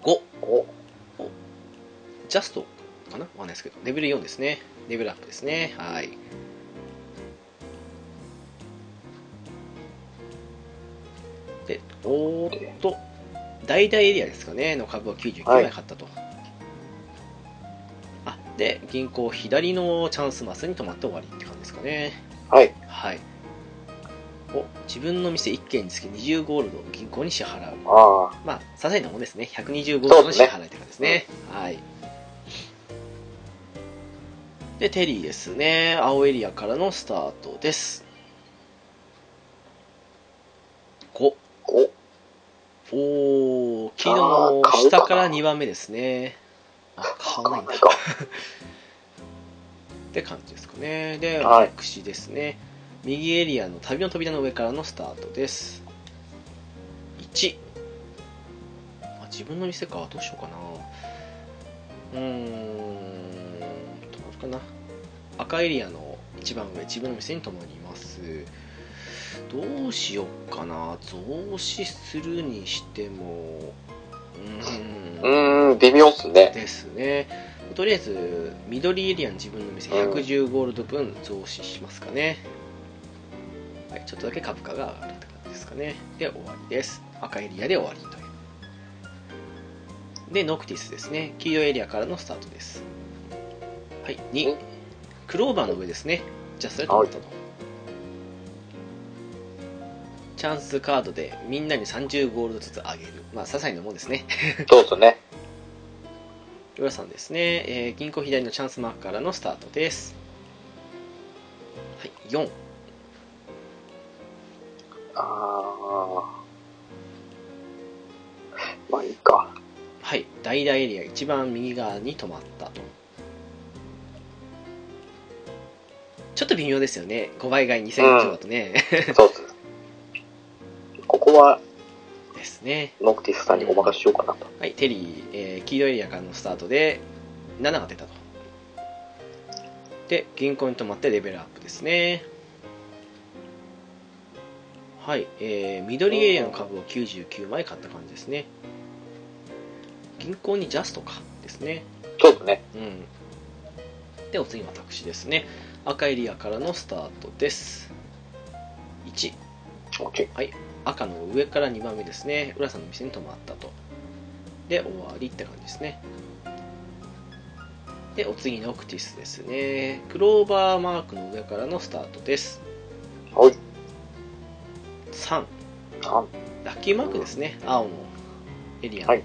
S1: 5。
S2: お。
S1: ジャストかなわかんないですけど。レベル4ですね。レベルアップですね。はい。で、おーっと、大々エリアですかね、の株を99枚買ったと。あ、で、銀行左のチャンスマスに止まって終わりって感じですかね。
S2: はい。
S1: はい。を自分の店1軒につき20ゴールドを銀行に支払う
S2: ああ、
S1: まあ些細なもんですね120ゴールドの支払いというかですねはいでテリーですね青エリアからのスタートです5
S2: お、
S1: おー木
S2: あ
S1: の
S2: ー買うか
S1: 下
S2: な
S1: から2番目ですねあ買わないんだ
S2: なんか。
S1: って感じですかねで
S2: はい
S1: 私ですね右エリアの旅の扉の上からのスタートです1あ自分の店かどうしようかなうーんどうかな赤エリアの一番上自分の店に泊まりますどうしようかな増資するにしてもうーん
S2: うーん、微妙っすね。
S1: ですねとりあえず緑エリアの自分の店110ゴールド分増資しますかね、はい、ちょっとだけ株価が上がるって感じですかねで終わりです赤エリアで終わりというでノクティスですね黄色エリアからのスタートですはい
S2: うん
S1: 2クローバーの上ですねじゃあそれと思ったのチャンスカードでみんなに30ゴールドずつ上げるまあ些細なもんですね
S2: そうっすね。
S1: 浦さんですね、えー銀行左のチャンスマークからのスタートです、はい、4
S2: ああ。まあいいか。
S1: はい大々エリア一番右側に止まったとちょっと微妙ですよね5倍買い2000以上だとね、
S2: そうっす。ここは、
S1: ですね
S2: ノクティスさんにお任せしようかなと。
S1: はいテリー、えー黄色エリアからのスタートで7が出たとで銀行に止まってレベルアップですねはい、えー、緑エリアの株を99枚買った感じですね銀行にジャストかですね
S2: そうっすね。
S1: うんでお次私ですね赤エリアからのスタートです1
S2: OK。
S1: 赤の上から2番目ですね浦さんの店に泊まったとで終わりって感じですねでお次ノクティスですねクローバーマークの上からのスタートです
S2: はい。
S1: 3
S2: あ
S1: ラッキーマークですね青のエリアの、
S2: はい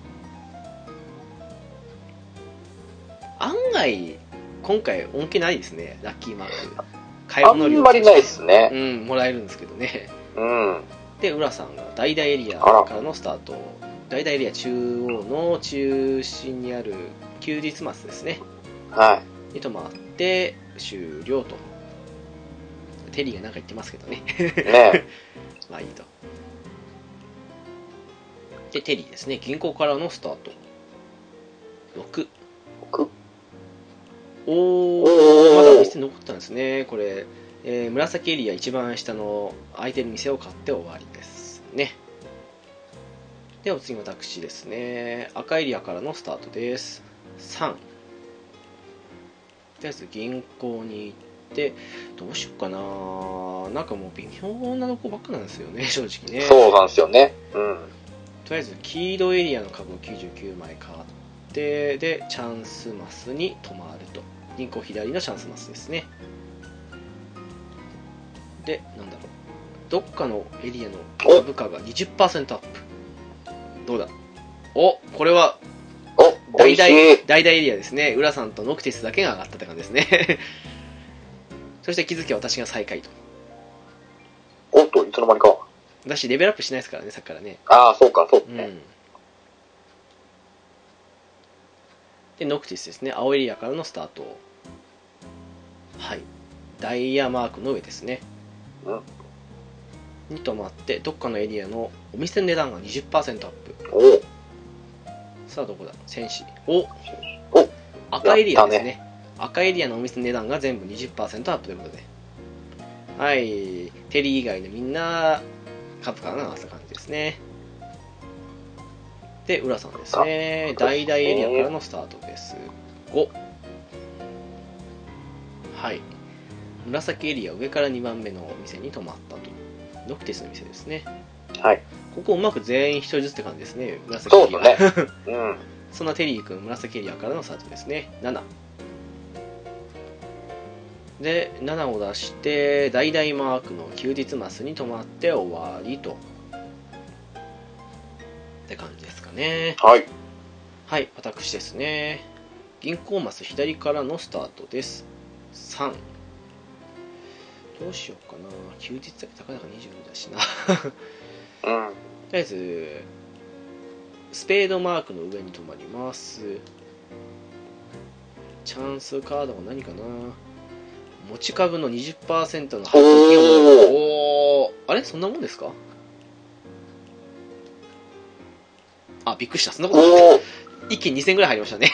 S1: 案外今回恩恵ないですねラッキーマーク買
S2: あんまりないっすね。
S1: うんもらえるんですけどね
S2: うん。
S1: で浦さんが大々エリアからのスタート大々エリア中央の中心にある休日末ですね
S2: は
S1: に泊まって終了とテリーが何か言ってますけどね
S2: い。 ね
S1: まあいいとでテリーですね銀行からのスタート6
S2: 六
S1: お
S2: お
S1: お
S2: ー
S1: まだ店残ったんですねこれ、えー紫エリア一番下の空いてる店を買って終わりですねでお次私ですね赤エリアからのスタートです3とりあえず銀行に行ってどうしようかななんかもう微妙なとこばっかなんですよね正直ね
S2: そうなんですよね。うん。
S1: とりあえず黄色エリアの株を99枚買ってでチャンスマスに止まると銀行左のチャンスマスですねでなんだろうどっかのエリアの株価が20%アップどうだおこれは
S2: お、
S1: 大
S2: 美味し
S1: 々
S2: い。
S1: 大々エリアですね浦さんとノクティスだけが上がったって感じですね そして気づきは私が最下位と
S2: おっと、いつの間にか。
S1: 私レベルアップしないですからねさっきからね
S2: ああ、そうか、そうっす
S1: う
S2: ね。
S1: んでノクティスですね青エリアからのスタートはいダイヤマークの上ですね
S2: うん
S1: に止まってどっかのエリアのお店の値段が20%アップ
S2: おお、
S1: さあどこだ戦士お
S2: お
S1: 赤エリア
S2: や
S1: で
S2: った
S1: すね赤エリアのお店の値段が全部20%アップということではいテリー以外のみんな株価が上がった感じですねで浦さんですね
S2: あ
S1: 大々エリアからのスタートです5はい紫エリア上から2番目のお店に泊まったとノクティスの店ですね
S2: はい
S1: ここうまく全員一人ずつって感じですね紫エ
S2: そう
S1: リア
S2: っすね。 うん。
S1: そんなテリー君、紫エリアからのスタートですね。7。で7を出して大々マークの休日マスに止まって終わりとって感じですかね
S2: はい。
S1: はい私ですね銀行マス左からのスタートです3どうしようかな休日だけ高々20だしなと
S2: うん。
S1: りあえずスペードマークの上に止まりますチャンスカードは何かな持ち株の20%の発行費用おおーあれそんなもんですかあびっくりしたそんなことない
S2: おお
S1: 一気に2000ぐらい入りましたね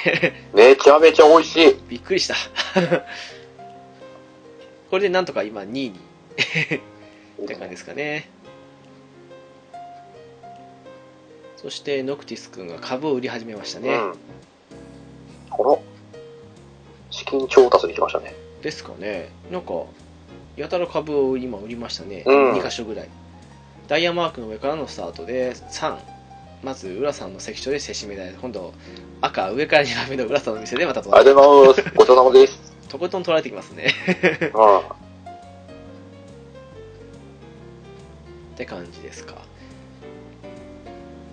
S2: めちゃめちゃ美味しい。
S1: びっくりした これでなんとか今2位にって感じですかねそしてノクティス君が株を売り始めましたね、
S2: うん。この、資金調達に来ましたね。
S1: ですかねなんかやたら株を今売りましたね、
S2: うん
S1: 2箇所ぐらいダイヤマークの上からのスタートで3まず浦さんの関所でせしめだい今度赤上から2番目の浦さんの店でまたと
S2: ありがと うございます。ごちそうさまです。
S1: とことん取られてきますね
S2: うん。
S1: って感じですか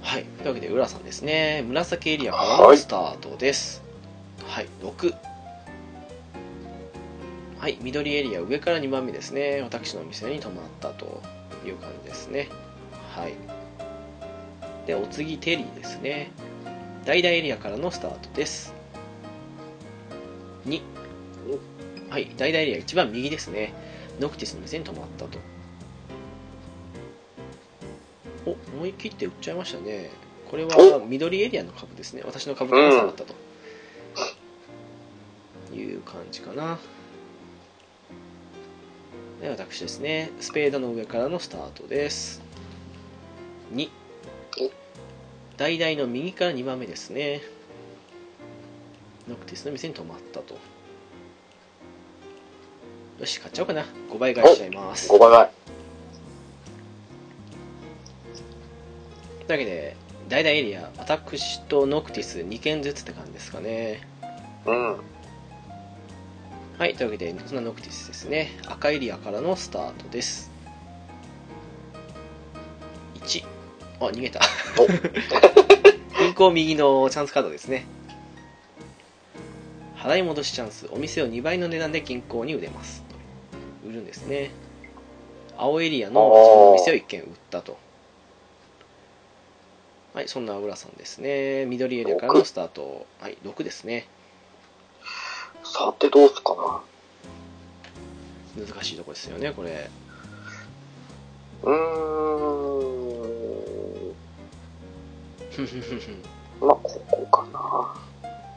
S1: はいというわけで浦さんですね紫エリアからの
S2: はい
S1: スタートですはい6はい緑エリア上から2番目ですね私のお店に泊まったという感じですねはいでお次テリーですね大々エリアからのスタートです2はい大々エリア一番右ですねノクティスの店に泊まったとお思い切って売っちゃいましたねこれは緑エリアの株ですね私の株が下がったと、いう感じかなで私ですねスペードの上からのスタートです2大々の右から2番目ですねノクティスの店に泊まったとよし買っちゃおうかな5倍買いしちゃいます
S2: 5倍前。
S1: というわけで大々エリア私とノクティス2件ずつって感じですかね
S2: うん。
S1: はいというわけでそんなノクティスですね赤エリアからのスタートです1あ逃げた銀行右のチャンスカードですね払い戻しチャンスお店を2倍の値段で銀行に売れます売るんですね青エリアの自分の店を1軒売ったとはいそんな浦さんですね緑エリアからのスタートはい6ですね
S2: さてどうすかな。
S1: 難しいとこですよねこれ
S2: うーん。
S1: ふんふんふんふん
S2: まあ、ここかな。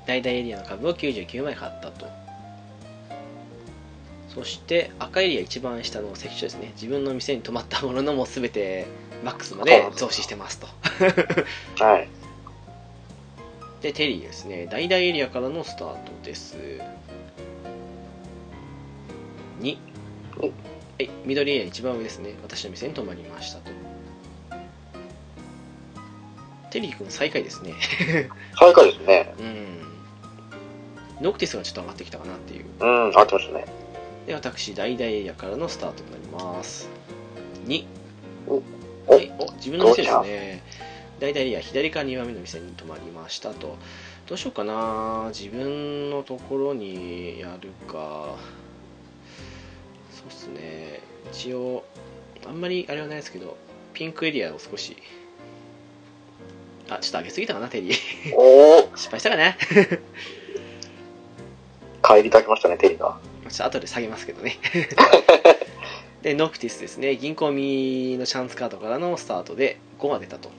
S1: 大々エリアの株を99枚買ったとそして赤エリア一番下の関所ですね自分の店に泊まったもののもう全てマックスまで増資してますと
S2: はい。
S1: でテリーですね大々エリアからのスタートです2
S2: お
S1: はい緑エリア一番上ですね私の店に泊まりましたとテリー君最下位ですね
S2: 最下位ですね。
S1: うんノクティスがちょっと上がってきたかなっていう
S2: うん、合ってましたね。
S1: で私大々エリアからのスタートになります2
S2: おお
S1: はい、お自分の店ですね大々エリア左から2番目の店に泊まりましたとどうしようかな自分のところにやるかそうっすね一応あんまりあれはないですけどピンクエリアを少しあちょっと上げすぎたかなテリー
S2: おー、
S1: 失敗したかな
S2: 帰りたきましたね、テリーが。
S1: ちょっと後で下げますけどね。で、ノクティスですね。銀行ミのチャンスカードからのスタートで5が出たと。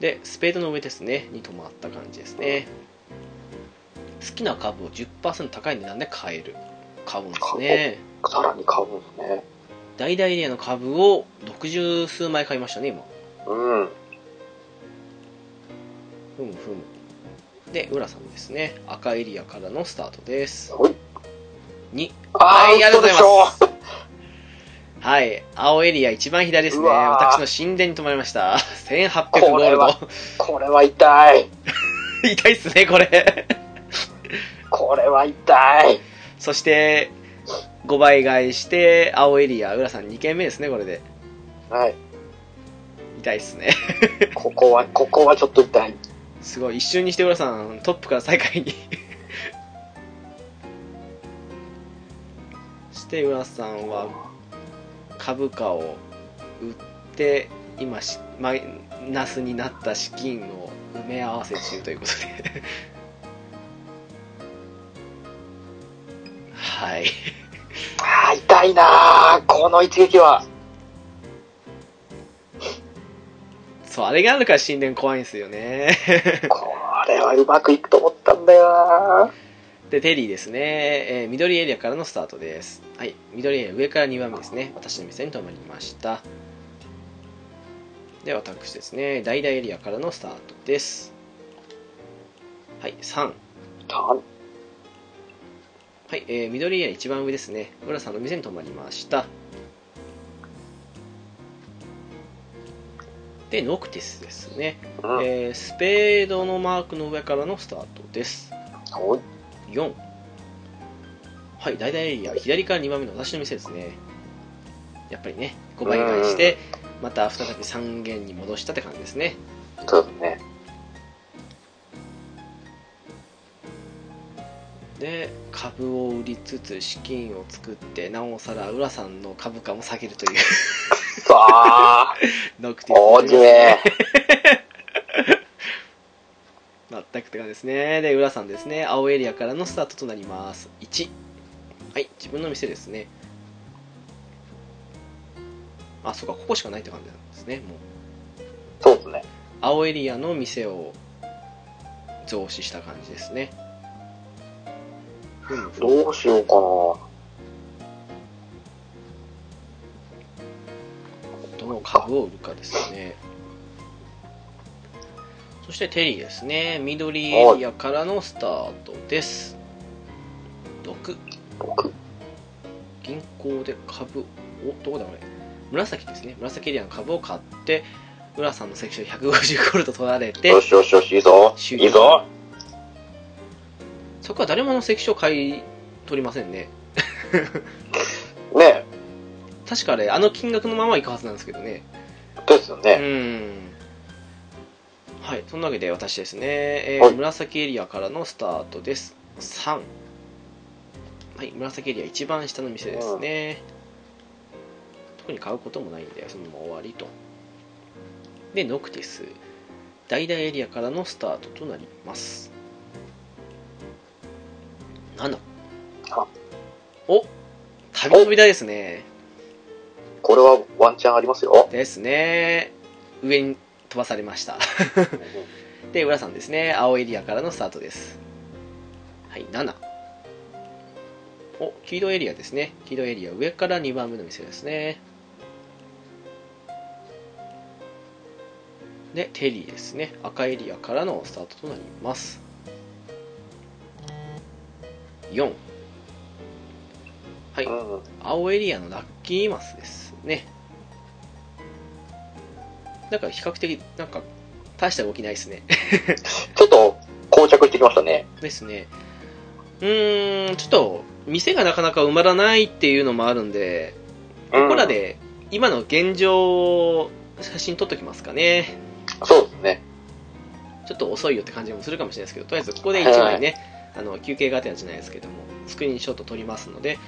S1: で、スペードの上ですね。に止まった感じですね。好きな株を10%高い値段で買える。買うんですね。
S2: さらに買うんですね。
S1: 大々エリアの株を60数枚買いましたね、今。
S2: うん。
S1: ふむふむ。で、浦さんですね。赤エリアからのスタートです。
S2: はい。
S1: 2、
S2: あー、
S1: はい、ありがとうござい
S2: 嘘
S1: ま
S2: でし
S1: す。はい、青エリア一番左ですね。
S2: うわー
S1: 私の神殿に泊まりました。1800
S2: こ
S1: ゴー
S2: れ
S1: ル
S2: は
S1: ド。
S2: ょこれは痛い。
S1: 痛いっすね、これ。
S2: これは痛い。
S1: そして、5倍買いして、青エリア、浦さん2軒目ですね、これで。
S2: はい。
S1: 痛いっすね。
S2: ここは、 ここはちょっと痛い。
S1: すごい、一瞬にして浦さん、トップから最下位に。 そして浦さんは株価を売って、今し、マイナスになった資金を埋め合わせ中ということで。 はい。
S2: ああ、痛いなあこの一撃は。
S1: そう、あれがあるから神殿怖いんですよね。
S2: これはうまくいくと思ったんだよな
S1: で、テリーですね、えー緑エリアからのスタートです。はい、緑エリア上から2番目ですね。私の店に止まりました。で、私ですね、代々エリアからのスタートです。はい、3。はい、えー緑エリア一番上ですね。浦さんの店に泊まりました。で、ノクティスですね、
S2: うん。
S1: えースペードのマークの上からのスタートです。
S2: おい
S1: 4はい大々エリア左から2番目の私の店ですねやっぱりね5倍返してまた再び3軒に戻したって感じですね
S2: そうですね。
S1: で株を売りつつ資金を作ってなおさら浦さんの株価も下げるという
S2: くそー。
S1: ノクティス
S2: 大
S1: に
S2: じ
S1: なり
S2: め。
S1: ます全くって感じですねで浦さんですね青エリアからのスタートとなります1はい自分の店ですねあそうかここしかないって感じなんですねもう
S2: そうですね。
S1: 青エリアの店を増資した感じですねうん
S2: どうしようかな
S1: どの株を売るかですねそしてテリーですね緑エリアからのスタートです6
S2: 僕。
S1: 銀行で株をどこだこれ紫ですね紫エリアの株を買って浦さんのセクション150ゴールド取られて
S2: よしよしよし、いいぞ。
S1: 周囲
S2: いいぞ。
S1: そこは誰もの関所買い取りませんね
S2: ね
S1: 確かあれあの金額のままいくはずなんですけどね
S2: ですよ
S1: う
S2: ね。
S1: んはいそんなわけで私ですね、えー
S2: はい
S1: 紫エリアからのスタートです3はい紫エリア一番下の店ですね特に買うこともないんでそのまま終わりとでノクティス大々エリアからのスタートとなります7
S2: あ
S1: お旅の扉ですね
S2: これはワンチャンありますよ。、
S1: ですね上に飛ばされましたで浦さんですね青エリアからのスタートですはい7お黄色エリアですね黄色エリア上から2番目の店ですねでテリーですね赤エリアからのスタートとなります4はいう
S2: ん。
S1: 青エリアのラッキーマスですねだから比較的なんか大した動きないですね
S2: ちょっと、膠着してきましたね。
S1: ですねうーんちょっと店がなかなか埋まらないっていうのもあるんで
S2: うん
S1: ここら。で今の現状を写真撮っときますかね
S2: そうですね。
S1: ちょっと遅いよって感じもするかもしれないですけどとりあえずここで1枚ね、あの休憩がてらじゃないですけどもスクリーンショット撮りますので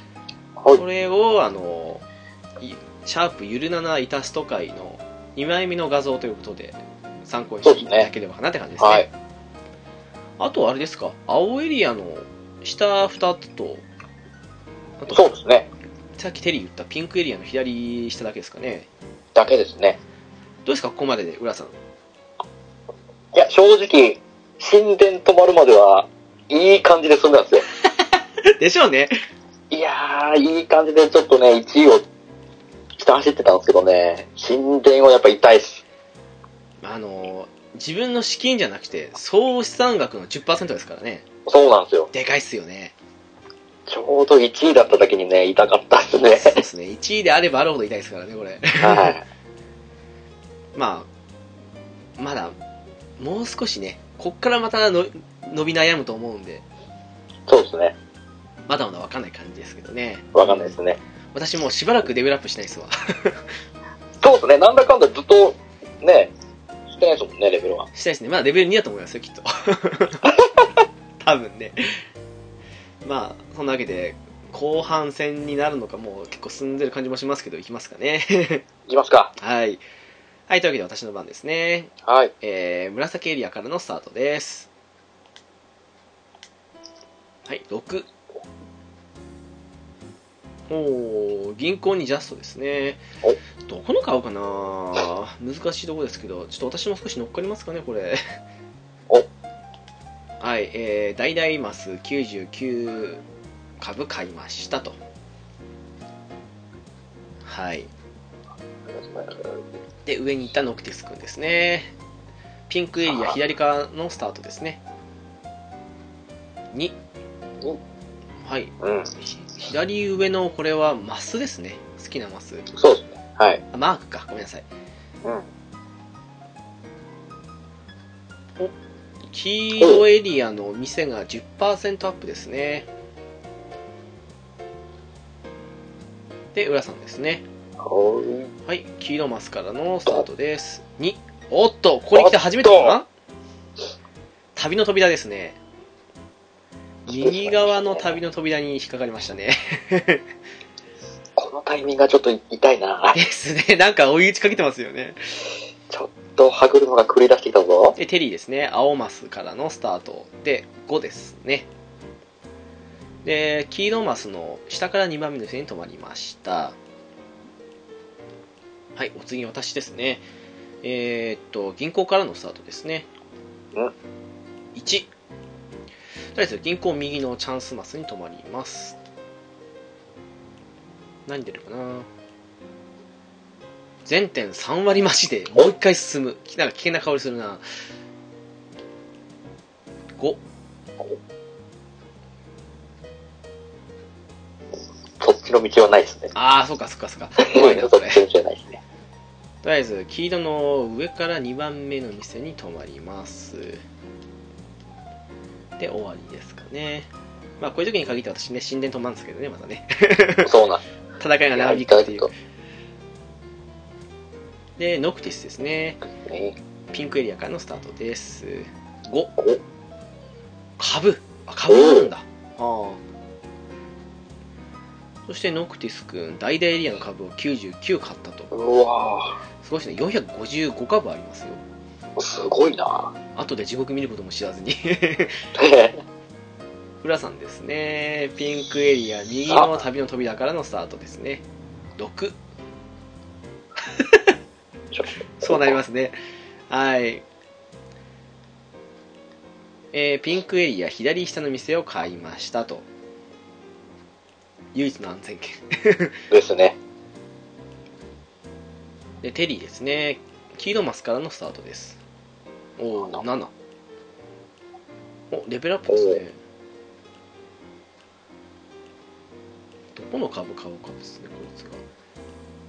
S2: はい
S1: こ。れをあのいシャープゆるななイタスト会の2枚目の画像ということで参考にしていただければかなって感じですね
S2: はい。
S1: あとあれですか青エリアの下2つとあ
S2: そう
S1: と
S2: ですね。
S1: さっきテリー言ったピンクエリアの左下だけですかね
S2: だけですね。
S1: どうですかここまでで浦さん
S2: いや、正直、神殿止まるまでは、いい感じで済んだんですよ。
S1: でしょうね
S2: いやー、いい感じでちょっとね、1位を、下走ってたんですけどね、神殿はやっぱ痛いし。
S1: あの自分の資金じゃなくて総資産額の10%ですからね
S2: そうなんですよ。
S1: でかいっすよね
S2: ちょうど1位だっただけにね、痛かったですね。
S1: そうですね1位であればあるほど痛いですからねこれ
S2: はい。
S1: まあ、まだ、もう少しね、こっからまたの伸び悩むと思うんで、
S2: そうですね。
S1: まだまだわかんない感じですけどね。
S2: わかんないですね。
S1: 私もうしばらくレベルアップしないですわ。
S2: そうですね、なんだかんだずっと、ね、してないですもんね、レベルは。
S1: したいですね。まだレベル2だと思いますよ、きっと。 多分ね。まあ、そんなわけで、後半戦になるのか、もう結構進んでる感じもしますけど、いきますかね。
S2: いきますか。
S1: はい。はい、というわけで私の番ですね。
S2: はい。
S1: えー、紫エリアからのスタートです。はい、6。おー、銀行にジャストですね。どこの買おうかな難しいとこですけど、ちょっと私も少し乗っかりますかね、これ。
S2: お
S1: はい、えー、ダイダイマス99株買いましたと。はい。で、上に行ったノクティス君ですね。ピンクエリア
S2: あー
S1: 左側のスタートですね。2
S2: お。
S1: はい。
S2: うん。
S1: ひ左上のこれはマスですね。好きなマス。
S2: そうですね。はい。
S1: あマークか。ごめんなさい。
S2: うん。
S1: 黄色エリアの店が10%アップですね。で、浦さんですね。
S2: はい。
S1: はい。黄色マスからのスタートです。2。おっと、ここに来て初めてかな旅の扉ですね。右側の旅の扉に引っかかりましたね。
S2: このタイミングがちょっと痛いな。
S1: ですね。なんか追い打ちかけてますよね。
S2: ちょっと歯車が狂い出してきたぞ。
S1: で、テリーですね。青マスからのスタートで5ですね。で、黄色マスの下から2番目の線に止まりました。はい、お次私ですね。えーっと、銀行からのスタートですね。
S2: うん
S1: 1。とりあえず銀行右のチャンスマスに止まります。何出るかな全点3割増しでもう一回進む。なんか危険な香りするな。5。
S2: そっちの道はないですね。
S1: ああ、そっかそっかそっか。怖いな、
S2: そ
S1: こ
S2: っ
S1: れ。
S2: ちの道はないですね。
S1: とりあえず黄色の上から2番目の店に止まりますで終わりですかねまあこういう時に限って私ね神殿止まるんですけどねまたね
S2: そうなんです。
S1: 戦いが長引くっていうでノクティスですね
S2: ね。
S1: ピンクエリアからのスタートです5
S2: お
S1: 株あ株なんだああそしてノクティス君大々エリアの株を99買ったと
S2: うわ
S1: すごいですね455株ありますよ
S2: ぁ、すごい な。
S1: 後で地獄見ることも知らずに 浦さんですねピンクエリア右の旅の扉からのスタートですね6そうなりますすねはいえーピンクエリア左下の店を買いましたと唯一の安全圏
S2: ですね。
S1: でテリーですね黄色マスからのスタートですおお7おレベルアップですねどこの株買うかですねこいつ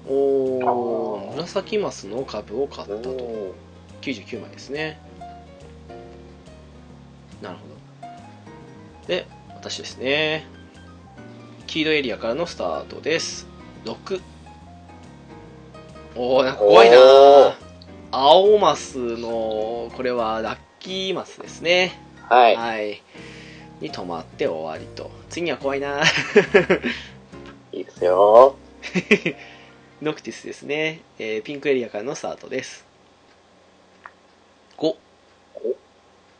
S1: がおお
S2: あー
S1: 紫マスの株を買ったと
S2: うん
S1: 99枚ですねなるほどで私ですね黄色エリアからのスタートです6おおなんか怖いな
S2: おー
S1: 青マスのこれはラッキーマスですね
S2: はい。
S1: はいに止まって終わりと次は怖いない
S2: いですよ。
S1: ノクティスですね、えーピンクエリアからのスタートです5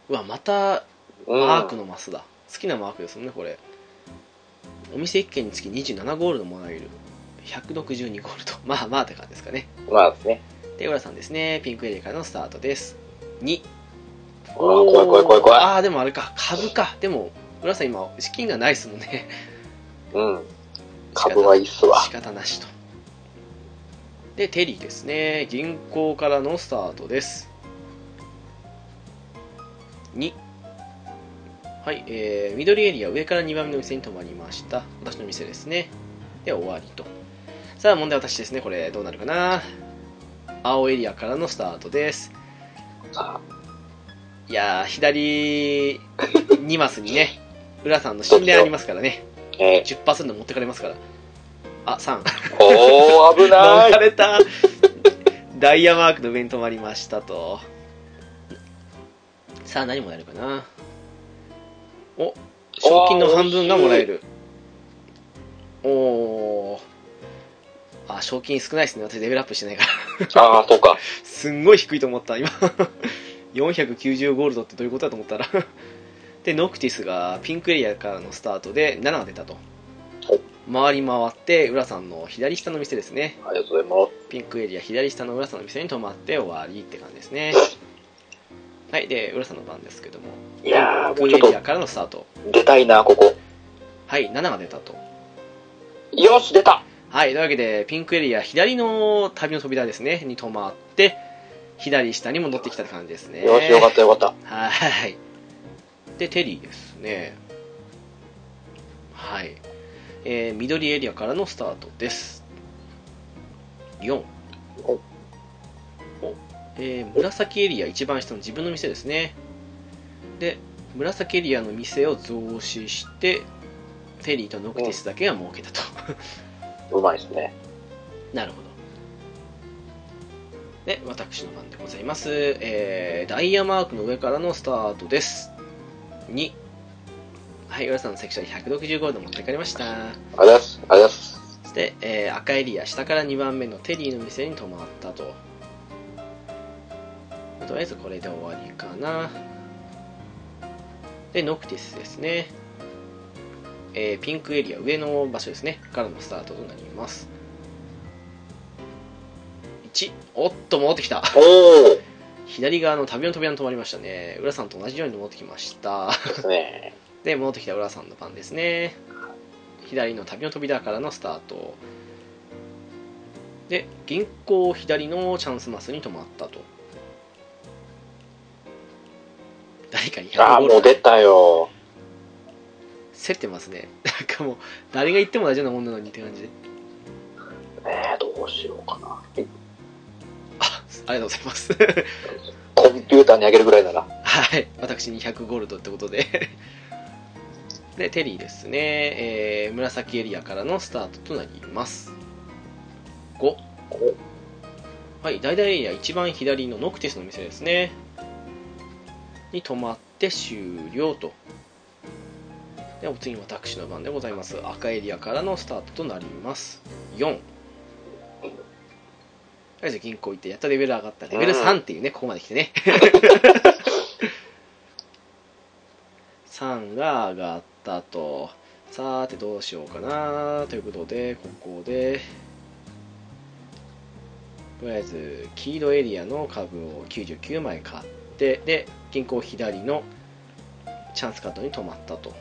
S1: うわまた
S2: うん
S1: マークのマスだ、好きなマークですもんねこれお店1軒につき27ゴールドもらえる162ゴールド まあまあって感じですかね
S2: まあですね。
S1: で浦さんですねピンクエリアからのスタートです2
S2: あー怖い怖い怖い怖い。
S1: ああでもあれか株かでも浦さん今資金がないですもんね
S2: うん。株はいいっすわ。
S1: 仕方なしとでテリーですね銀行からのスタートです2はいえー、緑エリア上から2番目の店に止まりました私の店ですねで終わりとさあ問題は私ですねこれどうなるかな青エリアからのスタートです
S2: さ
S1: いやー左2マスにね浦さんの信頼ありますからね
S2: あえ
S1: 10%持ってかれますから。あ、3。
S2: おー、危 な
S1: 飲ま
S2: い。
S1: れた。ダイヤマークの上に止まりましたと。さあ、何もらえるかな。お、賞金の半分がもらえる。おー。あ、賞金少ないですね。私レベルアップしてないから。
S2: ああ、そうか。
S1: すんごい低いと思った、今。490ゴールドってどういうことだと思ったら。 で、ノクティスがピンクエリアからのスタートで7が出たと
S2: はい。
S1: 回り回って、浦さんの左下の店ですね。
S2: ありがとうござい
S1: ピンクエリア左下の浦さんの店に泊まって終わりって感じですね。はい、で、浦さんの番ですけども。
S2: ます。いやー、
S1: ピ
S2: もう
S1: ン
S2: ちょ
S1: クエ
S2: っ
S1: リア
S2: と
S1: からのスタート。
S2: 出たいな、ここ。
S1: はい、7が出たと。
S2: よし、出た
S1: はい、というわけで、ピンクエリア左の旅の扉ですね、に泊まって、左下に戻ってきたって感じですね。
S2: よし、よかった、よかった。
S1: はい。で、テリーですね。はい。えー、緑エリアからのスタートです。4。
S2: お
S1: おえー、紫エリア一番下の自分の店ですね。で、紫エリアの店を増資して、テリーとノクティスだけが儲けたと。
S2: うまいですね。
S1: なるほど。で、私の番でございます。えー、ダイヤマークの上からのスタートです。2。はい、浦さんのセクション160ゴールド持ってかれました。
S2: ありがとうございます。ありがとうございます。
S1: そして、えー赤エリア、下から2番目のテリーの店に泊まったと。とりあえずこれで終わりかな。で、ノクティスですね。えーピンクエリア、上の場所ですね。からのスタートとなります。1、おっと、戻ってきた。
S2: おー、
S1: 左側の旅の扉に止まりましたね。浦さんと同じように戻ってきました。
S2: ですね。
S1: で戻ってきた浦さんの番ですね左の旅の扉からのスタートで銀行左のチャンスマスに止まったと誰かに
S2: あ
S1: 100
S2: ー、
S1: ゴー
S2: もう
S1: ルド
S2: 出たよ。
S1: 競ってますね なんかもう誰が言っても同じようなもんなのにって感じで
S2: えー、どうしようかな。
S1: あありがとうございます
S2: コンピューターにあげるぐらいなら。
S1: はい私200ゴールドってことででテリーですね、えー紫エリアからのスタートとなります5
S2: お
S1: はい、大々エリア一番左のノクティスの店ですね。に泊まって終了と。でお次、私の番でございます。赤エリアからのスタートとなります。4。とりあえず銀行行って、やったレベル上がった。レベル3っていうね、ここまで来てね。3が上がったと。さーて、どうしようかなということで、ここで、とりあえず黄色エリアの株を99枚買ってで銀行左のチャンスカードに止まったと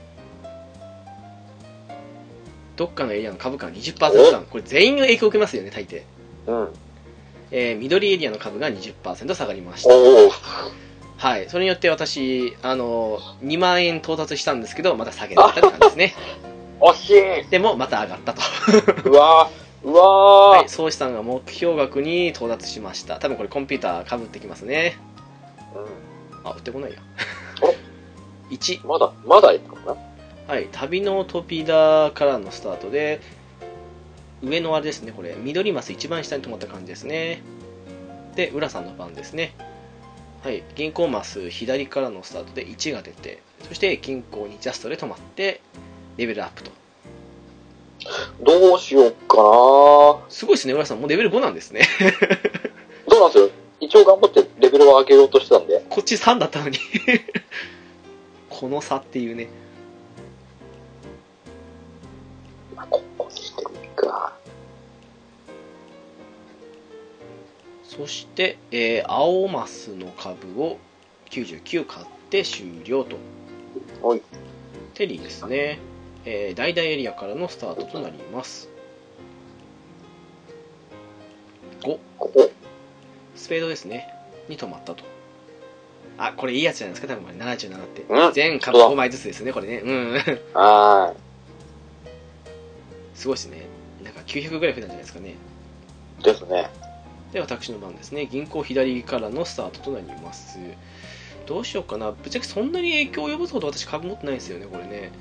S1: どっかのエリアの株価が20%ダウンこれ全員が影響を受けますよね大抵、
S2: うん。
S1: えー緑エリアの株が20%下がりました
S2: おー、
S1: はいそれによって私あの2万円到達したんですけどまた下げられたって感じですね
S2: 惜しい
S1: でもまた上がったと
S2: うわー、うわー。
S1: はい総資産が目標額に到達しました多分これコンピューターかぶってきますね
S2: う
S1: あ、売ってこないや。1
S2: ん、まだ、まだいくかな
S1: はい、旅の扉からのスタートで、上のあれですね、これ、緑マス一番下に止まった感じですね。で、浦さんの番ですね。はい、銀行マス左からのスタートで1が出て、そして銀行にジャストで止まって、レベルアップと。
S2: どうしようかな
S1: すごいですね、浦さん、もうレベル5なんですね。
S2: どうなんですよ一応頑張ってレベルを上げようとしてたんで。
S1: こっち3だったのに この差っていうね。
S2: まあ、ここにしてみるか。
S1: そして、えー青マスの株を99買って終了と。
S2: はい。
S1: テリーですね。えー、大々エリアからのスタートとなります。5、
S2: ここ。
S1: スペードですね。に止まったと。あ、これいいやつじゃないですか、多分これ77って。
S2: うん。
S1: 全株5枚ずつですね、これね。うん。
S2: は
S1: すごいですね。なんか900ぐらい増えたんじゃないですかね。
S2: ーい。ですね。
S1: で、私の番ですね。銀行左からのスタートとなります。どうしようかな。ぶっちゃけそんなに影響を及ぼすほど私株持ってないんですよね、これね。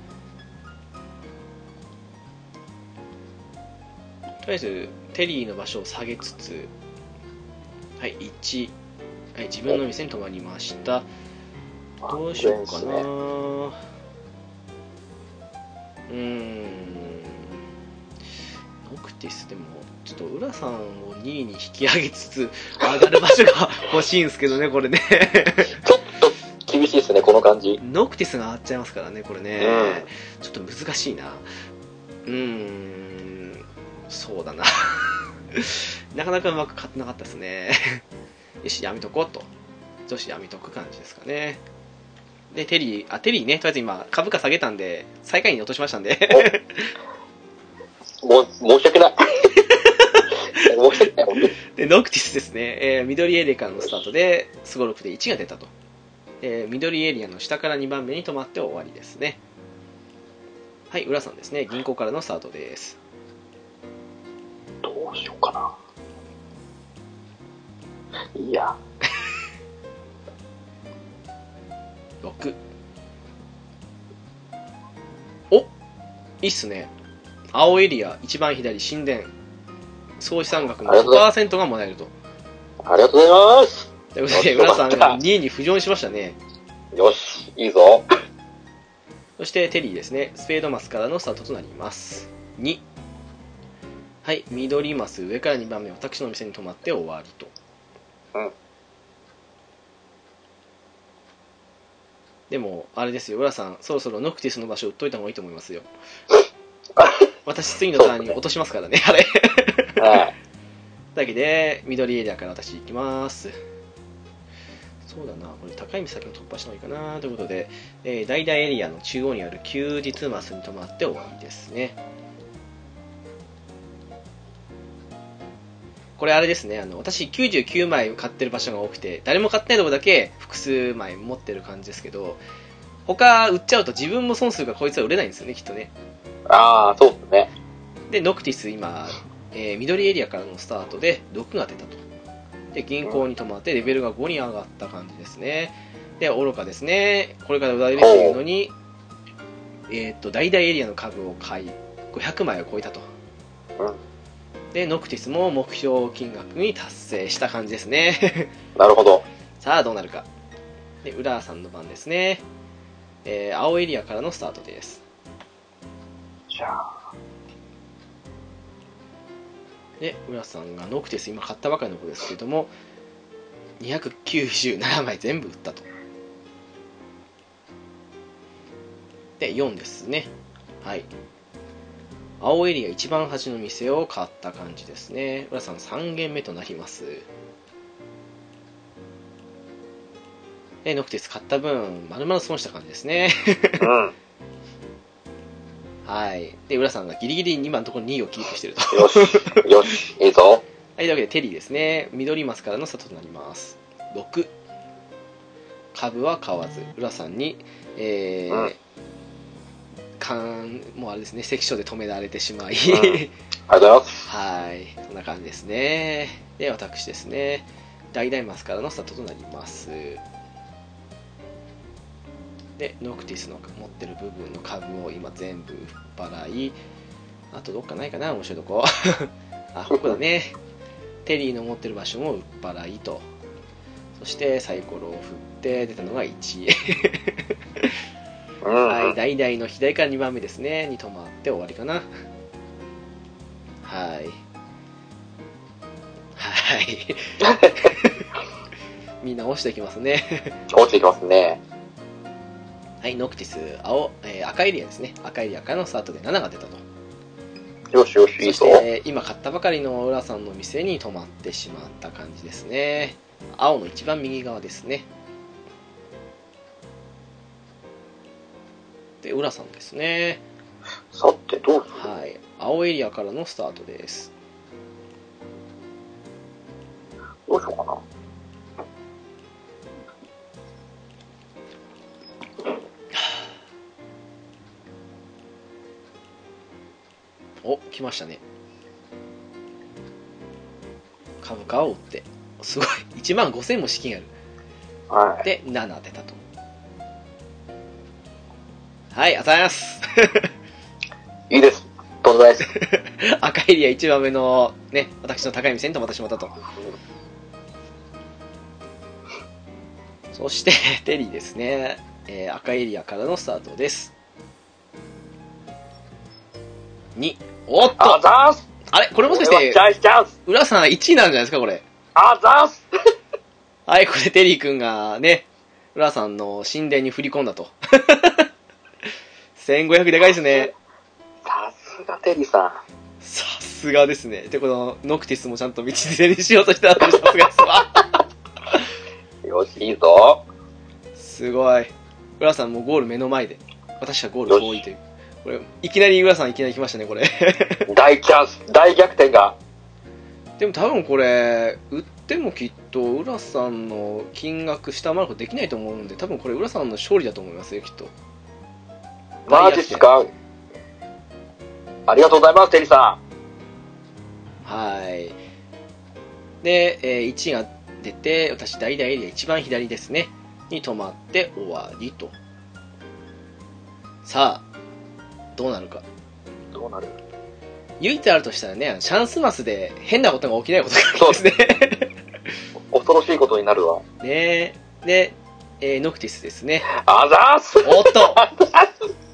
S1: とりあえずテリーの場所を下げつつはい1、はい、自分の店に泊まりましたどうしようかな、う
S2: ね。
S1: ーんノクティスでもちょっと浦さんを2位に引き上げつつ上がる場所が欲しいんですけどねこれね
S2: ちょっと厳しいですね、この感じ。
S1: ノクティスが上がっちゃいますからねこれね、
S2: うん
S1: ちょっと難しいなうーんそうだな なかなかうまく勝ってなかったですね よしやめとこうと女子やめとく感じですかねでテリーあテリーねとりあえず今株価下げたんで最下位に落としましたんで
S2: もう、申し訳ない。 申し訳ない、本当に
S1: でノクティスですね、えー緑エリカのスタートでスゴロクで1が出たと、えー緑エリアの下から2番目に止まって終わりですねはい浦さんですね銀行からのスタートです
S2: どうしようかな。いや、
S1: 6おいいっすね青エリア一番左神殿総資産額の
S2: ありがとうござい
S1: 5%がもらえると
S2: ありがとうございます。
S1: ということで
S2: よ
S1: 浦
S2: かった
S1: さんが2位に浮上しましたね
S2: よし、いいぞ。
S1: そしてテリーですねスペードマスからのスタートとなります2はい緑マス上から2番目私のお店に泊まって終わりと
S2: うん
S1: でもあれですよ浦さんそろそろノクティスの場所売っといた方がいいと思い ますよ私次のターンに落としますからねあれ
S2: はい。
S1: だけで緑エリアから私行きますそうだなこれ高い岬の突破した方がいいかなということで、えー、大々エリアの中央にある休日マスに泊まって終わりですねこれあれですねあの私99枚買ってる場所が多くて誰も買ってないとこだけ複数枚持ってる感じですけど他売っちゃうと自分も損するからこいつは売れないんですよねきっとね
S2: ああ、そうですね。
S1: でノクティス今、えー緑エリアからのスタートで6が出たとで銀行に止まってレベルが5に上がった感じですねで愚かですねこれから売られるっていうのにえーっと大々エリアの株を買い500枚を超えたと
S2: うん
S1: でノクティスも目標金額に達成した感じですね
S2: なるほど。
S1: さあどうなるかで浦さんの番ですね、えー青エリアからのスタートです
S2: じゃあ、
S1: で浦さんがノクティス今買ったばかりの子ですけれども297枚全部売ったとで4ですねはい青エリア一番端の店を買った感じですね浦さん3軒目となりますでノクティス買った分丸々損した感じですね
S2: うん。
S1: はいで浦さんがギリギリ2番のところ2位をキープしてる と
S2: よし、よし、いいぞ。
S1: はい、というわけでテリーですね。緑マスからのスタートとなります。6。株は買わず、浦さんに、え
S2: うん
S1: ー、勘、もうあれですね、関所で止められてしまい、
S2: んありがとうございます。
S1: はい、そんな感じですね。で、私ですね、大々マスからのスタートとなります。で、ノクティスの持ってる部分の株を今全部売っ払い、あとどっかないかな、面白いとこ。 あ、ここだね。テリーの持ってる場所も売っ払いと。そしてサイコロを振って出たのが1。
S2: うん。
S1: はい、代々の左から2番目ですねに止まって終わりかなはいはい みんな押していきますね
S2: 落ちていきますね。
S1: はいノクティス青、えー赤エリアですね赤エリアからのスタートで7が出たと
S2: よしよし、い
S1: そ
S2: い
S1: し
S2: ぞ。
S1: て今買ったばかりの浦さんの店に泊まってしまった感じですね青の一番右側ですねで浦さんですね
S2: さて、どうする
S1: はい、青エリアからのスタートです。
S2: どうしようかな。
S1: お、来ましたね。株価を追って。すごい。1万5000も資金ある。
S2: はい。
S1: で、7出たと。はい、ありがとうございます。
S2: いいです。とんでもないです。
S1: 赤エリア1番目のね、私の高い線とまたしまったと。そして、 テリーですね、えー赤エリアからのスタートです。2、おっと
S2: あ
S1: あ
S2: ざーす
S1: れこれもしかし
S2: 俺はチ
S1: て、
S2: ャンスチャンス
S1: 浦さん1位なんじゃないですかこれ。
S2: あざーす
S1: はい、これテリーくんがね、浦さんの神殿に振り込んだと。1500でかいですね。
S2: さすがテリーさ
S1: さすがですね。で、このノクティスもちゃんと道連れにしようとしたので、さすがですわ。
S2: ん。よし、いいぞ。
S1: すごい。浦さんもゴール目の前で。私はゴール遠いという。これ、いきなり浦さんいきなり来ましたね、これ。
S2: 大チャンス、大逆転が。
S1: でも多分これ、売ってもきっと浦さんの金額下回ることできないと思うんで、多分これ浦さんの勝利だと思いますよ、きっと。
S2: マジっすかありがとうございます、テリーさ
S1: はい。で、えー1位が出て、私、代々エリア一番左ですね。に止まって終わりと。さあ、どうなるか。
S2: ん。どうなる
S1: 唯一あるとしたらね、あのシャンスマスで変なことが起きないことがですね。
S2: 恐ろしいことになるわ。
S1: ねえで、えーノクティスですね。
S2: あざーす
S1: おっと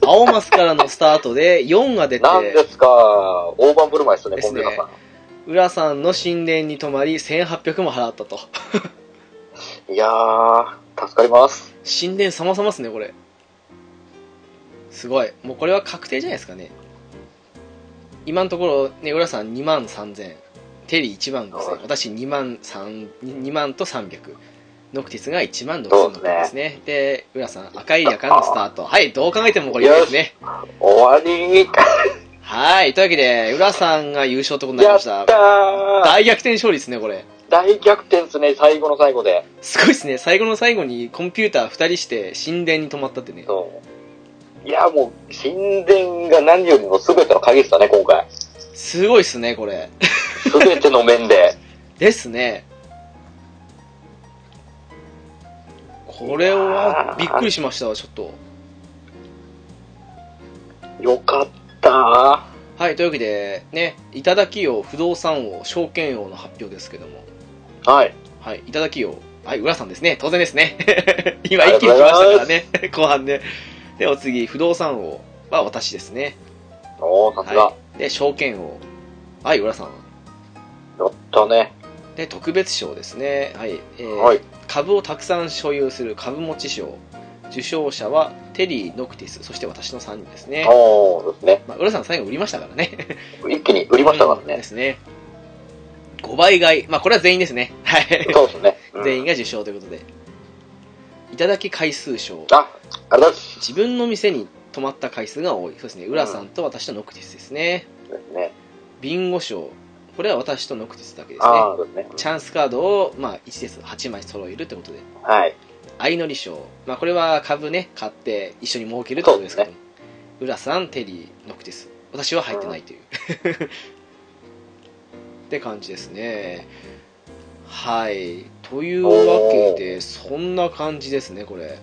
S1: 青マスからのスタートで4が出て、
S2: なんですか、大盤振る舞いですね、
S1: で
S2: コ
S1: す
S2: ン
S1: ね
S2: ビナさ
S1: 浦さんの神殿に止まり1800も払ったと。
S2: ん。いやー、助かります。
S1: 神殿様様っすねこれすごいもうこれは確定じゃないですかね今のところね浦さん2万3000テリー1万
S2: はい
S1: 5000私2万3 2万と300ノクティスが1万6000のですねで浦さん赤いリアからのスタートはいどう考えてもこれいいですね
S2: 終わり
S1: はいというわけで浦さんが優勝ってことになり
S2: や
S1: ま
S2: っ
S1: したた
S2: ー
S1: 大逆転勝利ですねこれ
S2: 大逆転ですね、最後の最後で。
S1: すごいですね最後の最後にコンピューター2人して神殿に泊まったってね
S2: そういや、もう、神殿が何よりの全ての鍵でしたね、今回。
S1: すごいですねこれ
S2: 全ての面で。
S1: ですねこれはびっくりしましたわちょっと
S2: よかった
S1: はいというわけでねいただきよ不動産王証券王の発表ですけども
S2: はい。
S1: はいいただきよはい浦さんですね当然ですね 今一気に来ましたからね後半ででお次不動産王は私ですね
S2: おー、さすが。
S1: はいで証券王はい浦さん
S2: やったね。
S1: で特別賞ですねはい、えー
S2: はい。
S1: 株をたくさん所有する株持ち賞受賞者はテリー・ノクティスそして私の3人ですね、
S2: おー、ですね。
S1: まあ、浦さん最後売りましたからね
S2: 一気に売りましたから
S1: で
S2: ね。
S1: すね5倍買いまあこれは全員ですねはい
S2: そうですね。うん
S1: 全員が受賞ということでいただき回数賞
S2: あ、あれだっす。
S1: 自分の店に泊まった回数が多いそうですね浦さんと私とノクティスですね
S2: ですね。
S1: ビンゴ賞これは私とノクティスだけですね
S2: あー、ですね。
S1: チャンスカードを、まあ、1列8枚揃えるってことで
S2: はい。
S1: 相乗り賞、まあ、これは株ね買って一緒に儲けるってことですけど、浦さんテリーノクティス私は入ってないという、 って感じですねはいというわけでそんな感じですねこれ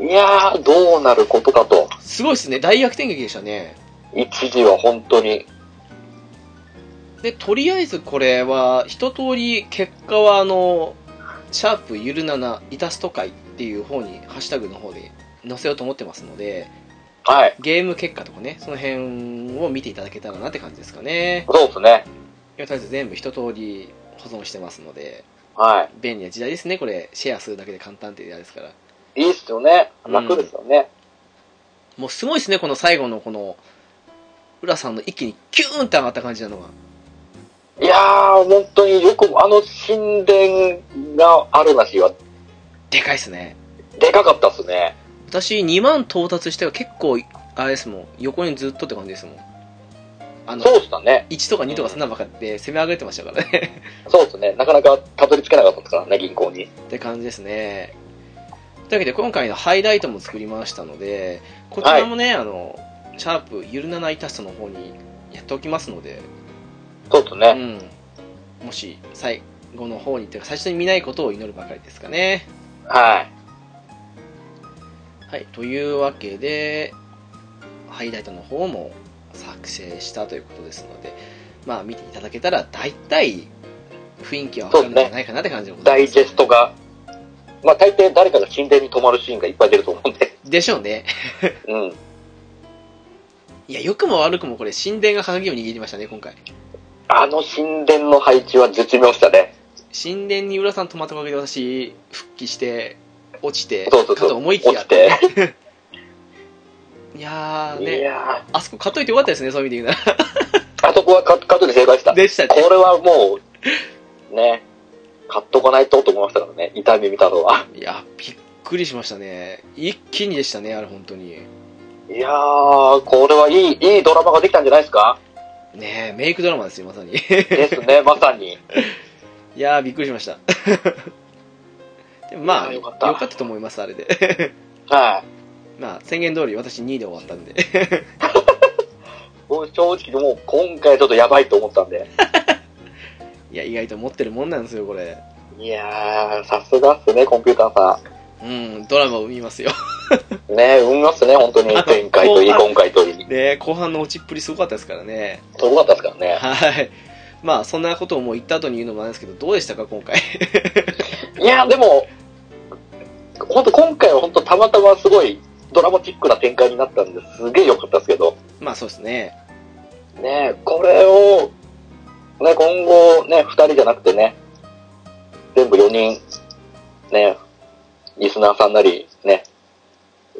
S2: いやー、どうなることかと。
S1: すごいですね大逆転劇でしたね
S2: 一時は本当に。
S1: でとりあえずこれは一通り結果はあのシャープゆるななイタスト会っていう方にハッシュタグの方で載せようと思ってますので
S2: はい。
S1: ゲーム結果とかね、その辺を見ていただけたらなって感じですかね。
S2: そうですね。
S1: いやとりあえず全部一通り保存してますので、
S2: は
S1: 便利な時代ですね、これ。シェアするだけで簡単ってやつですから。
S2: い。いいっすよね。
S1: うん
S2: 楽ですよね。
S1: もうすごいですね、この最後のこの、浦さんの一気にキューンって上がった感じなのが。
S2: いやー、本当によく、あの神殿があるなしは、
S1: でかいっすね。
S2: でかかったっすね。
S1: 私、2万到達しては結構、あれですもん、横にずっとって感じですもん。あの、
S2: そうっすだね。
S1: 1とか2とかそんなばっかで攻め上げてましたからね。
S2: そうですね。なかなかたどり着けなかったですからね、銀行に。
S1: って感じですね。というわけで今回のハイライトも作りましたのでこちらもね、あのシャープゆるなないタストの方にやっておきますので、
S2: そうです
S1: う
S2: ね。
S1: ん、もし最後の方にというか最初に見ないことを祈るばかりですかね。
S2: はい。
S1: はい、というわけでハイライトの方もさ作成したということですので、まあ、見ていただけたら、大体、雰囲気はわかるんじゃないかなって感じでござ
S2: ダ
S1: いま
S2: イ
S1: す。
S2: ジェストが、まあ大抵誰かが神殿に泊まるシーンがいっぱい出ると思うんで、
S1: でしょうね。
S2: うん。
S1: いや、良くも悪くもこれ、神殿が鍵を握りましたね、今回。
S2: あの神殿の配置は絶妙したね。
S1: 神殿に浦さん泊まったおかげで私、復帰して、落ちて、
S2: そうそうそう
S1: かと思いきや
S2: 落ちて。
S1: いやー
S2: い
S1: ね、
S2: や
S1: あそこ買っといてよかったですね、そういう意味で言うな
S2: ー、あそこはカッカットで正解した。
S1: ら。でした
S2: こ
S1: ね。
S2: れはもう、ね、買っとかないとと思いましたからね、痛み見たのは。
S1: いや、びっくりしましたね。一気にでしたね、あれ、本当に。
S2: いやー、これはいい、いいドラマができたんじゃないですか
S1: ねえ、メイクドラマですよ、まさに。 い
S2: ですね、まさに。
S1: やー、びっくりしました。 でもまあ、
S2: い
S1: よ
S2: やーよ
S1: か
S2: か
S1: っ
S2: ったた
S1: と思います、あれで。
S2: はい。
S1: まあ、宣言通り、私2位で終わったんで。
S2: もう正直もう今回ちょっとやばいと思ったんで。
S1: いや、意外と持ってるもんなんですよ、これ。
S2: いやー、さすがっすね、コンピューターさ
S1: うん、ドラマを見ますよ。
S2: ん。ね、運がっすね、本当に。
S1: あの
S2: 前回といい、
S1: 後半
S2: 今回といい。
S1: で、後半の落ちっぷりすごかったですからね。
S2: すごかったですからね。
S1: はい。まあ、そんなことをもう言った後に言うのもなんですけど、どうでしたか、今回。
S2: いや、でも、本当今回は本当たまたますごいドラマチックな展開になったんですげえ良かったですけど、
S1: まあ、そうですね。
S2: ねえこれを、ね、今後ね、二人じゃなくてね、全部4人、ね、リスナーさんなり、ね、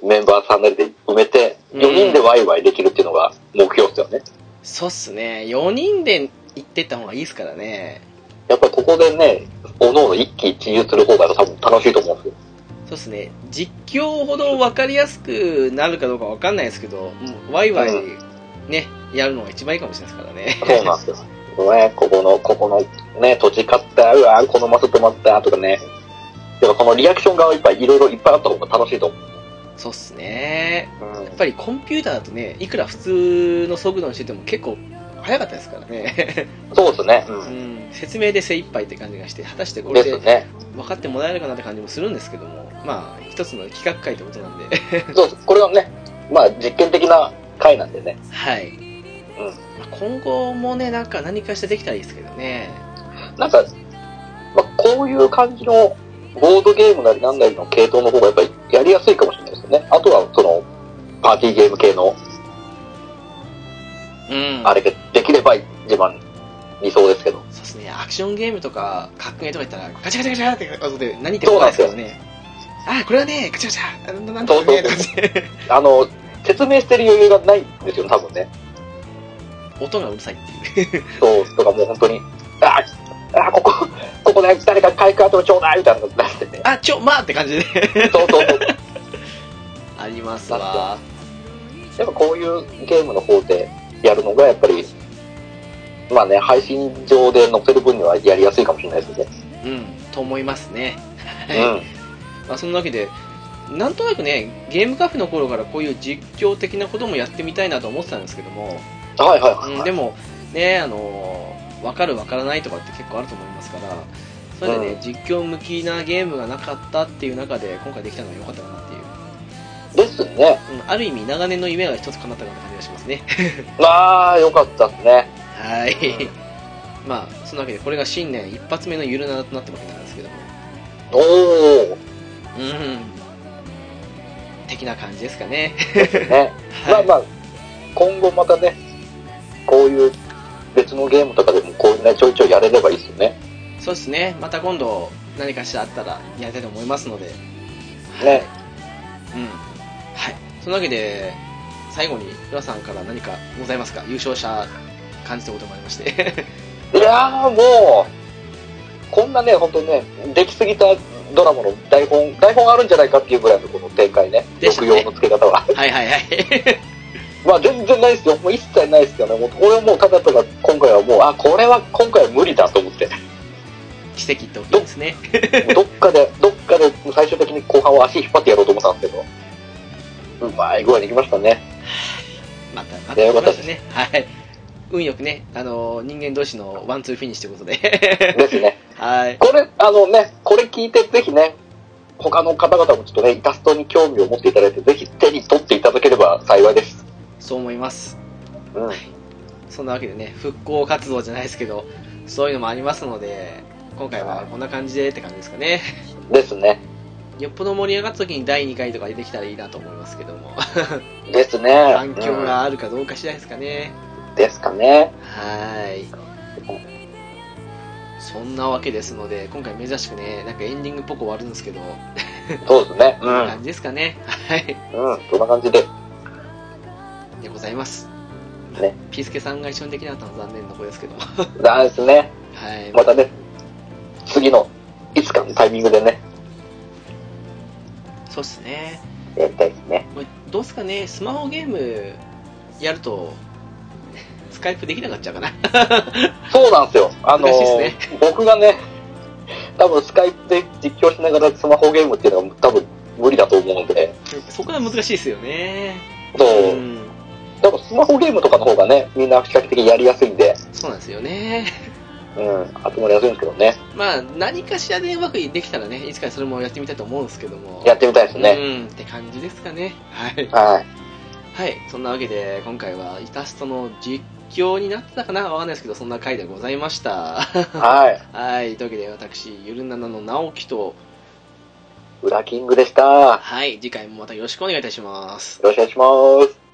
S2: メンバーさんなりで埋めて、
S1: うん
S2: 4人でワイワイできるっていうのが目標ですよね。
S1: そうっすね。4人で行ってった方がいいですからね。
S2: やっぱりここでね、おのおの一喜一憂する方が多分楽しいと思うんですよ。
S1: そうですね、実況ほど分かりやすくなるかどうか分かんないですけど、うんワイワイ
S2: う
S1: ね、やるのが一番いいかもしれないですからね。
S2: そうなんですよ。ね、ここの、ここの、ね、土地買った、うわ、このマス止まった、とかね。やっぱこのリアクション側いっぱい、いろいろいっぱいあった方が楽しいと思う。
S1: そうっすね。
S2: うん
S1: やっぱりコンピューターだとね、いくら普通の速度にしてても結構早かったですからね。
S2: そうですね。
S1: うん、説明で精一杯って感じがして、果たしてこれ
S2: です
S1: で
S2: ね。
S1: 分かってもらえるかなって感じもするんですけども、まあ、一つの企画会ってことなんで、
S2: そう、これはね、まあ実験的な回なんでね。
S1: はい。まあ今後もね、なんか何かしてできたらいいですけどね。
S2: なんか、まあこういう感じのボードゲームなりなんなりの系統の方がやっぱりやりやすいかもしれないですよね。あとはその、パーティーゲーム系の
S1: うん。
S2: あれができれば一番理想ですけど。
S1: そうですね、アクションゲームとか、格ゲーとか言ったら、ガチャガチャガチャって音で何言ってもないですからね。あ、これはね、ガチャガチャ、あななんとかね、とか
S2: そう
S1: ね
S2: あの、説明してる余裕がないんですよね、多分ね。
S1: 音がうるさいっていう。
S2: そう、とかもう本当に、あーあー、ここ、ここね、誰か回復後ちょうだいみたいなのが出してて。
S1: あ、ちょ、まあって感じで、ね、
S2: そうそうそう。
S1: ありますわ。
S2: やっぱこういうゲームの方でやるのが、やっぱり、まあね、配信上で載せる分にはやりやすいかもしれないですよね。
S1: うん、と思いますね。
S2: うん。
S1: まあ、そんなわけで、なんとなくね、ゲームカフェの頃からこういう実況的なこともやってみたいなと思ってたんですけども、
S2: はいはいはい、
S1: うん、でも、ね、あのー、わかるわからないとかって結構あると思いますから、それでね、
S2: うん
S1: 実況向きなゲームがなかったっていう中で、今回できたのは良かったかなっていう。
S2: ですね。
S1: うん、ある意味長年の夢が一つ叶ったような感じがします ね
S2: まあ、よかったですね。
S1: はいまあそんなわけでこれが新年一発目のゆるななとなってるわけなんですけども
S2: おお、
S1: うん的な感じですかね
S2: ね。ま
S1: は
S2: あ
S1: い、
S2: まあ、今後またね、こういう別のゲームとかでもこういうね、ちょいちょいやれればいいですよね。
S1: そうですねまた今度何かしらあったらやりたいと思いますので
S2: ね
S1: はい、うんはいそんなわけで最後に浦さんから何かございますか優勝者感じたこともありまして
S2: いやーもう、こんなね、本当にね、できすぎたドラマの台本、台本あるんじゃないかっていうぐらいのこの展開ね、
S1: でした
S2: 抑
S1: ね
S2: 揚の付け方は。
S1: はいはい はい
S2: まあ全然ないですよ。もう一切ないですよね。もうこれはもうただただ今回はもう、あ、これは今回は無理だと 思って。
S1: 奇跡ってことですね
S2: もうどっかで、どっかで最終的に後半は足引っ張ってやろうと思ったんですけど。うまい具合にいきましたね。
S1: また、ま
S2: いやよかった
S1: たね。はい。運よくね、あの、人間同士のワンツーフィニッシュということ で。
S2: ですね。
S1: はい。
S2: これ、あのね、これ聞いてぜひね、他の方々もちょっとね、イラストに興味を持っていただいて、ぜひ手に取っていただければ幸いです。
S1: そう思います。
S2: うん。うん。
S1: そんなわけでね、復興活動じゃないですけど、そういうのもありますので、今回はこんな感じでって感じですかね。
S2: ですね。
S1: よっぽど盛り上がった時に第2回とか出てきたらいいなと思いますけども、
S2: ですね。
S1: 反響があるかどうか次第ですかね。
S2: うんですかね。
S1: はーい。そんなわけですので、今回珍しくね、なんかエンディングっぽく終わるんですけど、
S2: そうですね。う
S1: 感じですかね。はい。
S2: ん。うん。そんな感じで。
S1: でございます。
S2: ね。
S1: ピースケさんが一緒にできなかったのは残念なことですけども。
S2: だですね。
S1: はい。
S2: またね、次の、いつかのタイミングでね、
S1: そうですね。
S2: やりたいですね。
S1: まあどうですかね、スマホゲームやると、スカイプできなくなっちゃうか な。
S2: そうなんですよ。あのー
S1: 難しいっす
S2: 僕がね、多分スカイプで実況しながらスマホゲームっていうのは多分無理だと思うんで、
S1: そこが難しいですよね。
S2: そう、
S1: ん。
S2: 多分スマホゲームとかの方がね、みんな比較的やりやすいんで、
S1: そうなんですよね。
S2: うん、集まりやすいんですけどね、
S1: まあ、何かしらでうまくできたらね、いつかそれもやってみたいと思うんですけども。
S2: やってみたいですね。
S1: うん、って感じですかね。はい。
S2: はい。
S1: はい、そんなわけで、今回はイタストの実況になってたかなわかんないですけど、そんな回でございました。
S2: はい。
S1: はい、というわけで私、ゆるななの直樹と、
S2: 裏キングでした。よ
S1: はい、次回もまたよろしくお願いいたします。
S2: ろしくお願いします。